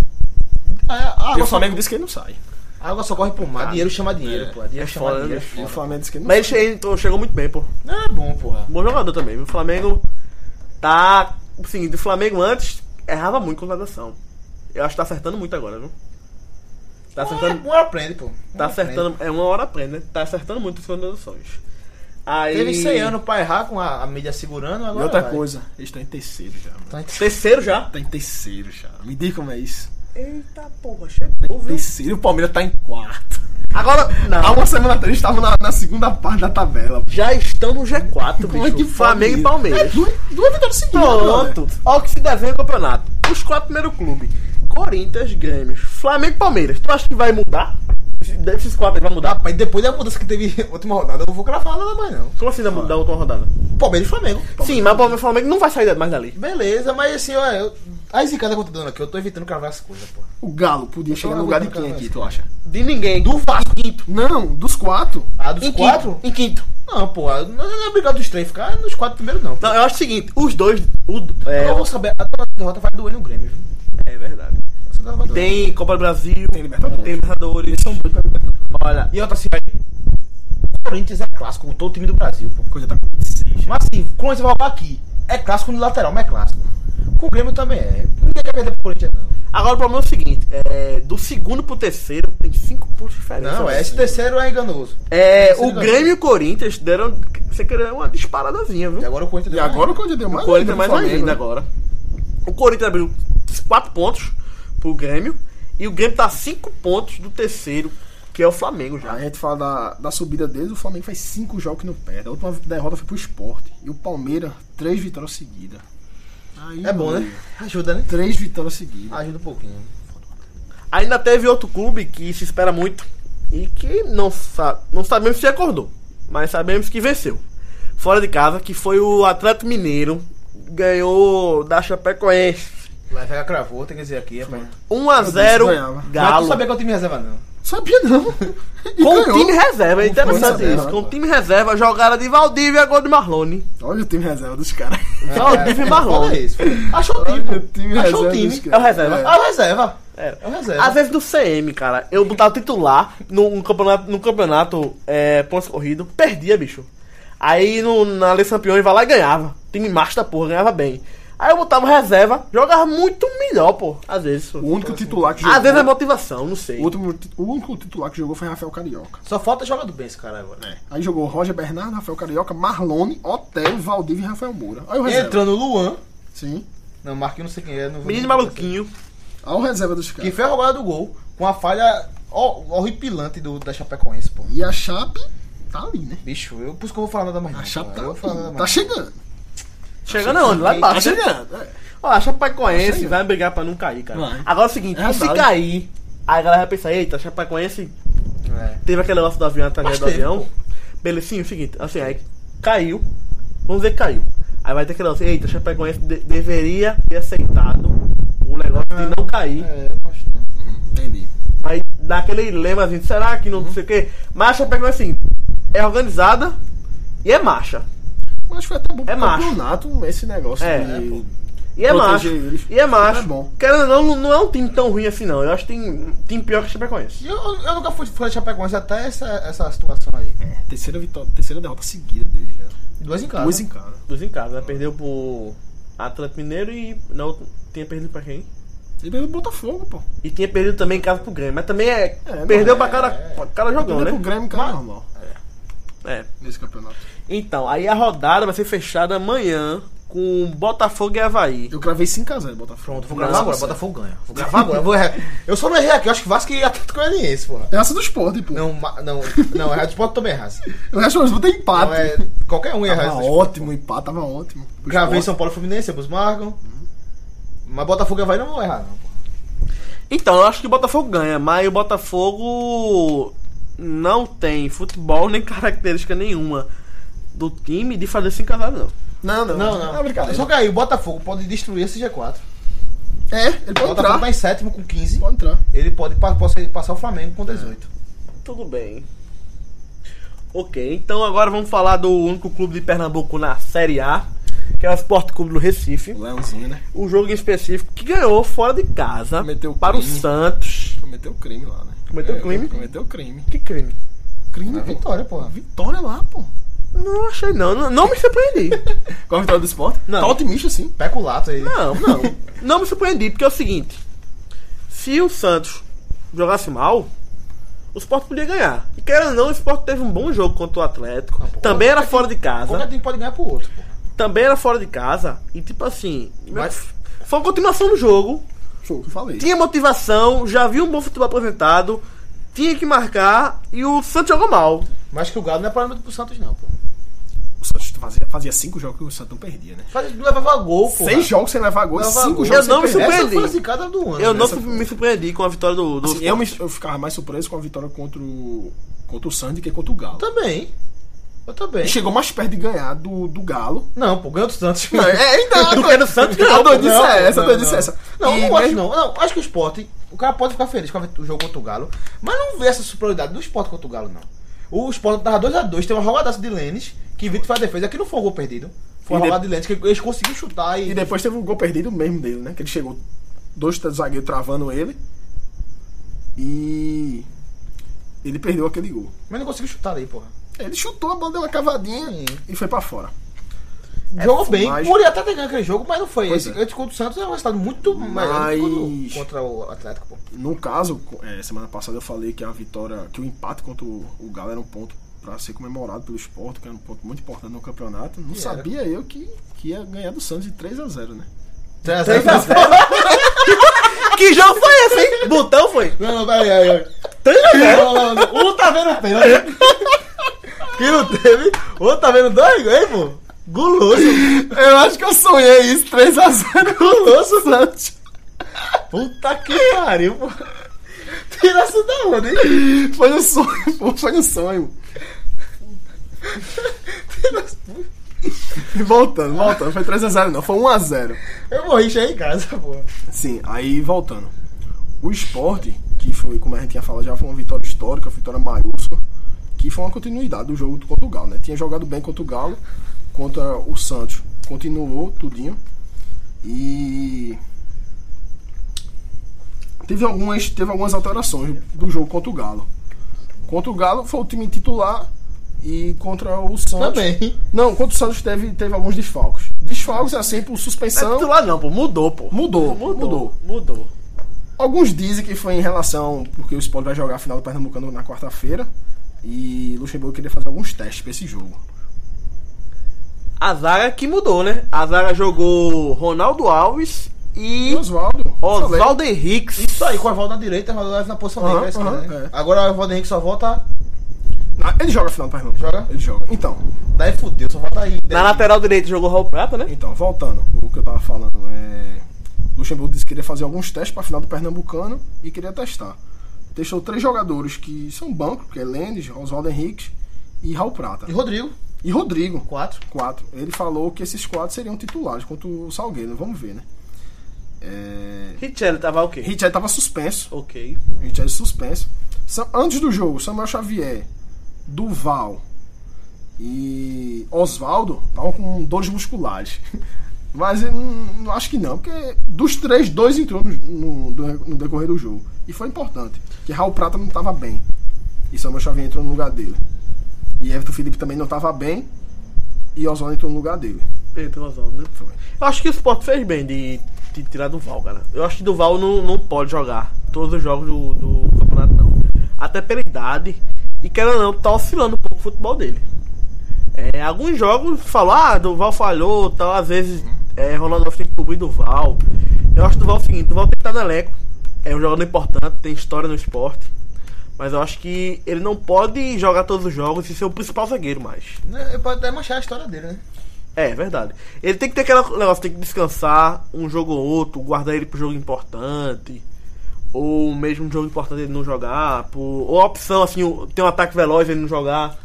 [SPEAKER 3] É, a
[SPEAKER 4] E o
[SPEAKER 3] água, só,
[SPEAKER 4] Flamengo disse que ele não sai.
[SPEAKER 3] a água só corre por mar. Dinheiro chama dinheiro,
[SPEAKER 2] É.
[SPEAKER 3] pô. Dinheiro
[SPEAKER 2] É
[SPEAKER 3] chama
[SPEAKER 2] foda,
[SPEAKER 3] dinheiro.
[SPEAKER 2] né?
[SPEAKER 4] E o Flamengo disse que ele não
[SPEAKER 2] Mas
[SPEAKER 4] sai.
[SPEAKER 2] ele entrou, chegou muito bem, pô.
[SPEAKER 3] Não é bom, porra.
[SPEAKER 2] Bom jogador também. viu? O Flamengo tá. Assim, do Flamengo antes, errava muito com natação. Eu acho que tá acertando muito agora, viu? Tá acertando.
[SPEAKER 3] Uma hora um aprende, pô. Uma
[SPEAKER 2] Tá
[SPEAKER 3] hora
[SPEAKER 2] acertando. É uma hora aprende, né? Tá acertando muito as suas natações. Aí.
[SPEAKER 3] aprende. Teve 100 anos pra errar com a, a mídia segurando,
[SPEAKER 4] E
[SPEAKER 3] agora
[SPEAKER 4] outra
[SPEAKER 3] vai.
[SPEAKER 4] coisa, eles estão em terceiro já. mano.
[SPEAKER 3] Tá ent-
[SPEAKER 2] Terceiro já.
[SPEAKER 4] Tá em terceiro já. Me diga como é isso.
[SPEAKER 2] Eita porra, chegou, viu?
[SPEAKER 4] Terceiro, o Palmeiras tá em quarto.
[SPEAKER 2] Agora,
[SPEAKER 4] Há
[SPEAKER 2] não.
[SPEAKER 4] uma semana atrás estavam na, na segunda parte da tabela.
[SPEAKER 2] Já estão no G4,
[SPEAKER 4] Como é
[SPEAKER 2] bicho. né,
[SPEAKER 4] que
[SPEAKER 2] Flamengo e
[SPEAKER 4] pode
[SPEAKER 2] Palmeiras.
[SPEAKER 4] isso? É, duas, duas vitórias seguidas. né,
[SPEAKER 2] Pronto. Olha o que se desenha o campeonato. Os quatro primeiros clubes. Corinthians, Grêmio, Flamengo e Palmeiras. Tu acha que vai mudar? Esse- Desses quatro aí vai mudar?
[SPEAKER 3] Rapaz, depois da mudança que teve <laughs> última rodada, eu não vou cravar nada mais, não.
[SPEAKER 2] Como assim vai mudar a última rodada?
[SPEAKER 3] Palmeiras e Flamengo.
[SPEAKER 2] Sim, mas o Palmeiras- o Flamengo não vai sair mais dali.
[SPEAKER 3] Beleza, mas assim, ó, eu... a zicada que eu tô dando aqui, eu tô evitando cravar as coisas, pô.
[SPEAKER 4] O Galo podia chegar no lugar de quem aqui, tu acha?
[SPEAKER 2] De ninguém. Do
[SPEAKER 3] Vasco.
[SPEAKER 2] quinto.
[SPEAKER 4] Não, dos quatro.
[SPEAKER 3] Ah, dos
[SPEAKER 2] em
[SPEAKER 3] quatro?
[SPEAKER 2] quinto. Em quinto.
[SPEAKER 3] Não, pô, não não é obrigado dos três ficar nos quatro primeiros, não. pô.
[SPEAKER 2] Não, eu acho o seguinte, os dois. O,
[SPEAKER 3] Eu não
[SPEAKER 2] é,
[SPEAKER 3] vou saber, a tua derrota vai doer no Grêmio, viu?
[SPEAKER 2] é verdade.
[SPEAKER 3] Essa derrota vai doer.
[SPEAKER 2] Tem Copa do Brasil, tem
[SPEAKER 4] Libertadores.
[SPEAKER 2] Libertadores. São Olha,
[SPEAKER 3] E outra assim, vai. Corinthians é clássico, com todo o time do Brasil, pô.
[SPEAKER 4] Coisa tá com 26.
[SPEAKER 3] Mas assim, Corinthians vai jogar aqui. É clássico no lateral, mas é clássico. Com o Grêmio também é. Ninguém quer perder pro Corinthians, não.
[SPEAKER 2] agora o problema é o seguinte: é, do segundo pro terceiro tem cinco pontos de diferença.
[SPEAKER 3] Não, é, esse terceiro é enganoso.
[SPEAKER 2] É,
[SPEAKER 3] Esse
[SPEAKER 2] o
[SPEAKER 3] ganhou.
[SPEAKER 2] Grêmio e o Corinthians deram. Você queria uma disparadazinha, viu?
[SPEAKER 3] E agora o Corinthians
[SPEAKER 4] E
[SPEAKER 3] deu uma-
[SPEAKER 4] agora o Corinthians deu mais
[SPEAKER 2] o Corinthians é mais
[SPEAKER 4] ainda pro
[SPEAKER 2] ainda
[SPEAKER 4] Flamengo, né?
[SPEAKER 2] agora. O Corinthians abriu 4 pontos pro Grêmio. E o Grêmio tá 5 pontos do terceiro, que é o Flamengo
[SPEAKER 4] né?
[SPEAKER 2] já.
[SPEAKER 4] Aí a gente fala da, da subida deles, o Flamengo faz cinco jogos que não perde. A última derrota foi pro esporte. E o Palmeiras, três vitórias seguidas. Aí,
[SPEAKER 3] É bom, né?
[SPEAKER 4] amigo,
[SPEAKER 3] Ajuda, né?
[SPEAKER 4] Três vitórias seguidas.
[SPEAKER 3] Ajuda um pouquinho.
[SPEAKER 2] Ainda teve outro clube que se espera muito e que não, sa não sabemos se acordou, mas sabemos que venceu. Fora de casa, que foi o Atlético Mineiro, ganhou da Chapecoense.
[SPEAKER 3] Lá vai cravou, tem que dizer aqui, rapaz.
[SPEAKER 2] 1 a
[SPEAKER 4] disse
[SPEAKER 2] 0
[SPEAKER 4] que ganhava.
[SPEAKER 3] Mas tu
[SPEAKER 2] Galo.
[SPEAKER 3] sabia que é o time reserva, não.
[SPEAKER 4] Sabia <laughs> não. E
[SPEAKER 2] Com o
[SPEAKER 4] ganhou.
[SPEAKER 2] time reserva, é
[SPEAKER 4] Não foi
[SPEAKER 2] interessante
[SPEAKER 4] reserva,
[SPEAKER 2] isso. Com o
[SPEAKER 4] pô.
[SPEAKER 2] time reserva, jogada de Valdívia, gol de Marlone.
[SPEAKER 4] Olha o time reserva dos caras.
[SPEAKER 2] Valdívia e
[SPEAKER 3] Olha
[SPEAKER 2] Marlone.
[SPEAKER 3] É, isso. Achou o
[SPEAKER 4] Olha
[SPEAKER 3] time.
[SPEAKER 4] o time
[SPEAKER 3] Achou
[SPEAKER 4] reserva
[SPEAKER 3] o time.
[SPEAKER 4] dos
[SPEAKER 2] É o
[SPEAKER 4] caras.
[SPEAKER 2] reserva.
[SPEAKER 3] É o reserva. É o reserva.
[SPEAKER 2] Às vezes do CM, cara, eu botava o titular num campeonato, num campeonato é, pontos corrido, perdia, bicho. Aí no, na Lei Campeões vai lá e ganhava. Time macho da porra, ganhava bem. Aí eu botava reserva, jogava muito melhor, pô. Às vezes.
[SPEAKER 4] O
[SPEAKER 3] Então,
[SPEAKER 4] único
[SPEAKER 3] assim,
[SPEAKER 4] titular que jogou.
[SPEAKER 2] Às vezes é motivação, não sei.
[SPEAKER 4] o, último ti- o único titular que jogou foi Rafael Carioca.
[SPEAKER 3] Só falta jogar do bem esse cara agora.
[SPEAKER 4] Aí jogou Roger Bernardo, Rafael Carioca, Marlone, Otelo, Valdívia e Rafael Moura. Aí o reserva.
[SPEAKER 3] Entrando o Luan.
[SPEAKER 4] Sim.
[SPEAKER 3] Não, Marquinhos não sei quem é. Não vou-
[SPEAKER 2] Menino maluquinho.
[SPEAKER 4] Olha o reserva dos
[SPEAKER 3] Que
[SPEAKER 4] caras.
[SPEAKER 3] foi a roubada do gol. Com a falha hor- horripilante do, da Chapecoense, pô.
[SPEAKER 4] E a Chape tá ali, né?
[SPEAKER 3] Bicho, eu, por isso que eu vou falar nada mais.
[SPEAKER 4] A
[SPEAKER 3] não,
[SPEAKER 4] Chape
[SPEAKER 3] cara.
[SPEAKER 4] tá,
[SPEAKER 3] Eu vou falar né? nada
[SPEAKER 4] ali,
[SPEAKER 3] mais.
[SPEAKER 4] tá chegando.
[SPEAKER 2] Chegando aonde? Lá
[SPEAKER 4] Tá
[SPEAKER 2] embaixo. né?
[SPEAKER 4] chegando. é.
[SPEAKER 2] Ó, a Chapecoense
[SPEAKER 4] Chega.
[SPEAKER 2] vai brigar pra não cair, cara.
[SPEAKER 4] Vai.
[SPEAKER 2] Agora é o seguinte,
[SPEAKER 4] É a
[SPEAKER 2] se
[SPEAKER 4] base.
[SPEAKER 2] cair, aí a galera vai pensar, eita, a Chapecoense
[SPEAKER 3] É.
[SPEAKER 2] teve aquele negócio do avião, atrás
[SPEAKER 3] Mas
[SPEAKER 2] do
[SPEAKER 3] teve,
[SPEAKER 2] avião.
[SPEAKER 3] pô.
[SPEAKER 2] Beleza, sim, é o seguinte, assim, aí caiu, vamos dizer que caiu. Aí vai ter aquele negócio, eita, a Chapecoense um de- deveria ter aceitado o negócio de não cair.
[SPEAKER 3] É, eu gosto.
[SPEAKER 4] Uhum, Entendi. Uhum.
[SPEAKER 2] Aí dá aquele lemazinho, será que não sei o quê? Mas a Chapecoense, assim, é organizada e é marcha.
[SPEAKER 4] Mas foi até bom pro
[SPEAKER 2] É macho.
[SPEAKER 4] campeonato esse negócio né,
[SPEAKER 2] É.
[SPEAKER 4] de-
[SPEAKER 2] É, pô. E é macho.
[SPEAKER 4] Proteger eles.
[SPEAKER 2] E é macho.
[SPEAKER 4] É bom.
[SPEAKER 2] Querendo ou não, não é um time tão ruim assim, não. Eu acho que tem time pior que a Chapecoense.
[SPEAKER 3] E Eu, eu nunca fui fã de Chapecoense até essa, essa situação aí.
[SPEAKER 4] É, terceira vitória, terceira derrota seguida dele já.
[SPEAKER 3] Duas em casa.
[SPEAKER 4] Duas em casa.
[SPEAKER 2] Dos em casa, né? Perdeu pro Atlético Mineiro e na outra tinha perdido pra quem?
[SPEAKER 4] Ele perdeu do Botafogo, pô.
[SPEAKER 2] E tinha perdido também em casa pro Grêmio. Mas também é.
[SPEAKER 4] não
[SPEAKER 2] perdeu
[SPEAKER 4] é.
[SPEAKER 2] pra cada, pra cada
[SPEAKER 4] Perdeu
[SPEAKER 2] jogão, né?
[SPEAKER 4] pro Grêmio, cara, normal.
[SPEAKER 2] É.
[SPEAKER 4] Nesse campeonato.
[SPEAKER 2] Então, aí a rodada vai ser fechada amanhã com Botafogo e Havaí.
[SPEAKER 4] Eu cravei 5x0 Botafogo.
[SPEAKER 3] Pronto, vou
[SPEAKER 2] Não,
[SPEAKER 3] gravar agora.
[SPEAKER 2] certo.
[SPEAKER 3] Botafogo ganha.
[SPEAKER 4] <laughs>
[SPEAKER 3] Vou gravar agora. eu Vou errar. Eu só não errei aqui. Eu acho que Vasco e Atlético Goianiense, porra.
[SPEAKER 4] É Essa do esporte, pô.
[SPEAKER 3] Não, ma- não, não, errar de ponto também errar.
[SPEAKER 4] Eu acho que tem empate.
[SPEAKER 3] Não, é, qualquer um errar.
[SPEAKER 4] Tava ótimo, o empate tava ótimo. O
[SPEAKER 3] Gravei
[SPEAKER 4] esporte-
[SPEAKER 3] São Paulo e Fluminense, ambos marcam.
[SPEAKER 2] Uhum.
[SPEAKER 3] Mas Botafogo e Havaí não vão errar, não. pô.
[SPEAKER 2] Então, eu acho que o Botafogo ganha, mas o Botafogo não tem futebol nem <laughs> característica nenhuma do time de fazer 5x0, não.
[SPEAKER 4] Não, não.
[SPEAKER 3] Não, não.
[SPEAKER 4] É brincadeira.
[SPEAKER 3] Só que aí o Botafogo pode destruir esse G4.
[SPEAKER 4] É, ele
[SPEAKER 3] O
[SPEAKER 4] pode
[SPEAKER 3] Botafogo
[SPEAKER 4] entrar.
[SPEAKER 3] tá em sétimo com 15.
[SPEAKER 4] Pode É. entrar.
[SPEAKER 3] Ele pode pa- possa passar o Flamengo com 18.
[SPEAKER 2] Tudo bem. Ok, então agora vamos falar do único clube de Pernambuco na Série A, que é o Sport Clube do Recife.
[SPEAKER 4] O Leãozinho, né?
[SPEAKER 2] O jogo em específico que ganhou fora de casa
[SPEAKER 4] Meteu
[SPEAKER 2] para o
[SPEAKER 4] crime.
[SPEAKER 2] Santos.
[SPEAKER 4] Cometeu crime lá, né?
[SPEAKER 2] Cometeu crime?
[SPEAKER 4] Cometeu crime.
[SPEAKER 2] Que crime?
[SPEAKER 4] Crime,
[SPEAKER 3] É
[SPEAKER 4] pô.
[SPEAKER 3] vitória, porra.
[SPEAKER 4] Vitória lá, pô.
[SPEAKER 2] Não achei não, não, não me surpreendi.
[SPEAKER 4] Qual a vitória do esporte?
[SPEAKER 2] Não.
[SPEAKER 4] Tá otimista, sim.
[SPEAKER 3] Peculato aí.
[SPEAKER 2] Não, não. Não me surpreendi, porque é o seguinte. Se o Santos jogasse mal, o Sport podia ganhar. E querendo ou não, o Sport teve um bom jogo contra o Atlético.
[SPEAKER 3] Não, Ah, pô, é
[SPEAKER 2] também era
[SPEAKER 3] qualquer
[SPEAKER 2] fora de casa.
[SPEAKER 3] Qualquer time pode ganhar pro outro, porra.
[SPEAKER 2] também era fora de casa. E tipo assim,
[SPEAKER 3] Mas-
[SPEAKER 2] foi uma continuação do jogo.
[SPEAKER 4] Foi o que eu falei.
[SPEAKER 2] Tinha motivação, já viu um bom futebol apresentado, tinha que marcar e o Santos jogou mal.
[SPEAKER 3] Mas que o Galo não é parâmetro pro Santos, não, pô.
[SPEAKER 4] O Santos fazia, fazia cinco jogos que o Santos não perdia, né?
[SPEAKER 3] Faz, levava gol, pô.
[SPEAKER 4] Seis jogos sem levar gol,
[SPEAKER 3] Levava
[SPEAKER 4] cinco
[SPEAKER 3] gol.
[SPEAKER 4] jogos
[SPEAKER 2] Eu não me
[SPEAKER 4] sem perder.
[SPEAKER 2] surpreendi.
[SPEAKER 3] Essa foi a zicada do ano.
[SPEAKER 2] Eu
[SPEAKER 3] né?
[SPEAKER 2] não
[SPEAKER 4] nessa
[SPEAKER 2] su-
[SPEAKER 4] Ah, foi.
[SPEAKER 2] me surpreendi com a vitória do, do
[SPEAKER 4] Assim, eu, me- eu ficava mais surpreso com a vitória contra o, contra o Santos do que contra o Galo.
[SPEAKER 3] Tá. Também. Eu também.
[SPEAKER 4] E chegou mais perto de ganhar do, do Galo.
[SPEAKER 3] Não, pô, ganhou do Santos.
[SPEAKER 4] Não, é,
[SPEAKER 3] <laughs>
[SPEAKER 4] ainda.
[SPEAKER 2] Do que do Santos,
[SPEAKER 4] A
[SPEAKER 2] não.
[SPEAKER 4] doidice
[SPEAKER 3] Não,
[SPEAKER 4] é essa, a
[SPEAKER 3] não,
[SPEAKER 4] doidice
[SPEAKER 3] não.
[SPEAKER 4] é essa.
[SPEAKER 3] Não,
[SPEAKER 4] E
[SPEAKER 3] não acho
[SPEAKER 4] mesmo-
[SPEAKER 3] não. Não, acho que o esporte. O cara pode ficar feliz com a- o jogo contra o Galo. Mas não vê essa superioridade do esporte contra o Galo, não. O esporte tava 2x2, tem uma jogadaça de Lênis, que Vitor faz defesa. Aqui não foi um gol perdido. Foi
[SPEAKER 4] E
[SPEAKER 3] uma
[SPEAKER 4] de-
[SPEAKER 3] jogada de Lênis que eles conseguiram chutar e.
[SPEAKER 4] E depois teve um gol perdido mesmo dele, né? Que ele chegou dois tra- zagueiros travando ele. E ele perdeu aquele gol.
[SPEAKER 3] Mas não conseguiu chutar ali, porra.
[SPEAKER 4] Ele chutou a bola, deu uma cavadinha e foi pra fora.
[SPEAKER 3] Jogou bem,
[SPEAKER 4] mas-
[SPEAKER 3] poderia até ter ganho aquele jogo, mas não foi.
[SPEAKER 4] É Pois
[SPEAKER 3] Esse,
[SPEAKER 4] é.
[SPEAKER 3] Antes contra o Santos é um resultado muito melhor do
[SPEAKER 4] Mas-
[SPEAKER 3] que o- contra o Atlético, pô.
[SPEAKER 4] No caso, co- é, semana passada eu falei que a vitória, que o empate contra o o Galo era um ponto pra ser comemorado pelo esporte, que era um ponto muito importante no campeonato. Não
[SPEAKER 3] E era.
[SPEAKER 4] sabia eu que, que ia ganhar do Santos de 3 a 0 né?
[SPEAKER 3] 3x0.
[SPEAKER 2] Que jogo foi esse,
[SPEAKER 4] <laughs>
[SPEAKER 2] hein? Botão foi.
[SPEAKER 3] Não, não, peraí, aí, aí. Não, não, não. Um tá vendo pênalti. Que não teve. Outro tá vendo dois gols, hein, pô? Guloso.
[SPEAKER 4] Eu acho que eu sonhei isso, 3 a 0
[SPEAKER 3] Guloso,
[SPEAKER 4] <laughs>
[SPEAKER 3] Santos. Puta que pariu, pô. Tira isso da onda, hein?
[SPEAKER 4] Foi no sonho, pô, foi no sonho. E voltando, voltando. Foi 3x0, não. Foi 1x0.
[SPEAKER 3] Eu morri cheio em casa, pô.
[SPEAKER 4] Sim, aí voltando. O esporte que foi, como a gente tinha falado já, foi uma vitória histórica, uma vitória maiúscula, que foi uma continuidade do jogo contra o Galo, né? Tinha jogado bem contra o Galo, contra o Santos, continuou tudinho. E teve algumas, teve algumas alterações do jogo contra o Galo. Contra o Galo foi o time titular e contra o Santos.
[SPEAKER 3] Também.
[SPEAKER 4] Não, contra o Santos teve, teve alguns desfalques. Desfalques assim por
[SPEAKER 2] Não é
[SPEAKER 4] suspensão.
[SPEAKER 2] titular não, pô. Mudou, pô.
[SPEAKER 4] Mudou,
[SPEAKER 2] Mudou.
[SPEAKER 4] mudou.
[SPEAKER 2] Mudou.
[SPEAKER 4] Alguns dizem que foi em relação, porque o Sport vai jogar a final do Pernambucano na quarta-feira. E Luxemburgo queria fazer alguns testes pra esse jogo.
[SPEAKER 2] A zaga que mudou, né? A zaga jogou Ronaldo Alves e
[SPEAKER 4] E Oswaldo.
[SPEAKER 2] Oswaldo Henriques.
[SPEAKER 3] Isso aí, com a volta na direita, a volta na posição
[SPEAKER 4] Aham,
[SPEAKER 3] dele, que é a esquerda,
[SPEAKER 4] aham,
[SPEAKER 3] né?
[SPEAKER 4] é.
[SPEAKER 3] Agora o Valdo Henrique só volta.
[SPEAKER 4] Ah, Ele joga a final do Pernambuco.
[SPEAKER 3] Joga?
[SPEAKER 4] Ele joga. Então,
[SPEAKER 3] Daí fudeu, só volta aí.
[SPEAKER 2] Na lateral direita jogou Raul Prata, né?
[SPEAKER 4] então, voltando, o que eu tava falando é. Luxemburgo disse que queria fazer alguns testes pra final do Pernambucano e queria testar. Testou três jogadores que são banco, que é Lendes, Oswaldo Henrique e Raul Prata.
[SPEAKER 3] E Rodrigo,
[SPEAKER 4] E Rodrigo.
[SPEAKER 3] quatro.
[SPEAKER 4] quatro. Ele falou que esses quatro seriam titulares contra o Salgueiro. Vamos ver, né? É...
[SPEAKER 2] Richelli tava o quê?
[SPEAKER 4] Richard estava suspenso.
[SPEAKER 2] Ok.
[SPEAKER 4] Richard suspenso. Sa- Antes do jogo, Samuel Xavier, Duval e Oswaldo estavam com dores musculares. <laughs> Mas eu não- não acho que não, porque dos três, dois entrou no, no- no decorrer do jogo. E foi importante, porque Raul Prata não estava bem. E Samuel Xavier entrou no lugar dele. E Everton Felipe também não estava bem. E Oswaldo entrou no lugar dele.
[SPEAKER 2] Entrou Oswaldo, né?
[SPEAKER 4] Foi.
[SPEAKER 2] Eu acho que o Sport fez bem de, de tirar Duval, cara. Eu acho que Duval não, não pode jogar todos os jogos do, do campeonato, não. Até pela idade. E querendo ou não, tá oscilando um pouco o futebol dele. É, alguns jogos falam, ah, Duval falhou, tal, às vezes é, Ronaldo Alves tem que cobrir Duval. Eu acho Duval é o seguinte, Duval tem que estar no elenco. É um jogador importante, tem história no esporte. Mas eu acho que ele não pode jogar todos os jogos e ser o principal zagueiro mais.
[SPEAKER 3] Né, Pode até manchar a história dele, né?
[SPEAKER 2] É, é verdade. Ele tem que ter aquele negócio, tem que descansar um jogo ou outro, guardar ele pro jogo importante. Ou mesmo um jogo importante ele não jogar. Por, ou a opção, assim, o- tem um ataque veloz ele não jogar.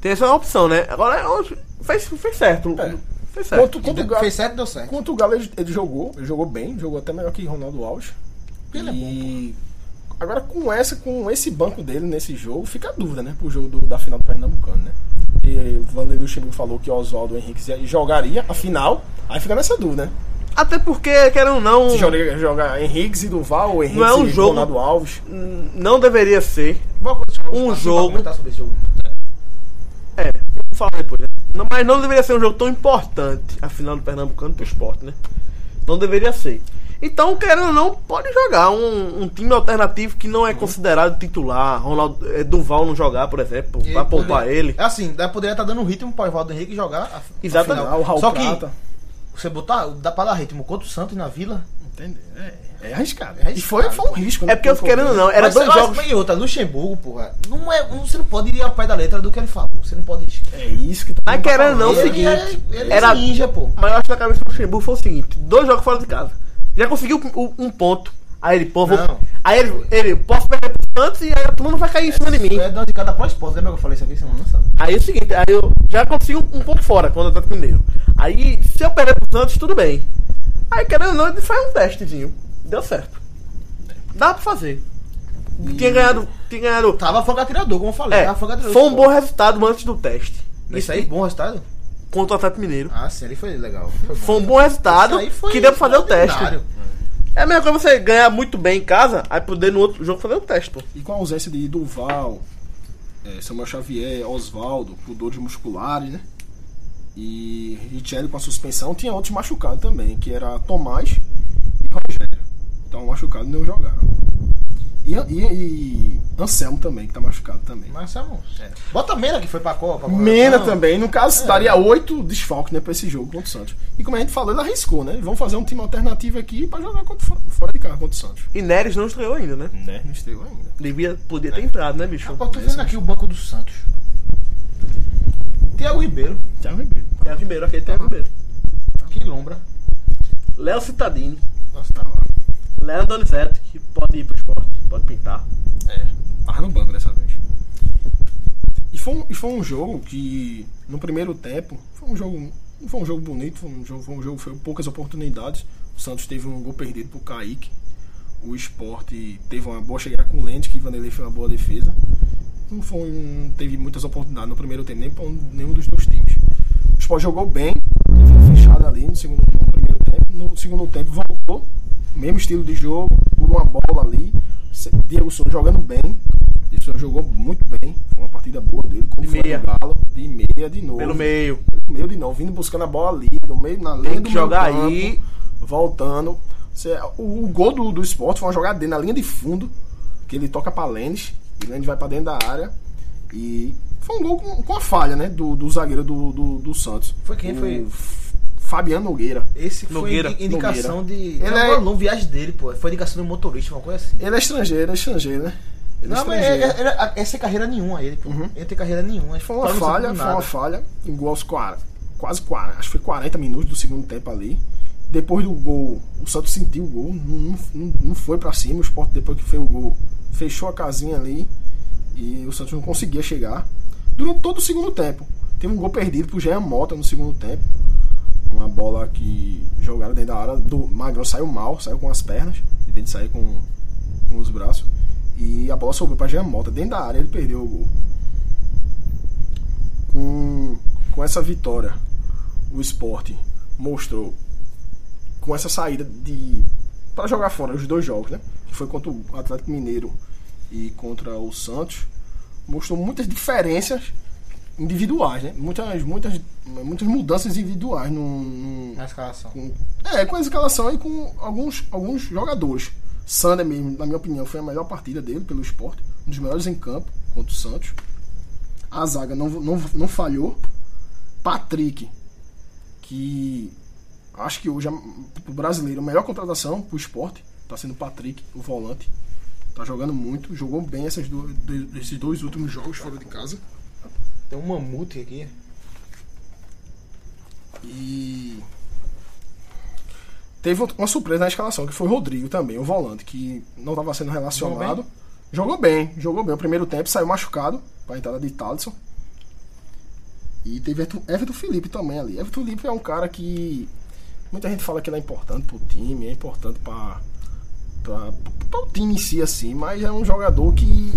[SPEAKER 2] Tem essa opção, né? Agora eu- fez, fez certo.
[SPEAKER 4] É.
[SPEAKER 2] Fez certo.
[SPEAKER 4] Contra, contra o Galo-
[SPEAKER 3] Fez certo, deu certo.
[SPEAKER 4] Quanto o Galo ele, ele jogou, ele jogou bem, jogou até melhor que Ronaldo Alves.
[SPEAKER 3] Ele é
[SPEAKER 4] e agora com essa, com esse banco dele nesse jogo, fica a dúvida, né, pro jogo do- da final do Pernambucano, né? E o Vanderlei Luxemburgo falou que o Oswaldo Henrique ia- jogaria a final, aí fica nessa dúvida, né?
[SPEAKER 2] Até porque, querendo ou não,
[SPEAKER 4] Se joga, joga Henrique e Duval, ou Henrique
[SPEAKER 2] Não é um
[SPEAKER 4] e
[SPEAKER 2] jogo-
[SPEAKER 4] Ronaldo Alves.
[SPEAKER 2] n- não deveria ser.
[SPEAKER 3] Boa coisa, deixa eu-
[SPEAKER 2] Um
[SPEAKER 3] pra
[SPEAKER 2] jogo.
[SPEAKER 3] comentar sobre esse jogo.
[SPEAKER 2] É, vamos falar depois, né? Não- mas não deveria ser um jogo tão importante a final do Pernambucano pro esporte, né? Não deveria ser. Então, querendo ou não, pode jogar um, um time alternativo que não é considerado titular. Ronaldo, é, Duval não jogar, por exemplo, pra poupar ele.
[SPEAKER 3] É assim, daí poderia estar dando ritmo para o Evaldo Henrique jogar. a- a
[SPEAKER 2] Exatamente.
[SPEAKER 4] Final, o Raul
[SPEAKER 3] Só que-
[SPEAKER 4] Prata.
[SPEAKER 3] Você botar, dá pra dar ritmo contra o Santos na vila.
[SPEAKER 4] Entendeu? É, é arriscado.
[SPEAKER 3] É arriscado.
[SPEAKER 4] E foi, foi um risco, né?
[SPEAKER 2] É porque, eu- querendo ou não, era
[SPEAKER 3] Mas
[SPEAKER 2] dois
[SPEAKER 3] você-
[SPEAKER 2] jogos.
[SPEAKER 3] mas E outra, Luxemburgo, porra. Não é, não- você não pode ir ao pé da letra do que ele falou. Você não pode.
[SPEAKER 4] É isso que tá.
[SPEAKER 2] Mas querendo ou não, é o
[SPEAKER 3] Ele
[SPEAKER 2] seguinte.
[SPEAKER 3] é- ele é
[SPEAKER 2] Era,
[SPEAKER 3] ninja, pô.
[SPEAKER 2] mas eu acho que na cabeça do Luxemburgo foi o seguinte: dois jogos fora de casa. Já conseguiu o- um ponto. Aí ele, pô, vou.
[SPEAKER 3] Não.
[SPEAKER 2] Aí ele, ele, posso perder pro Santos e aí a turma não vai cair em cima de mim.
[SPEAKER 3] É dando de cada pós pós. Lembra que eu falei isso aqui semana passada?
[SPEAKER 2] Aí é o seguinte, aí eu já consigo um ponto fora quando eu tô primeiro. Aí, se eu perder pro Santos, tudo bem. Aí, querendo ou não, ele faz um testezinho. Deu certo. Dá pra fazer. Tinha ganhado. Tinha ganhado.
[SPEAKER 3] Tava fogo atirador, como eu falei.
[SPEAKER 2] é,
[SPEAKER 3] tava fogo atirador.
[SPEAKER 2] foi um bom resultado antes do teste.
[SPEAKER 3] Isso aí, bom resultado?
[SPEAKER 2] Contra o Atlético Mineiro.
[SPEAKER 3] Ah, sim, ele
[SPEAKER 2] <laughs>
[SPEAKER 3] foi legal. Foi,
[SPEAKER 2] Foi um bom resultado
[SPEAKER 3] Isso aí foi
[SPEAKER 2] que deu pra fazer o teste.
[SPEAKER 3] ordinário.
[SPEAKER 2] É a mesma coisa você ganhar muito bem em casa, aí poder no outro jogo fazer o teste, pô.
[SPEAKER 4] E com a ausência de Duval, eh, Samuel Xavier, Oswaldo, por dores musculares, né? E Richelli com a suspensão, tinha outros machucados também, que era Tomás e Rogério. Então machucados não jogaram. E, e- e Anselmo também, que tá machucado também.
[SPEAKER 3] Mas tá bom. É. Bota Mena que foi pra Copa. agora.
[SPEAKER 4] Mena
[SPEAKER 3] Não.
[SPEAKER 4] também, no caso, daria oito desfalques né, pra esse jogo contra o Santos. E como a gente falou, ele arriscou, né? Vamos fazer um time alternativo aqui pra jogar contra, fo- fora de casa contra o Santos.
[SPEAKER 2] E Neres não estreou ainda, né?
[SPEAKER 4] Né? Não estreou ainda.
[SPEAKER 2] Devia, podia ter entrado, né, bicho?
[SPEAKER 3] Hum. Rapaz, tô vendo aqui o banco do Santos. Tiago Ribeiro.
[SPEAKER 4] Thiago Ribeiro.
[SPEAKER 2] Thiago Ribeiro, aquele Thiago Ribeiro.
[SPEAKER 3] Que lombra.
[SPEAKER 2] Léo Citadini.
[SPEAKER 4] Nossa, tá lá.
[SPEAKER 2] Léo Donizete, que pode ir pro esporte, pode pintar.
[SPEAKER 4] É, tava no banco dessa vez. E foi, um, e foi um jogo que, no primeiro tempo, foi um jogo. Não foi um jogo bonito, foi um jogo, foi um jogo, foi poucas oportunidades. O Santos teve um gol perdido pro Kaique. o esporte teve uma boa chegada com o Lente, que Vanderlei fez uma boa defesa. Não, foi, um, não teve muitas oportunidades no primeiro tempo, nem para nenhum dos dois times. O Sport jogou bem, teve uma fechada ali no, segundo, no primeiro tempo. No segundo tempo voltou, mesmo estilo de jogo, por uma bola ali. Se- Diego Souza jogando bem. Diego Souza jogou muito bem. Foi uma partida boa dele. Como
[SPEAKER 2] De
[SPEAKER 4] foi
[SPEAKER 2] meia.
[SPEAKER 4] no Galo, de meia de novo.
[SPEAKER 2] Pelo meio.
[SPEAKER 4] No meio de novo, vindo buscando a bola ali, no meio, na linha
[SPEAKER 2] Tem
[SPEAKER 4] do
[SPEAKER 2] que
[SPEAKER 4] meio
[SPEAKER 2] jogar
[SPEAKER 4] campo,
[SPEAKER 2] aí.
[SPEAKER 4] Voltando. Você- o, o gol do, do esporte foi uma jogada dele na linha de fundo, que ele toca pra Lendes, e Lendes vai pra dentro da área. E foi um gol com, com a falha, né, do, do zagueiro do, do, do Santos.
[SPEAKER 3] Foi quem?
[SPEAKER 4] O
[SPEAKER 3] Foi-
[SPEAKER 4] F- Fabiano Nogueira.
[SPEAKER 3] Esse foi
[SPEAKER 2] Nogueira.
[SPEAKER 3] indi- indicação de.
[SPEAKER 4] Ele
[SPEAKER 3] não,
[SPEAKER 4] é-
[SPEAKER 3] não, viagem dele, pô. Foi indicação do motorista, uma coisa assim.
[SPEAKER 4] Ele é estrangeiro, é estrangeiro, né? Ele é
[SPEAKER 3] Não, mas
[SPEAKER 4] estrangeiro.
[SPEAKER 3] ele- ele- a- essa é carreira nenhuma ele, pô.
[SPEAKER 4] Uhum.
[SPEAKER 3] Ele não tem carreira nenhuma. Tá
[SPEAKER 4] Foi uma falha, foi uma falha. Igual aos 40, quase 40, acho que foi 40 minutos do segundo tempo ali. Depois do gol, o Santos sentiu o gol, não, não, não foi pra cima. O Sport, depois que fez o gol, fechou a casinha ali e o Santos não conseguia chegar. Durante todo o segundo tempo, teve um gol perdido pro Jean Mota no segundo tempo. Uma bola que jogaram dentro da área do Magrão saiu mal, saiu com as pernas, em vez de sair com, com os braços. E a bola sobrou pra Jean Mota dentro da área, ele perdeu o gol com, com essa vitória, o esporte mostrou com essa saída de para jogar fora os dois jogos, né? Que foi contra o Atlético Mineiro e contra o Santos, mostrou muitas diferenças individuais, né? Muitas muitas muitas mudanças individuais no, no-
[SPEAKER 3] Na escalação.
[SPEAKER 4] com, é, com a escalação e com alguns, alguns jogadores. Sander mesmo, na minha opinião, foi a melhor partida dele pelo esporte. Um dos melhores em campo contra o Santos. A zaga não, não, não falhou. Patrick, que acho que hoje é o brasileiro, a melhor contratação pro esporte. Tá sendo o Patrick, o volante. Tá jogando muito, jogou bem essas duas- dois- esses dois últimos jogos fora de casa.
[SPEAKER 3] Tem um mamute aqui.
[SPEAKER 4] E teve uma surpresa na escalação, que foi o Rodrigo também, o volante, que não estava sendo relacionado. Jogou bem, jogou bem. O primeiro tempo saiu machucado para a entrada de Talisson. E teve Everton- Everton Felipe também ali. Everton Felipe é um cara que muita gente fala que ele é importante pro time, é importante para para o time em si assim, mas é um jogador que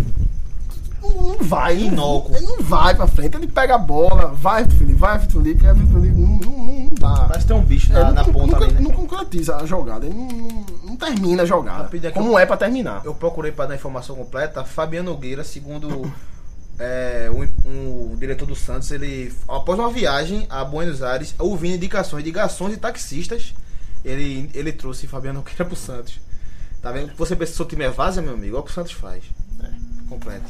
[SPEAKER 4] não não vai, não,
[SPEAKER 3] Inócuo.
[SPEAKER 4] ele não vai pra frente, ele pega a bola, vai Felipe, vai Felipe, Everton Felipe, não, não, não dá.
[SPEAKER 3] Parece que tem um bicho
[SPEAKER 4] É,
[SPEAKER 3] na,
[SPEAKER 4] não-
[SPEAKER 3] na
[SPEAKER 4] não-
[SPEAKER 3] ponta
[SPEAKER 4] não,
[SPEAKER 3] ali, né?
[SPEAKER 4] não concretiza a jogada, ele não, não- não termina a jogada.
[SPEAKER 3] Rapidinho aqui,
[SPEAKER 4] como é pra terminar?
[SPEAKER 3] Eu procurei para dar informação completa. Fabiano Nogueira, segundo <laughs> é, o, im- o diretor do Santos, ele após uma viagem a Buenos Aires, ouvindo indicações de garçons e taxistas, ele, ele trouxe Fabiano Nogueira pro Santos. Tá vendo? Você pensa que seu time é vaza, meu amigo? Olha o que o Santos faz. Complete.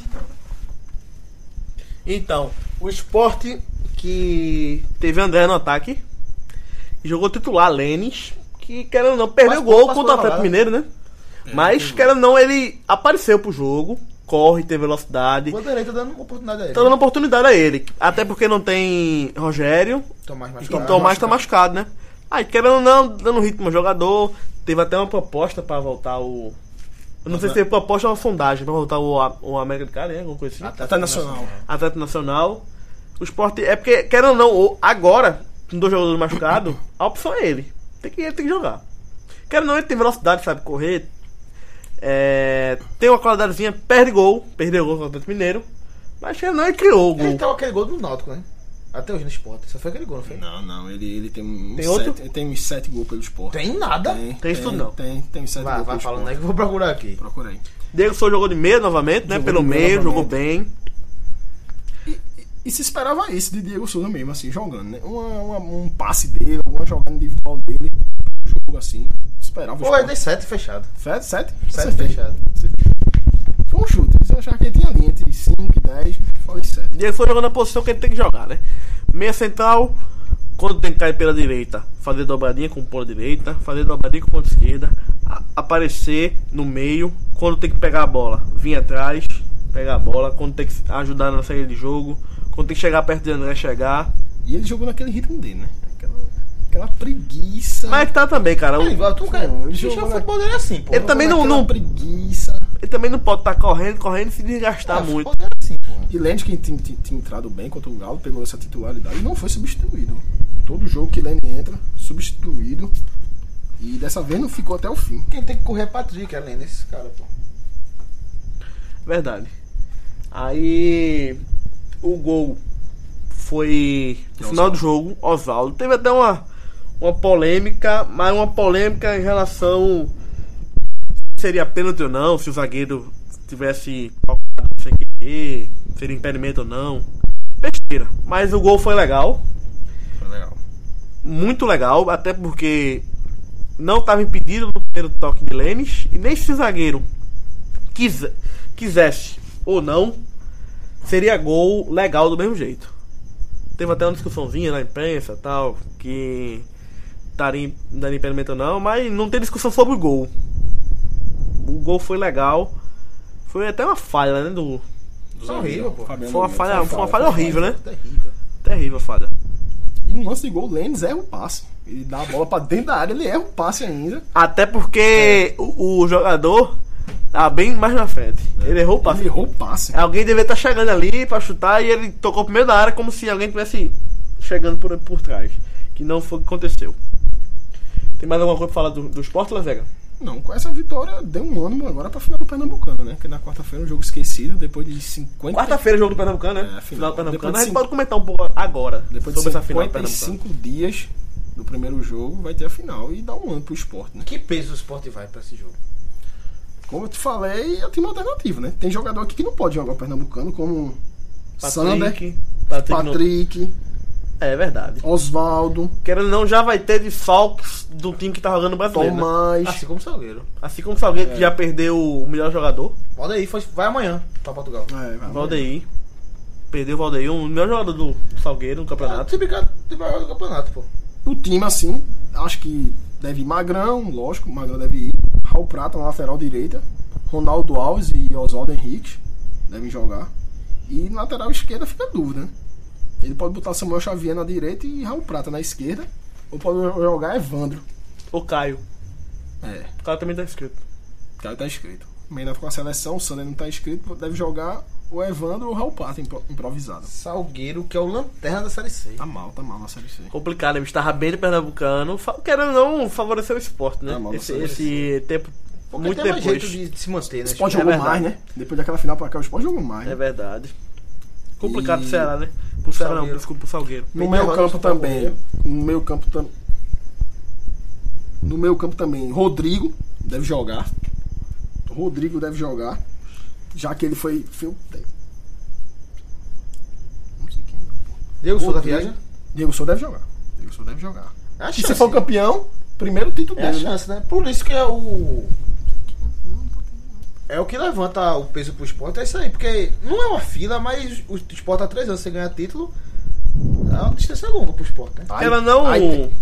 [SPEAKER 2] Então, o esporte que teve André no ataque. e Jogou titular Lênis. Que querendo ou não, perdeu o
[SPEAKER 3] Passou-
[SPEAKER 2] gol
[SPEAKER 3] passou
[SPEAKER 2] contra o
[SPEAKER 3] na
[SPEAKER 2] Atlético
[SPEAKER 3] rodada.
[SPEAKER 2] Mineiro, né? Mas, querendo ou não, ele apareceu pro jogo. Corre, tem velocidade.
[SPEAKER 3] O Vanderlei tá dando uma oportunidade a ele.
[SPEAKER 2] Tá dando oportunidade a ele. Até porque não tem Rogério.
[SPEAKER 3] Tomás
[SPEAKER 2] E
[SPEAKER 4] é
[SPEAKER 3] machucado.
[SPEAKER 2] o Tomás tá machucado, né? Aí, querendo ou não, dando ritmo ao jogador. Teve até uma proposta pra voltar o. Eu não sei se teve proposta ou uma sondagem pra voltar o, o América de Cali, né? Alguma coisa assim.
[SPEAKER 4] Até nacional.
[SPEAKER 2] Atlético Nacional. O esporte. É porque, querendo ou não, o- agora, com dois jogadores machucados, a opção é ele. Tem que, ele tem que jogar. Querendo ou não, ele tem velocidade, sabe correr. É, tem uma qualidadezinha, perde gol. Perdeu gol contra o Atlético Mineiro. Mas querendo ou não, ele criou o gol.
[SPEAKER 4] Então-
[SPEAKER 3] Ele tava aquele gol do Náutico, né? Até hoje no esporte. Só foi aquele gol, não foi?
[SPEAKER 4] Não, não, ele, ele tem, uns
[SPEAKER 2] Tem
[SPEAKER 4] sete,
[SPEAKER 2] outro?
[SPEAKER 4] ele tem uns sete gols pelo esporte.
[SPEAKER 3] Tem nada.
[SPEAKER 2] Tem isso não.
[SPEAKER 4] Tem, tem uns sete
[SPEAKER 3] Vai,
[SPEAKER 4] gols
[SPEAKER 3] vai
[SPEAKER 4] pelo
[SPEAKER 3] falando aí
[SPEAKER 4] esporte.
[SPEAKER 3] que eu vou procurar aqui.
[SPEAKER 4] Procurei.
[SPEAKER 2] Diego Souza jogou de meio novamente, né?
[SPEAKER 4] Jogou
[SPEAKER 2] Pelo
[SPEAKER 4] de meio
[SPEAKER 2] meio, jogou
[SPEAKER 4] novamente.
[SPEAKER 2] bem.
[SPEAKER 4] E se esperava isso de Diego Souza mesmo, assim, jogando, né? Uma- uma- um passe dele, alguma jogada individual dele, um jogo assim. Esperava
[SPEAKER 3] Pô, é
[SPEAKER 4] esporte.
[SPEAKER 3] 17 fechado.
[SPEAKER 4] Sete? Sete?
[SPEAKER 2] é
[SPEAKER 3] Sete
[SPEAKER 4] Acertei.
[SPEAKER 3] fechado.
[SPEAKER 4] Foi um chute. Eu achava que ele tinha ali entre 5 e 10. Falei sete.
[SPEAKER 2] Diego Souza jogando na posição que ele tem que jogar, né? Meia central, quando tem que cair pela direita, fazer dobradinha com ponta direita, fazer dobradinha com ponta esquerda, a- aparecer no meio, quando tem que pegar a bola, vir atrás, pegar a bola, quando tem que ajudar na saída de jogo, quando tem que chegar perto de André, chegar.
[SPEAKER 4] E ele jogou naquele ritmo dele, né? Aquela, aquela preguiça.
[SPEAKER 2] Mas é que tá também, cara.
[SPEAKER 3] É
[SPEAKER 2] o-
[SPEAKER 3] igual, tu, cara.
[SPEAKER 4] Não, ele
[SPEAKER 3] Xixi,
[SPEAKER 4] jogou
[SPEAKER 3] O
[SPEAKER 4] na-
[SPEAKER 3] futebol dele é assim, pô.
[SPEAKER 2] Ele também não-
[SPEAKER 4] Aquela
[SPEAKER 2] não-
[SPEAKER 4] preguiça.
[SPEAKER 2] Ele também não pode estar correndo, correndo e se desgastar
[SPEAKER 3] O
[SPEAKER 2] muito.
[SPEAKER 3] futebol dele é assim, pô.
[SPEAKER 4] E Lendes, que tinha, tinha- tinha entrado bem contra o Galo, pegou essa titularidade e não foi substituído. Todo jogo que Lendes entra, substituído. E dessa vez não ficou até o fim.
[SPEAKER 3] Quem tem que correr é Patrick, além desses caras, pô.
[SPEAKER 2] Verdade. Aí o gol foi no final do jogo, Oswaldo. Teve até uma, uma polêmica, mas uma polêmica em relação se seria pênalti ou não, se o zagueiro tivesse tocado não sei o quê, seria impedimento ou não. Besteira. Mas o gol foi legal,
[SPEAKER 5] Foi legal.
[SPEAKER 2] muito legal, até porque não estava impedido no primeiro toque de Lênis, e nem se o zagueiro quis- quisesse ou não, seria gol legal do mesmo jeito. Teve até uma discussãozinha na imprensa e tal, que estaria em- não daria impedimento ou não, mas não tem discussão sobre o gol. O gol foi legal. Foi até uma falha, né? Do,
[SPEAKER 5] Dos
[SPEAKER 3] horrível, pô.
[SPEAKER 5] Fabiano
[SPEAKER 2] foi uma
[SPEAKER 5] Lima.
[SPEAKER 2] falha, foi uma falha horrível, né?
[SPEAKER 3] É Terrível.
[SPEAKER 2] Terrível a falha.
[SPEAKER 4] E no lance de gol, o Lênis erra o passe. Ele dá a bola pra dentro da área, ele erra o passe ainda.
[SPEAKER 2] Até porque o, o jogador tá bem mais na frente.
[SPEAKER 4] É.
[SPEAKER 2] Ele errou o passe.
[SPEAKER 4] Ele errou o passe.
[SPEAKER 2] Alguém deveria estar chegando ali pra chutar e ele tocou pro meio da área como se alguém tivesse chegando por, por trás. Que não foi o que aconteceu. Tem mais alguma coisa pra falar do, do esporte, Lavega?
[SPEAKER 4] Não, com essa vitória deu um ânimo agora pra final do Pernambucano, né? Porque na quarta-feira é um jogo esquecido, depois de 50.
[SPEAKER 2] Quarta-feira, jogo do Pernambucano, né?
[SPEAKER 4] É, final.
[SPEAKER 2] final do
[SPEAKER 4] Depois
[SPEAKER 2] Pernambucano.
[SPEAKER 4] de
[SPEAKER 2] A gente
[SPEAKER 4] cinco-
[SPEAKER 2] pode comentar um pouco agora
[SPEAKER 4] Depois de
[SPEAKER 2] sobre essa final do
[SPEAKER 4] 55
[SPEAKER 2] Pernambucano.
[SPEAKER 4] dias do primeiro jogo, vai ter a final e dá um ano pro esporte, né?
[SPEAKER 3] Que peso o esporte vai pra esse jogo?
[SPEAKER 4] Como eu te falei, é time alternativo, né? Tem jogador aqui que não pode jogar o Pernambucano, como Sander,
[SPEAKER 2] Patrick, Patrick, não-
[SPEAKER 4] né? Patrick,
[SPEAKER 2] É verdade.
[SPEAKER 4] Oswaldo,
[SPEAKER 2] Querendo ou não, já vai ter desfalques do time que tá jogando o brasileiro. né?
[SPEAKER 4] Tomás.
[SPEAKER 3] Assim como o Salgueiro.
[SPEAKER 2] Assim como o
[SPEAKER 4] É.
[SPEAKER 2] Salgueiro que já perdeu o melhor jogador,
[SPEAKER 3] Pode aí, foi- vai amanhã pra Portugal.
[SPEAKER 4] É, vai.
[SPEAKER 2] Valdeir. Perdeu o Valdeir, um melhor jogador do do Salgueiro no
[SPEAKER 3] Ah,
[SPEAKER 2] campeonato.
[SPEAKER 3] se brincar, tem maior do campeonato, pô.
[SPEAKER 4] O time, assim, acho que deve ir Magrão, lógico, Magrão deve ir. Raul Prata na lateral direita. Ronaldo Alves e Oswaldo Henrique devem jogar. E na lateral esquerda fica dúvida, né? Ele pode botar Samuel Xavier na direita e Raul Prata na esquerda. Ou pode jogar Evandro.
[SPEAKER 2] O Caio.
[SPEAKER 4] É,
[SPEAKER 2] O cara também tá inscrito.
[SPEAKER 4] o cara tá escrito. Meio com a seleção, o Sander não tá escrito, deve jogar o Evandro ou o Raul Prata impro- improvisado.
[SPEAKER 3] Salgueiro, que é o lanterna da Série C.
[SPEAKER 4] Tá mal, tá mal na série C.
[SPEAKER 2] Complicado, né? bicho? Tava bem de Pernambucano. Fa- Querendo ou não, favoreceu o esporte, né?
[SPEAKER 4] Ah, mas
[SPEAKER 2] esse,
[SPEAKER 4] você-
[SPEAKER 2] esse tempo.
[SPEAKER 3] É, Porque
[SPEAKER 2] muito
[SPEAKER 3] tem
[SPEAKER 2] depois.
[SPEAKER 3] mais jeito de se manter, né?
[SPEAKER 4] O Sport
[SPEAKER 2] É
[SPEAKER 4] jogou
[SPEAKER 2] verdade.
[SPEAKER 4] mais, né? Depois daquela final pra cá, o Sport jogou mais.
[SPEAKER 2] É
[SPEAKER 4] né?
[SPEAKER 2] verdade. Complicado
[SPEAKER 4] E-
[SPEAKER 2] pro Ceará, né? Pro Ceará não,
[SPEAKER 3] Salgueiro.
[SPEAKER 2] desculpa, pro Salgueiro.
[SPEAKER 4] No
[SPEAKER 3] Bem
[SPEAKER 4] meio
[SPEAKER 3] derrota
[SPEAKER 4] campo
[SPEAKER 3] do São Paulo,
[SPEAKER 4] também.
[SPEAKER 3] né?
[SPEAKER 4] No meio campo também. No meio campo também. Rodrigo deve jogar. Rodrigo deve jogar. Já que ele foi. foi o- Não sei quem é, não, pô.
[SPEAKER 3] Diego Souza
[SPEAKER 4] Rodrigo.
[SPEAKER 3] viaja?
[SPEAKER 4] Diego Souza deve jogar. Diego Souza deve jogar.
[SPEAKER 3] É a
[SPEAKER 4] E
[SPEAKER 3] chance.
[SPEAKER 4] se for campeão, primeiro título
[SPEAKER 3] É a
[SPEAKER 4] dele. né?
[SPEAKER 3] chance, né? Por isso que é o. É o que levanta o peso pro esporte, é isso aí. Porque não é uma fila, mas o esporte há três anos você ganha título. É uma distância longa pro esporte, né?
[SPEAKER 4] Aí-
[SPEAKER 2] Ela não.
[SPEAKER 4] aí tem-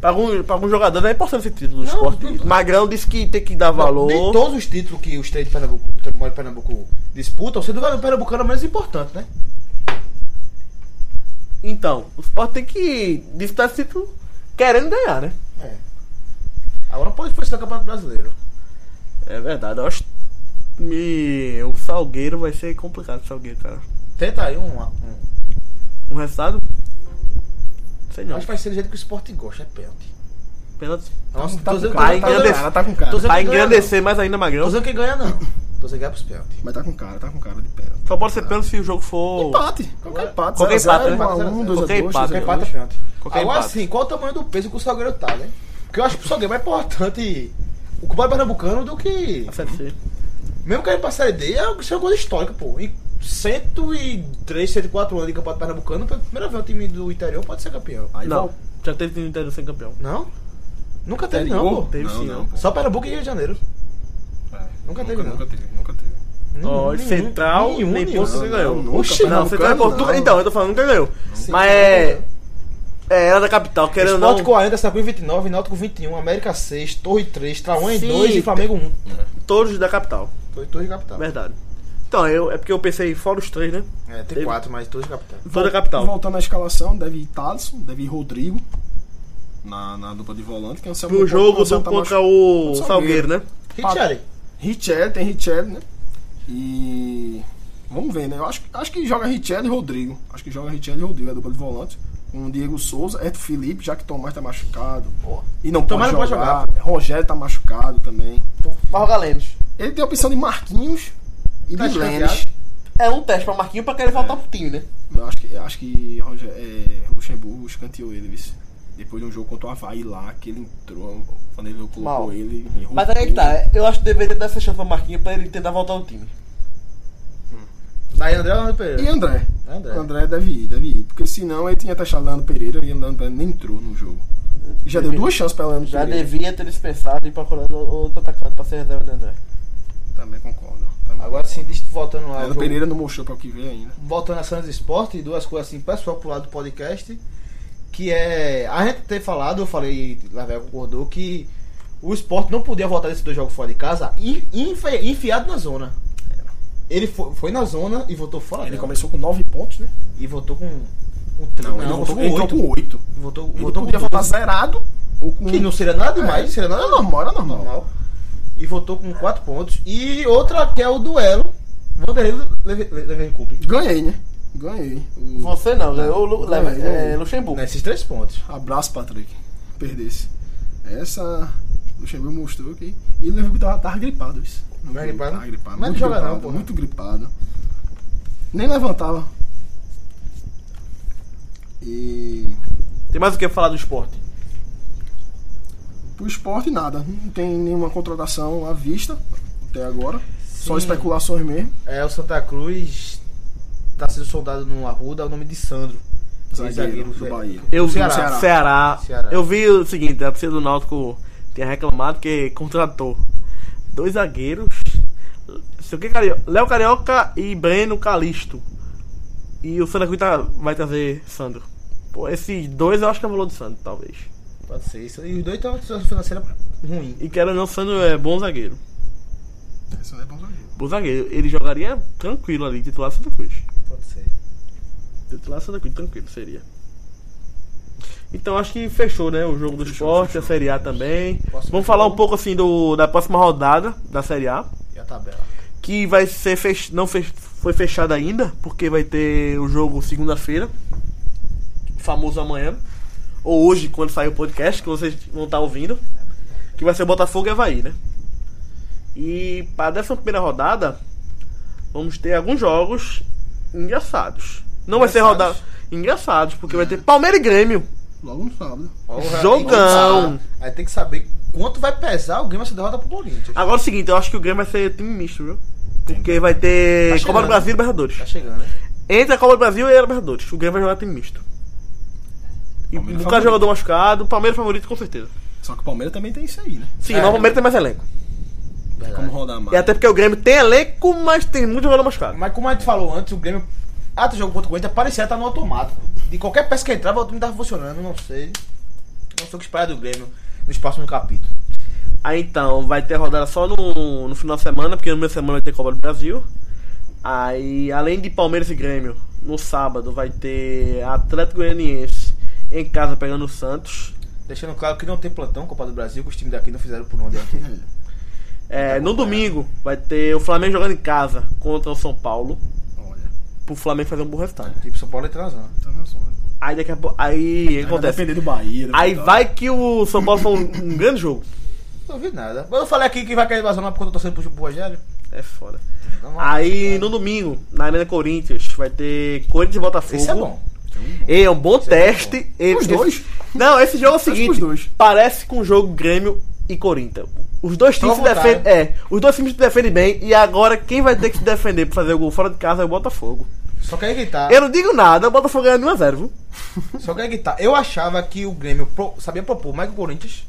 [SPEAKER 2] Pra algum, pra algum jogador não é importante esse título do
[SPEAKER 3] Não,
[SPEAKER 2] esporte.
[SPEAKER 3] não-
[SPEAKER 2] Magrão disse que tem que dar valor.
[SPEAKER 3] De todos os títulos que os três de Pernambuco, o Tribunal de Pernambuco disputam, sendo o Pernambucano é o menos importante, né?
[SPEAKER 2] Então, o Sport tem que disputar esse título querendo ganhar, né?
[SPEAKER 3] É. Agora não pode forçar o Campeonato Brasileiro.
[SPEAKER 2] É verdade. Eu acho. Me... O Salgueiro vai ser complicado, o Salgueiro, cara.
[SPEAKER 3] Tenta aí um. um-
[SPEAKER 2] Um resultado? Sei não.
[SPEAKER 3] Mas vai ser do jeito que é o esporte gosta, é pênalti.
[SPEAKER 2] Pênalti.
[SPEAKER 3] Nossa,
[SPEAKER 4] tá
[SPEAKER 3] tô
[SPEAKER 4] com
[SPEAKER 3] dizendo
[SPEAKER 2] cara,
[SPEAKER 3] que
[SPEAKER 2] tá
[SPEAKER 3] ganha-
[SPEAKER 2] engrandece-
[SPEAKER 4] Ela tá com cara.
[SPEAKER 3] tô dizendo
[SPEAKER 2] Pra
[SPEAKER 3] que ganha, não.
[SPEAKER 2] engrandecer mais ainda
[SPEAKER 3] Tô
[SPEAKER 2] Magrão.
[SPEAKER 3] dizendo que ganha, não. Tô dizendo que ganha pros pênaltis.
[SPEAKER 4] Mas tá com cara, tá com cara de pé.
[SPEAKER 2] Só pode ser pênalti se o jogo for.
[SPEAKER 4] Empate. Qualquer empate.
[SPEAKER 2] Qualquer empate, né?
[SPEAKER 4] 1x1, 2x2.
[SPEAKER 2] Qualquer empate,
[SPEAKER 3] Qualquer empate é pênalti. Agora sim, qual o tamanho do peso que o Salgueiro tá, né? Porque eu acho que o Salgueiro é mais importante o Cubano Pernambucano do que.
[SPEAKER 2] A Série C.
[SPEAKER 3] Mesmo que ele pra Série D, é- isso é uma coisa histórica, pô. E 103, 104 anos de Campeonato Pernambucano, pela primeira vez o time do interior pode ser campeão.
[SPEAKER 4] É,
[SPEAKER 3] Aí
[SPEAKER 2] Não.
[SPEAKER 3] volta.
[SPEAKER 2] Já teve time inteiro sem campeão.
[SPEAKER 3] Não? Nunca teve, não, pô.
[SPEAKER 2] Teve sim, não.
[SPEAKER 3] Só Pernambuco e Rio de Janeiro. Nunca teve, não.
[SPEAKER 5] Nunca teve, nunca teve.
[SPEAKER 2] Ó,
[SPEAKER 3] Nenhum,
[SPEAKER 2] Central,
[SPEAKER 3] nenhum,
[SPEAKER 2] nem
[SPEAKER 3] nenhum.
[SPEAKER 2] Porto nunca
[SPEAKER 4] não,
[SPEAKER 2] ganhou.
[SPEAKER 4] não,
[SPEAKER 2] Oxi, não,
[SPEAKER 4] Pernambucano,
[SPEAKER 2] Central e Porto.
[SPEAKER 4] não.
[SPEAKER 2] Então, eu tô falando, nunca ganhou.
[SPEAKER 3] Sim,
[SPEAKER 2] Mas
[SPEAKER 3] nunca
[SPEAKER 2] é.
[SPEAKER 3] ganhou.
[SPEAKER 2] É, era da capital, querendo ou não.
[SPEAKER 3] Esporte 40, Sapuí 29, Náutico 21, América 6, Torre 3, Trauan
[SPEAKER 2] Sim,
[SPEAKER 3] 2 e
[SPEAKER 2] tem-
[SPEAKER 3] Flamengo 1.
[SPEAKER 2] Todos da capital. é
[SPEAKER 3] Foi Torre de capital.
[SPEAKER 2] Verdade. Então, eu, é porque eu pensei fora os três, né?
[SPEAKER 3] É, tem
[SPEAKER 2] Teve.
[SPEAKER 3] 4, mas Torre de capital.
[SPEAKER 2] Toda a capital.
[SPEAKER 4] Voltando à escalação, deve ir Thaleson, deve ir Rodrigo na, na dupla de volante, que é o Samuel.
[SPEAKER 2] Pro jogo
[SPEAKER 4] Samuel
[SPEAKER 2] do
[SPEAKER 4] tá
[SPEAKER 2] contra
[SPEAKER 4] machu-
[SPEAKER 2] o Salgueiro,
[SPEAKER 4] Salgueiro.
[SPEAKER 2] né?
[SPEAKER 3] Richelli.
[SPEAKER 4] Richelli, tem Richelli, né? E. Vamos ver, né? Eu acho, acho que joga Richelli e Rodrigo. Acho que joga Richelli e Rodrigo, a dupla de volante. com o Diego Souza, Eto Felipe, já que Tomás tá machucado. E não
[SPEAKER 3] Tomás
[SPEAKER 4] pode,
[SPEAKER 3] não pode
[SPEAKER 4] jogar. Rogério tá machucado também.
[SPEAKER 2] Barroga Lemos.
[SPEAKER 4] Ele tem a opção de Marquinhos e
[SPEAKER 3] Tá
[SPEAKER 4] de Lênis.
[SPEAKER 3] escanteado.
[SPEAKER 2] É um teste pra Marquinhos pra querer voltar pro time, né?
[SPEAKER 4] Eu acho que, acho que Roger, é, Luxemburgo escanteou ele, vice. Depois de um jogo contra o Havaí lá, que ele entrou, quando ele colocou
[SPEAKER 2] Mal.
[SPEAKER 4] ele. errou
[SPEAKER 2] Mas aí é que
[SPEAKER 4] tudo.
[SPEAKER 2] tá, eu acho que deveria dar essa chance pra Marquinhos pra ele tentar voltar no time.
[SPEAKER 3] Daí André ou Leandro
[SPEAKER 4] E
[SPEAKER 3] né, Pereira?
[SPEAKER 4] André?
[SPEAKER 3] André.
[SPEAKER 4] André deve ir, deve ir. Porque senão ele tinha taxado Leandro Pereira e Leandro Pereira nem entrou no jogo. E já deu
[SPEAKER 2] Deve-
[SPEAKER 4] duas chances pra Leandro
[SPEAKER 2] Já
[SPEAKER 4] Pereira.
[SPEAKER 2] devia ter dispensado e procurando outro atacante pra ser reserva do André.
[SPEAKER 4] Também concordo. Também.
[SPEAKER 3] Agora sim, dis- voltando lá. ao
[SPEAKER 4] Leandro
[SPEAKER 3] jogo.
[SPEAKER 4] Pereira não mostrou pra o que veio ainda.
[SPEAKER 3] voltando a Santos Esporte, duas coisas assim, pessoal pro lado do podcast, que é. A gente ter falado, eu falei, Lavé concordou, que o esporte não podia voltar desses dois jogos fora de casa e enfi- enfiado na zona. Ele foi, foi na zona e votou fora.
[SPEAKER 4] Ele
[SPEAKER 3] dela.
[SPEAKER 4] começou com nove pontos, né?
[SPEAKER 3] E votou com. Um tri-
[SPEAKER 4] Não, ele voltou- ele entrou com oito.
[SPEAKER 3] Votou,
[SPEAKER 4] Ele
[SPEAKER 3] votou
[SPEAKER 4] podia
[SPEAKER 3] com
[SPEAKER 4] voltar zerado ou com.
[SPEAKER 3] Que não seria nada demais, seria nada
[SPEAKER 4] É normal, era normal.
[SPEAKER 3] normal. E votou com quatro pontos. E outra que é o duelo. Vanderlei Leve- Leve- Leverkusen.
[SPEAKER 4] Ganhei, né? Ganhei. O-
[SPEAKER 2] Você não, ganhou o Lu-
[SPEAKER 4] Não,
[SPEAKER 2] Leve-
[SPEAKER 4] eu-
[SPEAKER 2] é, Luxemburgo.
[SPEAKER 3] Nesses Né, três pontos.
[SPEAKER 4] Abraço, Patrick. Perdesse. Essa. O Luxemburgo mostrou um que. E o Leverkusen tava, tava gripado, isso. Não
[SPEAKER 3] Tá
[SPEAKER 4] jogo,
[SPEAKER 3] gripado?
[SPEAKER 4] Tava gripado.
[SPEAKER 3] Mas não
[SPEAKER 4] muito
[SPEAKER 3] joga não,
[SPEAKER 4] gripado,
[SPEAKER 3] porra.
[SPEAKER 4] Muito gripado. Nem levantava. E.
[SPEAKER 2] Tem mais o que falar do esporte?
[SPEAKER 4] Pro esporte, nada. Não tem nenhuma contratação à vista até agora. Só especulações mesmo.
[SPEAKER 3] É, o Santa Cruz tá sendo soldado no Arruda, é o nome de Sandro.
[SPEAKER 4] Zagueiro do
[SPEAKER 3] Zé-
[SPEAKER 4] Bahia.
[SPEAKER 2] Eu vi
[SPEAKER 4] Ceará.
[SPEAKER 2] o Ceará. Ceará.
[SPEAKER 3] Ceará.
[SPEAKER 2] Eu vi o seguinte, a torcida do Náutico tinha reclamado que contratou dois zagueiros. Sei o que, Cario- Léo Carioca e Breno Calisto. E o Santa Cruz tá- vai trazer Sandro. Pô, esses dois eu acho que é o valor do Sandro, talvez.
[SPEAKER 3] Pode ser isso. E os dois estão com situação financeira ruim.
[SPEAKER 2] E quero ou não, o Sandro é bom zagueiro.
[SPEAKER 4] Essa é bom zagueiro.
[SPEAKER 2] Bom zagueiro. Ele jogaria tranquilo ali, titular Santa Cruz.
[SPEAKER 3] Pode ser.
[SPEAKER 2] Titular Santa Cruz, tranquilo, seria. Então acho que fechou, né? O jogo do esporte, a Série A também. Vamos
[SPEAKER 3] Posso fechar?
[SPEAKER 2] falar um pouco assim do, da próxima rodada da Série A.
[SPEAKER 3] E a tabela?
[SPEAKER 2] Que vai ser fech... não fech... foi fechada ainda, porque vai ter o jogo segunda-feira. Famoso amanhã. Ou hoje, quando sair o podcast, que vocês vão estar ouvindo. Que vai ser Botafogo e Havaí, né? E para essa primeira rodada, vamos ter alguns jogos engraçados. Não vai ser rodada.
[SPEAKER 3] Engraçados.
[SPEAKER 2] Engraçados, porque vai ter Palmeiras e Grêmio.
[SPEAKER 4] Logo no sábado.
[SPEAKER 2] Jogão!
[SPEAKER 3] Aí tem que saber quanto vai pesar o Grêmio essa derrota pro Corinthians.
[SPEAKER 2] Agora é o seguinte, eu acho que o Grêmio vai ser time misto, viu? Porque vai ter
[SPEAKER 3] Tá
[SPEAKER 2] Copa do
[SPEAKER 3] chegando.
[SPEAKER 2] Brasil e Libertadores.
[SPEAKER 3] Tá chegando, né?
[SPEAKER 2] Entre a Copa do Brasil e a Libertadores. O Grêmio vai jogar time misto. E
[SPEAKER 4] Palmeiras
[SPEAKER 2] um
[SPEAKER 4] favorito.
[SPEAKER 2] jogador machucado, Palmeiras favorito com certeza.
[SPEAKER 4] Só que o Palmeiras também tem isso aí, né?
[SPEAKER 2] Sim,
[SPEAKER 3] É.
[SPEAKER 2] mas o Palmeiras tem mais elenco.
[SPEAKER 4] Como rodar mais.
[SPEAKER 2] É. E até porque o Grêmio tem elenco, mas tem muito jogador machucado.
[SPEAKER 3] Mas como a gente falou antes, o Grêmio. Até o jogo contra o Corinthians parecia estar no automático. De qualquer peça que entrava, o time tava funcionando, não sei. Não sei o que esperar do Grêmio nos próximos capítulos.
[SPEAKER 2] Aí então, vai ter rodada só no, no final de semana, porque no meio de semana vai ter Copa do Brasil. Aí, além de Palmeiras e Grêmio, no sábado vai ter Atlético Goianiense em casa pegando o Santos.
[SPEAKER 3] Deixando claro que não tem plantão Copa do Brasil, que os times daqui não fizeram por onde aqui.
[SPEAKER 2] É, no domingo vai ter o Flamengo jogando em casa contra o São Paulo.
[SPEAKER 4] Olha,
[SPEAKER 2] Pro Flamengo fazer um bom resultado.
[SPEAKER 3] Tipo, São Paulo entra na zona.
[SPEAKER 4] tá na zona.
[SPEAKER 2] Aí daqui a pouco. Aí
[SPEAKER 4] Vai
[SPEAKER 2] acontece.
[SPEAKER 4] depender do Bahia. né? do
[SPEAKER 2] Aí
[SPEAKER 4] Vitória.
[SPEAKER 2] vai que o São Paulo foi um, um grande jogo.
[SPEAKER 3] Não vi nada. Mas eu falei aqui que vai cair na zona porque eu tô torcendo pro pro Rogério.
[SPEAKER 2] É foda.
[SPEAKER 3] Não,
[SPEAKER 2] Aí no domingo, na Arena Corinthians, vai ter Corinthians e Botafogo.
[SPEAKER 3] Isso é bom.
[SPEAKER 2] E é um bom teste. E-
[SPEAKER 4] Os
[SPEAKER 2] esse-
[SPEAKER 4] dois.
[SPEAKER 2] Não, esse jogo é o seguinte.
[SPEAKER 4] os dois.
[SPEAKER 2] Parece com o jogo Grêmio e Corinthians. Os dois times se
[SPEAKER 3] Vamos voltar,
[SPEAKER 2] defendem. É, os dois times se defendem bem. E agora quem vai ter que se defender pra fazer o gol fora de casa é o Botafogo.
[SPEAKER 3] Só que aí que tá.
[SPEAKER 2] Eu não digo nada, o Botafogo ganha 1x0, viu?
[SPEAKER 3] Só que aí que tá. Eu achava que o Grêmio pro- sabia propor mais que o Corinthians.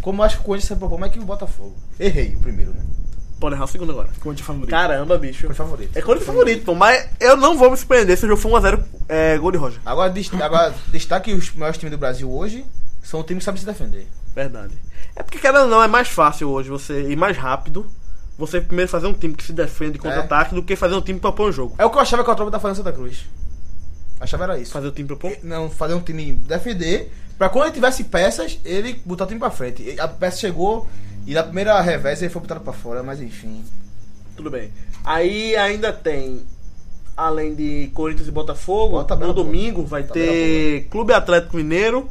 [SPEAKER 3] Como eu acho que o Corinthians sabia propor mais que o Botafogo. Errei o primeiro, né?
[SPEAKER 2] Pode errar o segundo agora.
[SPEAKER 4] Conte favorito.
[SPEAKER 2] Caramba, bicho.
[SPEAKER 3] Foi favorito.
[SPEAKER 2] É Corinthians favorito, pô, mas eu não vou me surpreender se o jogo for 1x0 é, gol de Roger.
[SPEAKER 3] Agora, dest- agora destaque os maiores times do Brasil hoje são o time que sabe se defender.
[SPEAKER 2] Verdade. É porque, querendo ou não, é mais fácil hoje você ir mais rápido. Você primeiro fazer um time que se defende contra-ataque do que fazer um time que propõe o jogo.
[SPEAKER 3] É o que eu achava que o Tropa tá fazendo em Santa Cruz. Achava era isso.
[SPEAKER 2] Fazer o time propõe.
[SPEAKER 3] Não, fazer um time defender. Pra quando ele tivesse peças, ele botar o time pra frente. E A peça chegou e na primeira revés ele foi botado pra fora, mas enfim.
[SPEAKER 2] Tudo bem. Aí ainda tem além de Corinthians e Botafogo,
[SPEAKER 3] Ó, tabela
[SPEAKER 2] no
[SPEAKER 3] boa.
[SPEAKER 2] domingo vai
[SPEAKER 3] Tabela
[SPEAKER 2] ter Clube Atlético Mineiro,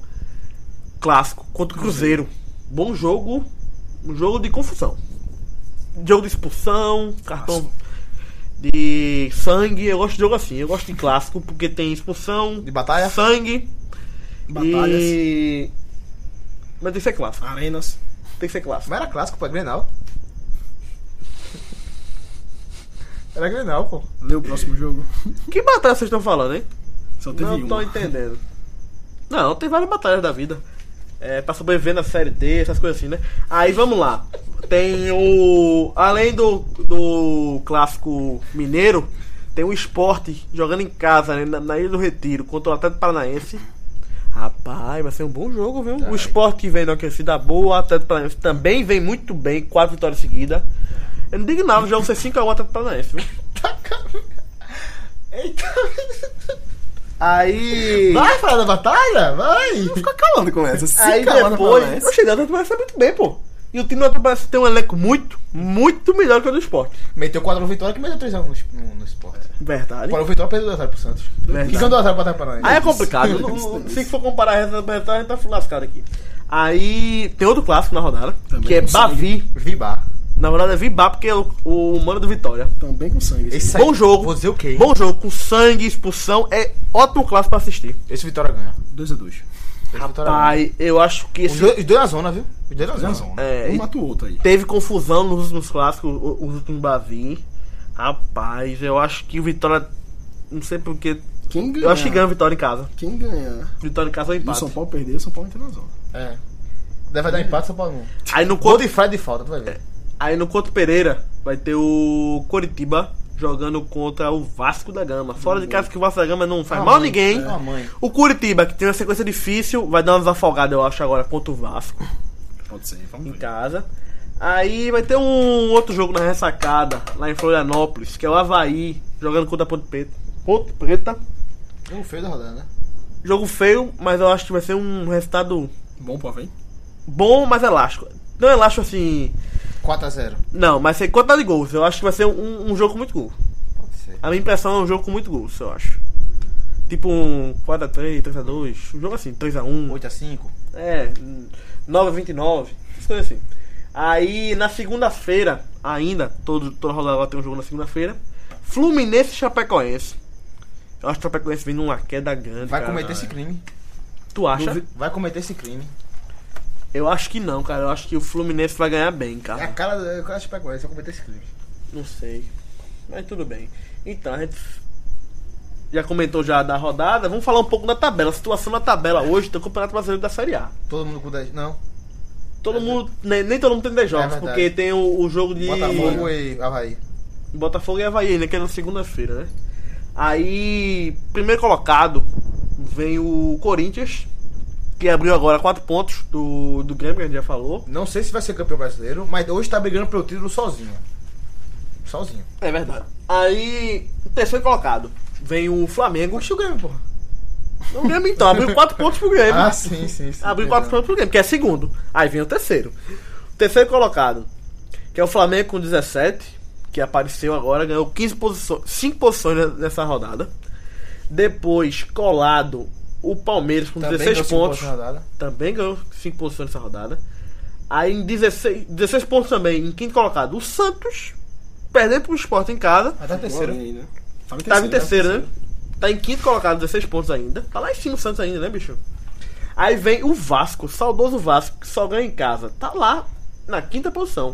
[SPEAKER 2] clássico, contra o Cruzeiro. Bom jogo, um jogo de confusão. Jogo de expulsão, cartão de sangue. Eu gosto de jogo assim, eu gosto de clássico, porque tem expulsão,
[SPEAKER 3] De batalha?
[SPEAKER 2] sangue
[SPEAKER 4] Batalhas,
[SPEAKER 2] e... Mas tem que ser clássico,
[SPEAKER 4] arenas.
[SPEAKER 2] tem que ser clássico.
[SPEAKER 3] Mas era clássico, pô, é Grenal. Era Grenal, <laughs> pô.
[SPEAKER 4] Lê o próximo jogo.
[SPEAKER 2] Que batalha vocês estão falando, hein?
[SPEAKER 4] Só teve um.
[SPEAKER 2] Não
[SPEAKER 4] uma.
[SPEAKER 2] tô entendendo. Não, tem várias batalhas da vida. É, pra sobreviver na série D, essas coisas assim, né? Aí vamos lá. Tem o. Além do, do clássico mineiro, tem o esporte jogando em casa, né, na, na Ilha do Retiro, contra o Atlético Paranaense. Rapaz, vai ser um bom jogo, viu? O esporte que vem numa crescida boa, o Atlético Paranaense também vem muito bem, quatro vitórias seguidas. Eu não digo nada, o jogo ser 5x1 Atlético Paranaense, viu?
[SPEAKER 3] Eita!
[SPEAKER 2] Aí.
[SPEAKER 3] Vai falar da batalha? Vai!
[SPEAKER 4] Fica calando com essa. Se
[SPEAKER 2] Aí
[SPEAKER 4] calar na
[SPEAKER 2] depois.
[SPEAKER 4] palestra.
[SPEAKER 2] Eu cheguei no Atlético Paranaense muito bem, pô. E o time do Atlético Paranaense tem um elenco muito, muito melhor que o do esporte.
[SPEAKER 3] Meteu 4 vitórias que meteu 3x1 no, no, no esporte.
[SPEAKER 2] Verdade.
[SPEAKER 3] 4 vitórias perdeu 2 pro Santos.
[SPEAKER 2] Verdade.
[SPEAKER 3] E são 2 pra Atlético Paranaense.
[SPEAKER 2] Aí é complicado. Não- não- se for comparar essa apresentar, a gente tá lascado aqui. Aí tem outro clássico na rodada,
[SPEAKER 4] Também
[SPEAKER 2] que é
[SPEAKER 4] com sangue.
[SPEAKER 2] Bavi.
[SPEAKER 3] Vibar.
[SPEAKER 2] Na verdade é Vibá, porque é o, o humano do Vitória.
[SPEAKER 4] Também com sangue.
[SPEAKER 3] Esse
[SPEAKER 2] Bom jogo.
[SPEAKER 3] Vou dizer o quê? hein?
[SPEAKER 2] Bom jogo, com sangue, expulsão. É ótimo clássico pra assistir.
[SPEAKER 3] Esse Vitória ganha.
[SPEAKER 4] assim. 2x2.
[SPEAKER 3] Esse Vitória é Um ganha.
[SPEAKER 2] Pai, eu acho que
[SPEAKER 3] Os
[SPEAKER 2] esse.
[SPEAKER 3] dois, os dois na zona, viu? Os dois na zona.
[SPEAKER 2] É,
[SPEAKER 4] um
[SPEAKER 2] e-
[SPEAKER 4] mata o outro aí.
[SPEAKER 2] Teve confusão nos últimos clássicos, o- os últimos Bavi. Rapaz, eu acho que o Vitória. Não sei porquê.
[SPEAKER 4] Quem ganhar,
[SPEAKER 2] Eu acho que ganha o Vitória em casa.
[SPEAKER 4] Quem ganhar
[SPEAKER 2] Vitória em casa ou
[SPEAKER 4] e o
[SPEAKER 2] empate.
[SPEAKER 4] São Paulo perder, o São Paulo entra na zona.
[SPEAKER 3] É. Deve dar empate, São Paulo não.
[SPEAKER 2] Aí no,
[SPEAKER 3] Gol
[SPEAKER 2] Couto,
[SPEAKER 3] de Fred de falta, tu vai ver.
[SPEAKER 2] aí no Couto Pereira vai ter o Coritiba jogando contra o Vasco da Gama. Fora de casa que o Vasco da Gama não faz mal a ninguém.
[SPEAKER 3] É. mãe.
[SPEAKER 2] O Curitiba, que tem uma sequência difícil, vai dar uma desafolgada, eu acho, agora contra o Vasco
[SPEAKER 5] Pode ser, vamos
[SPEAKER 2] em
[SPEAKER 5] ver.
[SPEAKER 2] casa. Aí vai ter um outro jogo na ressacada, lá em Florianópolis, que é o Havaí, jogando contra a Ponte Preta. Ponte Preta.
[SPEAKER 3] Jogo feio da rodada, né?
[SPEAKER 2] Jogo feio, mas eu acho que vai ser um resultado
[SPEAKER 5] Bom pro Havaí?
[SPEAKER 2] bom, mas elástico. Não elástico assim.
[SPEAKER 3] 4x0.
[SPEAKER 2] Não, mas sem conta de gols. Eu acho que vai ser um, um jogo com muito gol.
[SPEAKER 3] Pode ser.
[SPEAKER 2] A minha impressão é um jogo com muito gols, eu acho. Tipo um 4x3, 3x2, um jogo assim, 3x1.
[SPEAKER 3] 8x5.
[SPEAKER 2] É, 9h29, essas coisas assim. Aí na segunda-feira, ainda, todo, toda rodada lá tem um jogo na segunda-feira. Fluminense e Chapecoense. Eu acho que o Chapecoense vem numa queda grande.
[SPEAKER 3] Vai
[SPEAKER 2] cara.
[SPEAKER 3] cometer esse crime.
[SPEAKER 2] Tu acha?
[SPEAKER 3] Duvi- Vai cometer esse crime.
[SPEAKER 2] Eu acho que não, cara. Eu acho que o Fluminense vai ganhar bem,
[SPEAKER 3] É
[SPEAKER 2] cara.
[SPEAKER 3] a cara do cara de Chapecoense, vai cometer esse crime.
[SPEAKER 2] Não sei. Mas tudo bem. Então, a gente já comentou já da rodada. Vamos falar um pouco da tabela. A situação na tabela hoje do Campeonato Brasileiro da Série A.
[SPEAKER 3] Todo mundo com 10. Não.
[SPEAKER 2] Todo mundo, nem, nem todo mundo tem 10 jogos,
[SPEAKER 3] É verdade.
[SPEAKER 2] porque tem o, o jogo de
[SPEAKER 3] Botafogo e Havaí.
[SPEAKER 2] Botafogo e Havaí, né? Que é na segunda-feira, né? Aí, primeiro colocado, vem o Corinthians, que abriu agora 4 pontos do, do Grêmio, que a gente já falou.
[SPEAKER 3] Não sei se vai ser campeão brasileiro, mas hoje tá brigando pelo título sozinho. Sozinho.
[SPEAKER 2] É verdade. Aí, terceiro colocado, vem o Flamengo.
[SPEAKER 3] Puxa o Grêmio, porra.
[SPEAKER 2] O Grêmio então abriu 4 pontos pro Grêmio.
[SPEAKER 3] Ah, sim, sim, sim.
[SPEAKER 2] abriu 4 pontos pro Grêmio, que é segundo. Aí vem o terceiro. O terceiro colocado, que é o Flamengo com 17, que apareceu agora, ganhou 15 posições, 5 posições ne- nessa rodada. Depois, colado, o Palmeiras com
[SPEAKER 3] Também
[SPEAKER 2] 16
[SPEAKER 3] deu cinco
[SPEAKER 2] pontos.
[SPEAKER 3] na rodada.
[SPEAKER 2] Também ganhou 5 posições nessa rodada. Aí em 16, 16 pontos também, em quinto colocado, o Santos, perdendo pro Sport em casa.
[SPEAKER 3] Mas tá terceiro.
[SPEAKER 4] Aí, né? Tá no
[SPEAKER 2] Tá em terceiro, né? Tá em quinto colocado, 16 pontos ainda. Tá lá em cima o Santos ainda, né, bicho? Aí vem o Vasco, saudoso Vasco, que só ganha em casa. Tá lá na quinta posição.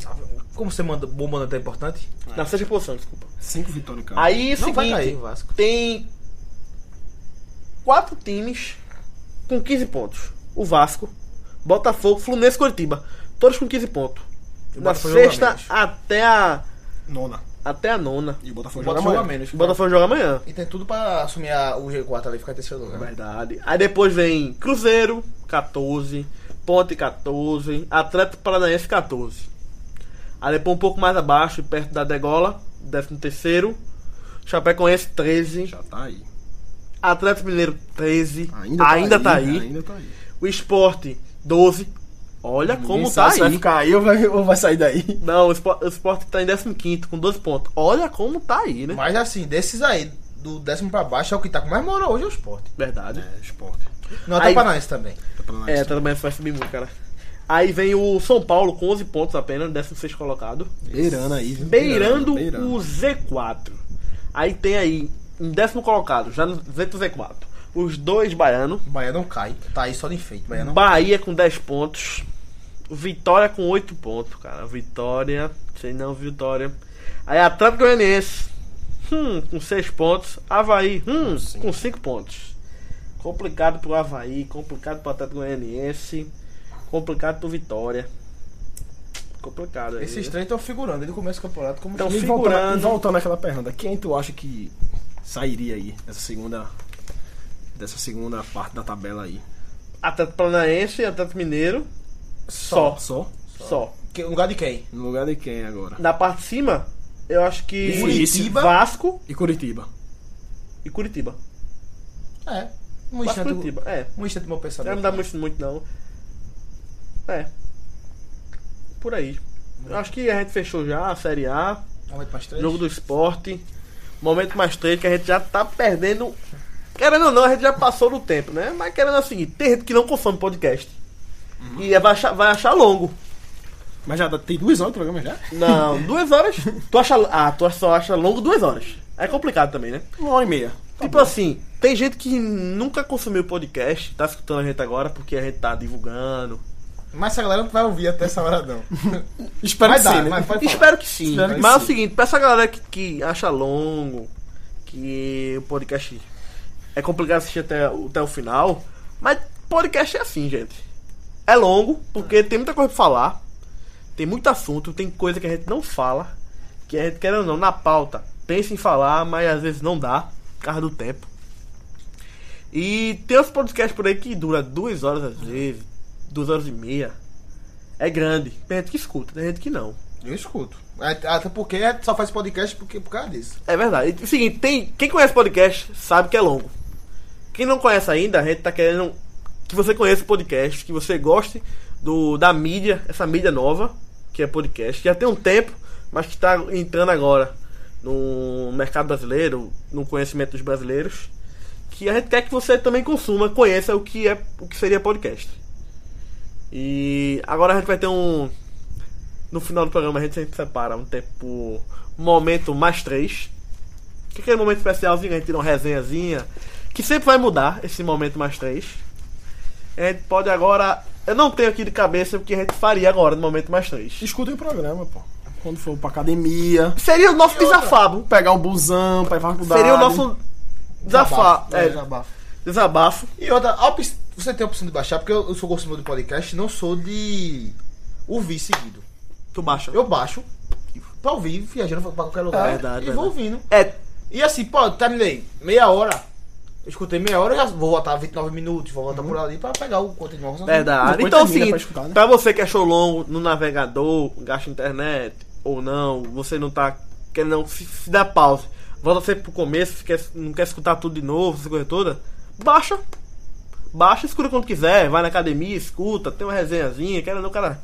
[SPEAKER 3] Como você manda bom mandante é importante?
[SPEAKER 2] Na sexta posição, desculpa.
[SPEAKER 4] Cinco vitórias, cara.
[SPEAKER 2] Aí
[SPEAKER 3] Não vai cair
[SPEAKER 2] seguinte,
[SPEAKER 3] o Vasco.
[SPEAKER 2] tem quatro times com 15 pontos. O Vasco, Botafogo, Fluminense e Curitiba. Todos com 15 pontos.
[SPEAKER 3] E o
[SPEAKER 2] Da
[SPEAKER 3] Botafogo joga
[SPEAKER 2] sexta
[SPEAKER 3] menos.
[SPEAKER 2] até a,
[SPEAKER 4] Nona.
[SPEAKER 2] até a nona.
[SPEAKER 4] E o Botafogo
[SPEAKER 3] O
[SPEAKER 4] joga
[SPEAKER 3] Botafogo a
[SPEAKER 4] amanhã.
[SPEAKER 3] menos.
[SPEAKER 2] O Botafogo joga amanhã.
[SPEAKER 3] E tem tudo pra assumir a- o G4 ali, ficar em terceiro lugar.
[SPEAKER 2] Verdade. Aí depois vem Cruzeiro, 14. Ponte, 14. Atlético Paranaense, 14. Aí depois um pouco mais abaixo, perto da Degola, 13. Chapecoense, 13.
[SPEAKER 5] Já tá aí.
[SPEAKER 2] Atlético Mineiro, 13.
[SPEAKER 4] Ainda,
[SPEAKER 2] tá, aí.
[SPEAKER 4] Ainda tá aí.
[SPEAKER 2] O Esporte, 12. Olha como
[SPEAKER 4] Ninguém
[SPEAKER 2] tá
[SPEAKER 4] sabe se vai
[SPEAKER 2] aí.
[SPEAKER 4] ficar aí ou vai, ou vai sair daí?
[SPEAKER 2] Não, o Esporte, o Sport tá em 15 com 12 pontos. Olha como tá aí, né?
[SPEAKER 3] Mas assim, desses aí, do décimo pra baixo é o que tá com mais moral hoje é o esporte.
[SPEAKER 2] Verdade.
[SPEAKER 4] É, esporte.
[SPEAKER 3] Não, até
[SPEAKER 2] Aí-
[SPEAKER 3] o Paranaense também.
[SPEAKER 4] Tá pra lá,
[SPEAKER 2] É,
[SPEAKER 4] isso.
[SPEAKER 2] também vai subir muito, cara. Aí vem o São Paulo com 11 pontos apenas, 16 colocado.
[SPEAKER 4] Beirando aí. viu?
[SPEAKER 2] Beirando,
[SPEAKER 4] beirando.
[SPEAKER 2] o Z4. Aí tem aí, em décimo colocado, já no Z4. Os dois baianos.
[SPEAKER 3] O Bahia não cai. Tá aí só de enfeite. Bahia não
[SPEAKER 2] Bahia com 10 pontos. Vitória com 8 pontos, cara. Vitória. Sei não, Vitória. Aí Atlético Goianiense. Hum, com 6 pontos. Havaí, hum, com 5 pontos. Complicado pro Havaí, complicado pro Atlético Goianiense, complicado pro Vitória. Complicado aí.
[SPEAKER 3] Esses
[SPEAKER 2] né?
[SPEAKER 3] três estão figurando desde o começo do campeonato como
[SPEAKER 2] Então,
[SPEAKER 3] time.
[SPEAKER 4] E
[SPEAKER 2] figurando.
[SPEAKER 4] voltando, e voltando àquela pergunta, quem tu acha que sairia aí dessa segunda dessa segunda parte da tabela aí?
[SPEAKER 2] Atlético Paranaense e Atlético Mineiro. Só. Só.
[SPEAKER 4] Só?
[SPEAKER 3] Que- no lugar de quem?
[SPEAKER 4] No lugar de quem agora?
[SPEAKER 2] Na parte de cima, eu acho que
[SPEAKER 4] Difícil.
[SPEAKER 2] Vasco
[SPEAKER 4] E Curitiba.
[SPEAKER 2] e Curitiba.
[SPEAKER 3] É. Um
[SPEAKER 2] Vasco e
[SPEAKER 3] instante,
[SPEAKER 2] Curitiba, é.
[SPEAKER 3] um instante meu
[SPEAKER 2] Não
[SPEAKER 3] pensamento.
[SPEAKER 2] me dá muito, muito não. É. Por aí. Eu acho que a gente fechou já a Série A,
[SPEAKER 3] Aumenta mais três.
[SPEAKER 2] jogo do esporte, momento mais três, que a gente já tá perdendo. Querendo ou não, a gente já passou do tempo, né? Mas querendo é o seguinte, tem gente que não consome podcast. E é, vai achar, vai achar longo.
[SPEAKER 4] Mas já dá- tem duas horas de programa já?
[SPEAKER 2] Não, <laughs> duas horas. Tu acha. Ah, tu só acha longo duas horas. É complicado também, né?
[SPEAKER 4] Uma hora e meia.
[SPEAKER 3] Tá
[SPEAKER 2] tipo assim, tem gente que nunca consumiu podcast, tá escutando a gente agora porque a gente tá divulgando.
[SPEAKER 3] Mas essa galera não vai ouvir até essa hora não.
[SPEAKER 4] Espero
[SPEAKER 3] Vai
[SPEAKER 4] que
[SPEAKER 3] dar,
[SPEAKER 4] sim, né?
[SPEAKER 2] <laughs>
[SPEAKER 3] mas pode falar.
[SPEAKER 2] Espero que sim.
[SPEAKER 4] Espero que
[SPEAKER 2] Mas é o
[SPEAKER 4] sim.
[SPEAKER 2] seguinte, pra essa galera que, que acha longo, que o podcast é complicado assistir até, o- até o final, mas podcast é assim, gente. É longo, porque tem muita coisa pra falar, tem muito assunto, tem coisa que a gente não fala, que a gente, querendo ou não, na pauta, pensa em falar, mas às vezes não dá, por causa do tempo. E tem uns podcasts por aí que dura duas horas às vezes, duas horas e meia. É grande. Tem gente que escuta, tem gente que não.
[SPEAKER 3] Eu escuto. Até até porque é- só faz podcast porque, por causa disso.
[SPEAKER 2] É verdade. E, seguinte, tem, quem conhece podcast sabe que é longo. Quem não conhece ainda, a gente tá querendo que você conheça o podcast, que você goste do, da mídia, essa mídia nova, que é podcast, que já tem um tempo, mas que está entrando agora no mercado brasileiro, no conhecimento dos brasileiros. Que a gente quer que você também consuma, conheça o que é o que seria podcast. E agora a gente vai ter um. No final do programa a gente sempre separa um tempo. Momento mais três. Que é aquele momento especialzinho, a gente tira uma resenhazinha. Que sempre vai mudar esse momento mais três. A gente pode agora. Eu não tenho aqui de cabeça o que a gente faria agora no momento mais três.
[SPEAKER 4] Escutem o programa, pô. Quando for pra academia,
[SPEAKER 2] Seria o nosso desafabo.
[SPEAKER 4] pegar um busão pra ir pra faculdade.
[SPEAKER 2] Seria o nosso desafado.
[SPEAKER 3] Desabafo. É,
[SPEAKER 2] É,
[SPEAKER 3] desabafo.
[SPEAKER 2] desabafo.
[SPEAKER 3] E outra, a opção- você tem a opção de baixar, porque eu, eu sou consumidor de podcast, não sou de ouvir seguido.
[SPEAKER 2] Tu baixa.
[SPEAKER 3] Eu baixo pra ouvir, viajando pra qualquer lugar.
[SPEAKER 2] É verdade,
[SPEAKER 3] e vou
[SPEAKER 2] verdade.
[SPEAKER 3] ouvindo.
[SPEAKER 2] É.
[SPEAKER 3] E assim, pô, terminei. Meia hora. Eu escutei meia hora, eu já vou voltar 29 minutos, vou voltar por ali pra pegar o continuar com
[SPEAKER 2] Verdade.
[SPEAKER 4] Uhum. Depois
[SPEAKER 2] Então é o
[SPEAKER 4] termina
[SPEAKER 2] seguinte,
[SPEAKER 4] pra
[SPEAKER 2] pra,
[SPEAKER 4] escutar, né?
[SPEAKER 2] você que achou longo no navegador, gasta internet ou não, você não tá querendo não, se, se dá pausa, volta sempre pro começo, se quer- não quer escutar tudo de novo, essa coisa toda, baixa. Baixa, escuta quando quiser, vai na academia, escuta, tem uma resenhazinha, quer ou não, cara.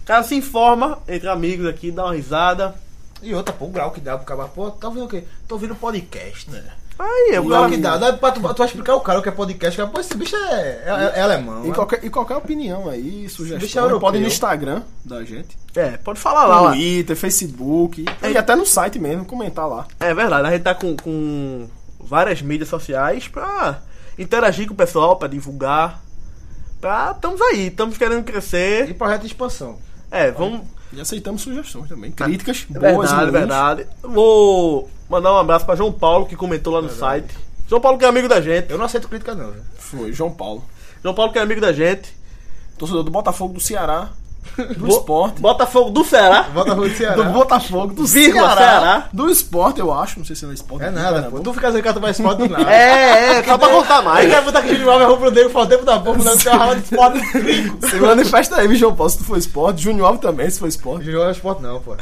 [SPEAKER 2] O cara se informa entre amigos aqui, dá uma risada.
[SPEAKER 3] E outra, pô, o grau que dá pro cara, pô, tá ouvindo o quê? Tô ouvindo podcast.
[SPEAKER 2] Aí, eu
[SPEAKER 3] O grau que dá, dá pra tu, tu vai explicar o cara o que é podcast, cara, pô, esse bicho é, é, é alemão.
[SPEAKER 4] E
[SPEAKER 3] né?
[SPEAKER 4] qualquer, e qualquer opinião aí,
[SPEAKER 3] bicho é
[SPEAKER 4] sugestão,
[SPEAKER 3] europeu.
[SPEAKER 4] pode ir no Instagram da gente.
[SPEAKER 2] É, pode falar lá, lá.
[SPEAKER 4] Twitter, Facebook.
[SPEAKER 2] É.
[SPEAKER 4] E até no site mesmo, comentar lá.
[SPEAKER 2] É verdade, a gente tá com, com várias mídias sociais pra interagir com o pessoal, pra divulgar. Pra. Estamos aí, estamos querendo
[SPEAKER 3] E
[SPEAKER 2] crescer.
[SPEAKER 3] projeto de expansão.
[SPEAKER 2] É, vamos.
[SPEAKER 4] E aceitamos sugestões também. Críticas
[SPEAKER 2] É
[SPEAKER 4] boas e
[SPEAKER 2] verdade,
[SPEAKER 4] ruins.
[SPEAKER 2] verdade. Vou mandar um abraço pra João Paulo, que comentou lá no site. João Paulo que é amigo da gente.
[SPEAKER 3] Eu não aceito crítica, não. velho.
[SPEAKER 4] Foi João Paulo.
[SPEAKER 2] João Paulo que é amigo da gente.
[SPEAKER 4] Torcedor do Botafogo do Ceará. Do
[SPEAKER 2] Bo-
[SPEAKER 4] esporte.
[SPEAKER 2] Botafogo do Ceará.
[SPEAKER 3] Volta pro Ceará.
[SPEAKER 4] Do Botafogo, do
[SPEAKER 2] Vírgula,
[SPEAKER 4] Ceará,
[SPEAKER 2] Ceará.
[SPEAKER 4] Do esporte, eu acho. Não sei se ele é esporte.
[SPEAKER 3] É
[SPEAKER 4] aqui,
[SPEAKER 3] nada, pô.
[SPEAKER 4] Pernambuco.
[SPEAKER 3] Tu fica dizendo que ela toma esporte do nada.
[SPEAKER 2] <laughs> É, é, só pra contar
[SPEAKER 3] Aí
[SPEAKER 2] mais. É
[SPEAKER 3] vai botar que Júlio Alves arrumou pro Diego, faz o tempo da bomba, não tem uma raiva de esporte no trinco.
[SPEAKER 4] Você manifesta aí, viu, João Paulo, se tu for esporte. Júnior Alves também, se for esporte.
[SPEAKER 3] Júlio Alves é esporte não, pô.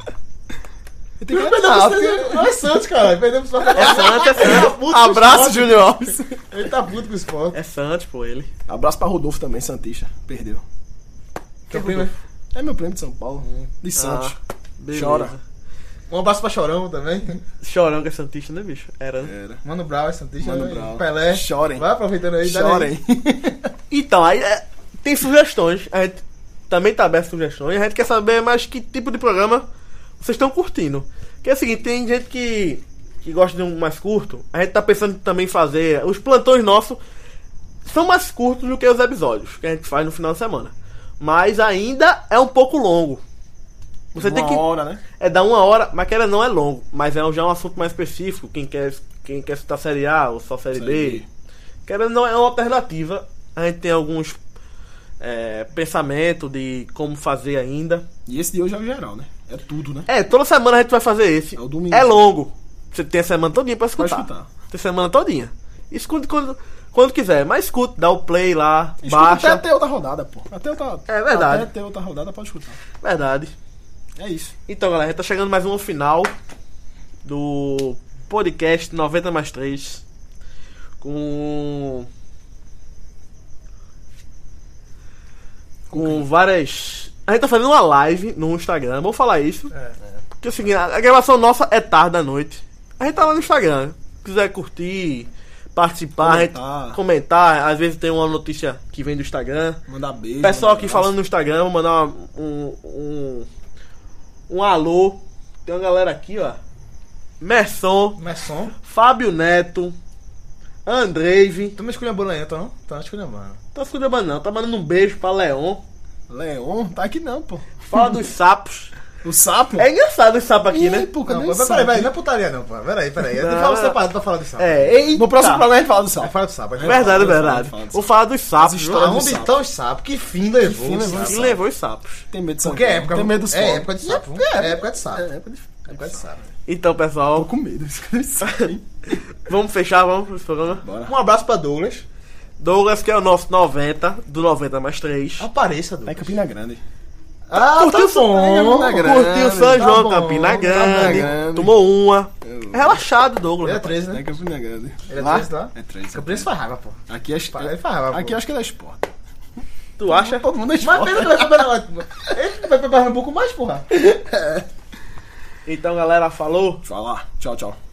[SPEAKER 4] E tem que
[SPEAKER 3] Não,
[SPEAKER 4] ah, porque-
[SPEAKER 3] porque- não é Santos, cara. Perdemos só
[SPEAKER 2] É Santos, é Santos.
[SPEAKER 4] Abraço, Júnior Alves.
[SPEAKER 3] Ele tá puto com o esporte.
[SPEAKER 2] É Santos, pô, ele.
[SPEAKER 4] Abraço pra Rodolfo também, Santista. Perdeu.
[SPEAKER 3] Campeão, né?
[SPEAKER 4] É meu prêmio de São Paulo. De Santos.
[SPEAKER 2] beleza.
[SPEAKER 4] Chora.
[SPEAKER 3] Um abraço pra Chorão também.
[SPEAKER 2] Chorão que é Santista, né, bicho? Era. né?
[SPEAKER 5] Era.
[SPEAKER 3] Mano Brau é Santista.
[SPEAKER 4] Mano
[SPEAKER 3] né?
[SPEAKER 4] Brown.
[SPEAKER 3] Pelé.
[SPEAKER 4] Chorem.
[SPEAKER 3] Vai aproveitando aí. dá-lhe tá aí.
[SPEAKER 4] Chorem.
[SPEAKER 2] Então, aí é, tem sugestões. A gente também tá aberto a sugestões. A gente quer saber mais que tipo de programa vocês estão curtindo. Que é o seguinte, tem gente que, que gosta de um mais curto. A gente tá pensando também em fazer. Os plantões nossos são mais curtos do que os episódios que a gente faz no final de semana. Mas ainda é um pouco longo. Você tem
[SPEAKER 4] Uma
[SPEAKER 2] que.
[SPEAKER 4] hora, né?
[SPEAKER 2] É dar uma hora, mas que ela não é longo, mas é um- já um assunto mais específico, quem quer, quem quer citar série A ou só série,
[SPEAKER 5] Série
[SPEAKER 2] B.
[SPEAKER 5] B.
[SPEAKER 2] Que ela não é uma alternativa. A gente tem alguns é, pensamentos de como fazer ainda.
[SPEAKER 5] E esse de hoje é o geral, né? É tudo, né?
[SPEAKER 2] É, toda semana a gente vai fazer esse.
[SPEAKER 5] É o domingo.
[SPEAKER 2] É longo. Você tem a semana todinha pra escutar.
[SPEAKER 5] Pra escutar.
[SPEAKER 2] Tem semana todinha. Escute quando, quando quiser, mas escute, dá o play lá,
[SPEAKER 4] Escuta
[SPEAKER 2] baixa.
[SPEAKER 4] Até, até outra rodada, pô. Até outra,
[SPEAKER 2] É verdade.
[SPEAKER 4] Até ter outra rodada pode escutar.
[SPEAKER 2] Verdade.
[SPEAKER 4] É isso.
[SPEAKER 2] Então, galera, a gente tá chegando mais um ao final do podcast 90 mais 3. Com. Com várias. A gente tá fazendo uma live no Instagram, vou falar isso. Porque é o seguinte, a a gravação nossa é tarde da noite. A gente tá lá no Instagram. Se quiser curtir, participar, comentar.
[SPEAKER 5] Comentar.
[SPEAKER 2] comentar, às vezes tem uma notícia que vem do Instagram.
[SPEAKER 5] Mandar beijo.
[SPEAKER 2] Pessoal
[SPEAKER 5] mandar
[SPEAKER 2] aqui
[SPEAKER 5] abraço.
[SPEAKER 2] falando no Instagram, vou mandar uma- um, um. Um alô. Tem uma galera aqui, ó. Merson,
[SPEAKER 3] Não é som.
[SPEAKER 2] Fábio Neto, Andreive.
[SPEAKER 3] Tu não escolheu a bola ainda, tá não? Tá não escolheu mano.
[SPEAKER 2] Tá se cuidando, não. Tá mandando um beijo pra Leon.
[SPEAKER 4] Leon, tá aqui não, pô.
[SPEAKER 2] Fala
[SPEAKER 4] <laughs>
[SPEAKER 2] dos sapos.
[SPEAKER 4] O sapo?
[SPEAKER 2] É engraçado esse sapo aqui, né?
[SPEAKER 4] Ih, pô, cadê
[SPEAKER 3] Não,
[SPEAKER 4] o
[SPEAKER 3] pô,
[SPEAKER 4] sapo?
[SPEAKER 3] peraí, peraí, não é putaria não, pô. Peraí, peraí. Eu
[SPEAKER 2] Não.
[SPEAKER 3] falo separado pra falar do sapo.
[SPEAKER 2] É, e,
[SPEAKER 4] No próximo
[SPEAKER 2] tá.
[SPEAKER 4] programa a gente fala do
[SPEAKER 3] Aí
[SPEAKER 4] sapo.
[SPEAKER 3] Fala do sapo. aí fala do
[SPEAKER 2] Verdade,
[SPEAKER 5] Fala, fala,
[SPEAKER 2] verdade.
[SPEAKER 5] fala dos
[SPEAKER 2] Vou falar dos sapos.
[SPEAKER 5] As
[SPEAKER 2] viu?
[SPEAKER 5] histórias
[SPEAKER 3] sapo.
[SPEAKER 5] do
[SPEAKER 3] Onde
[SPEAKER 5] sapo.
[SPEAKER 3] estão os sapos? Que fim levou
[SPEAKER 4] fim
[SPEAKER 3] os
[SPEAKER 4] levou
[SPEAKER 3] sapos?
[SPEAKER 2] Quem levou os sapos?
[SPEAKER 5] Tem medo de
[SPEAKER 4] né?
[SPEAKER 3] Porque é época,
[SPEAKER 5] Tem medo do
[SPEAKER 3] é
[SPEAKER 5] sapo.
[SPEAKER 3] época de sapo. É época de sapo. É época de sapo.
[SPEAKER 2] Então, pessoal,
[SPEAKER 4] Tô com medo. esse cara sabe, hein?
[SPEAKER 2] vamos fechar, vamos pro programa.
[SPEAKER 3] <laughs>
[SPEAKER 5] Bora.
[SPEAKER 3] Um abraço pra Douglas.
[SPEAKER 2] Douglas, que é o nosso 90, do 90 mais 3.
[SPEAKER 3] Apareça,
[SPEAKER 5] Lá em
[SPEAKER 3] Douglas.
[SPEAKER 5] Campina Grande.
[SPEAKER 3] Ah,
[SPEAKER 2] Curtiu São
[SPEAKER 3] tá
[SPEAKER 4] Grande.
[SPEAKER 2] Curtiu São
[SPEAKER 4] tá
[SPEAKER 2] João,
[SPEAKER 4] bom,
[SPEAKER 2] Campina
[SPEAKER 4] tá
[SPEAKER 2] Grande.
[SPEAKER 4] grande.
[SPEAKER 2] Tomou uma.
[SPEAKER 5] Eu-
[SPEAKER 2] É Relaxado,
[SPEAKER 3] bom. Ele
[SPEAKER 2] Douglas.
[SPEAKER 3] é
[SPEAKER 2] rapaz.
[SPEAKER 3] 13,
[SPEAKER 5] Lá em
[SPEAKER 3] né?
[SPEAKER 5] Campina Grande.
[SPEAKER 3] Ele é
[SPEAKER 4] Lá?
[SPEAKER 3] 13 lá?
[SPEAKER 5] É três.
[SPEAKER 3] Campina
[SPEAKER 5] é
[SPEAKER 3] faz raiva, pô.
[SPEAKER 5] três. Aqui acho
[SPEAKER 3] Ele
[SPEAKER 5] que.
[SPEAKER 3] faz raiva, pô.
[SPEAKER 5] Aqui acho que é da esporte.
[SPEAKER 2] Tu acha?
[SPEAKER 4] Todo mundo é
[SPEAKER 3] Mas
[SPEAKER 4] esporte.
[SPEAKER 3] pena que vai pra Pernambuco. Ele vai pra Pernambuco mais, porra.
[SPEAKER 2] Então, galera, falou.
[SPEAKER 5] Falar. Tchau, tchau.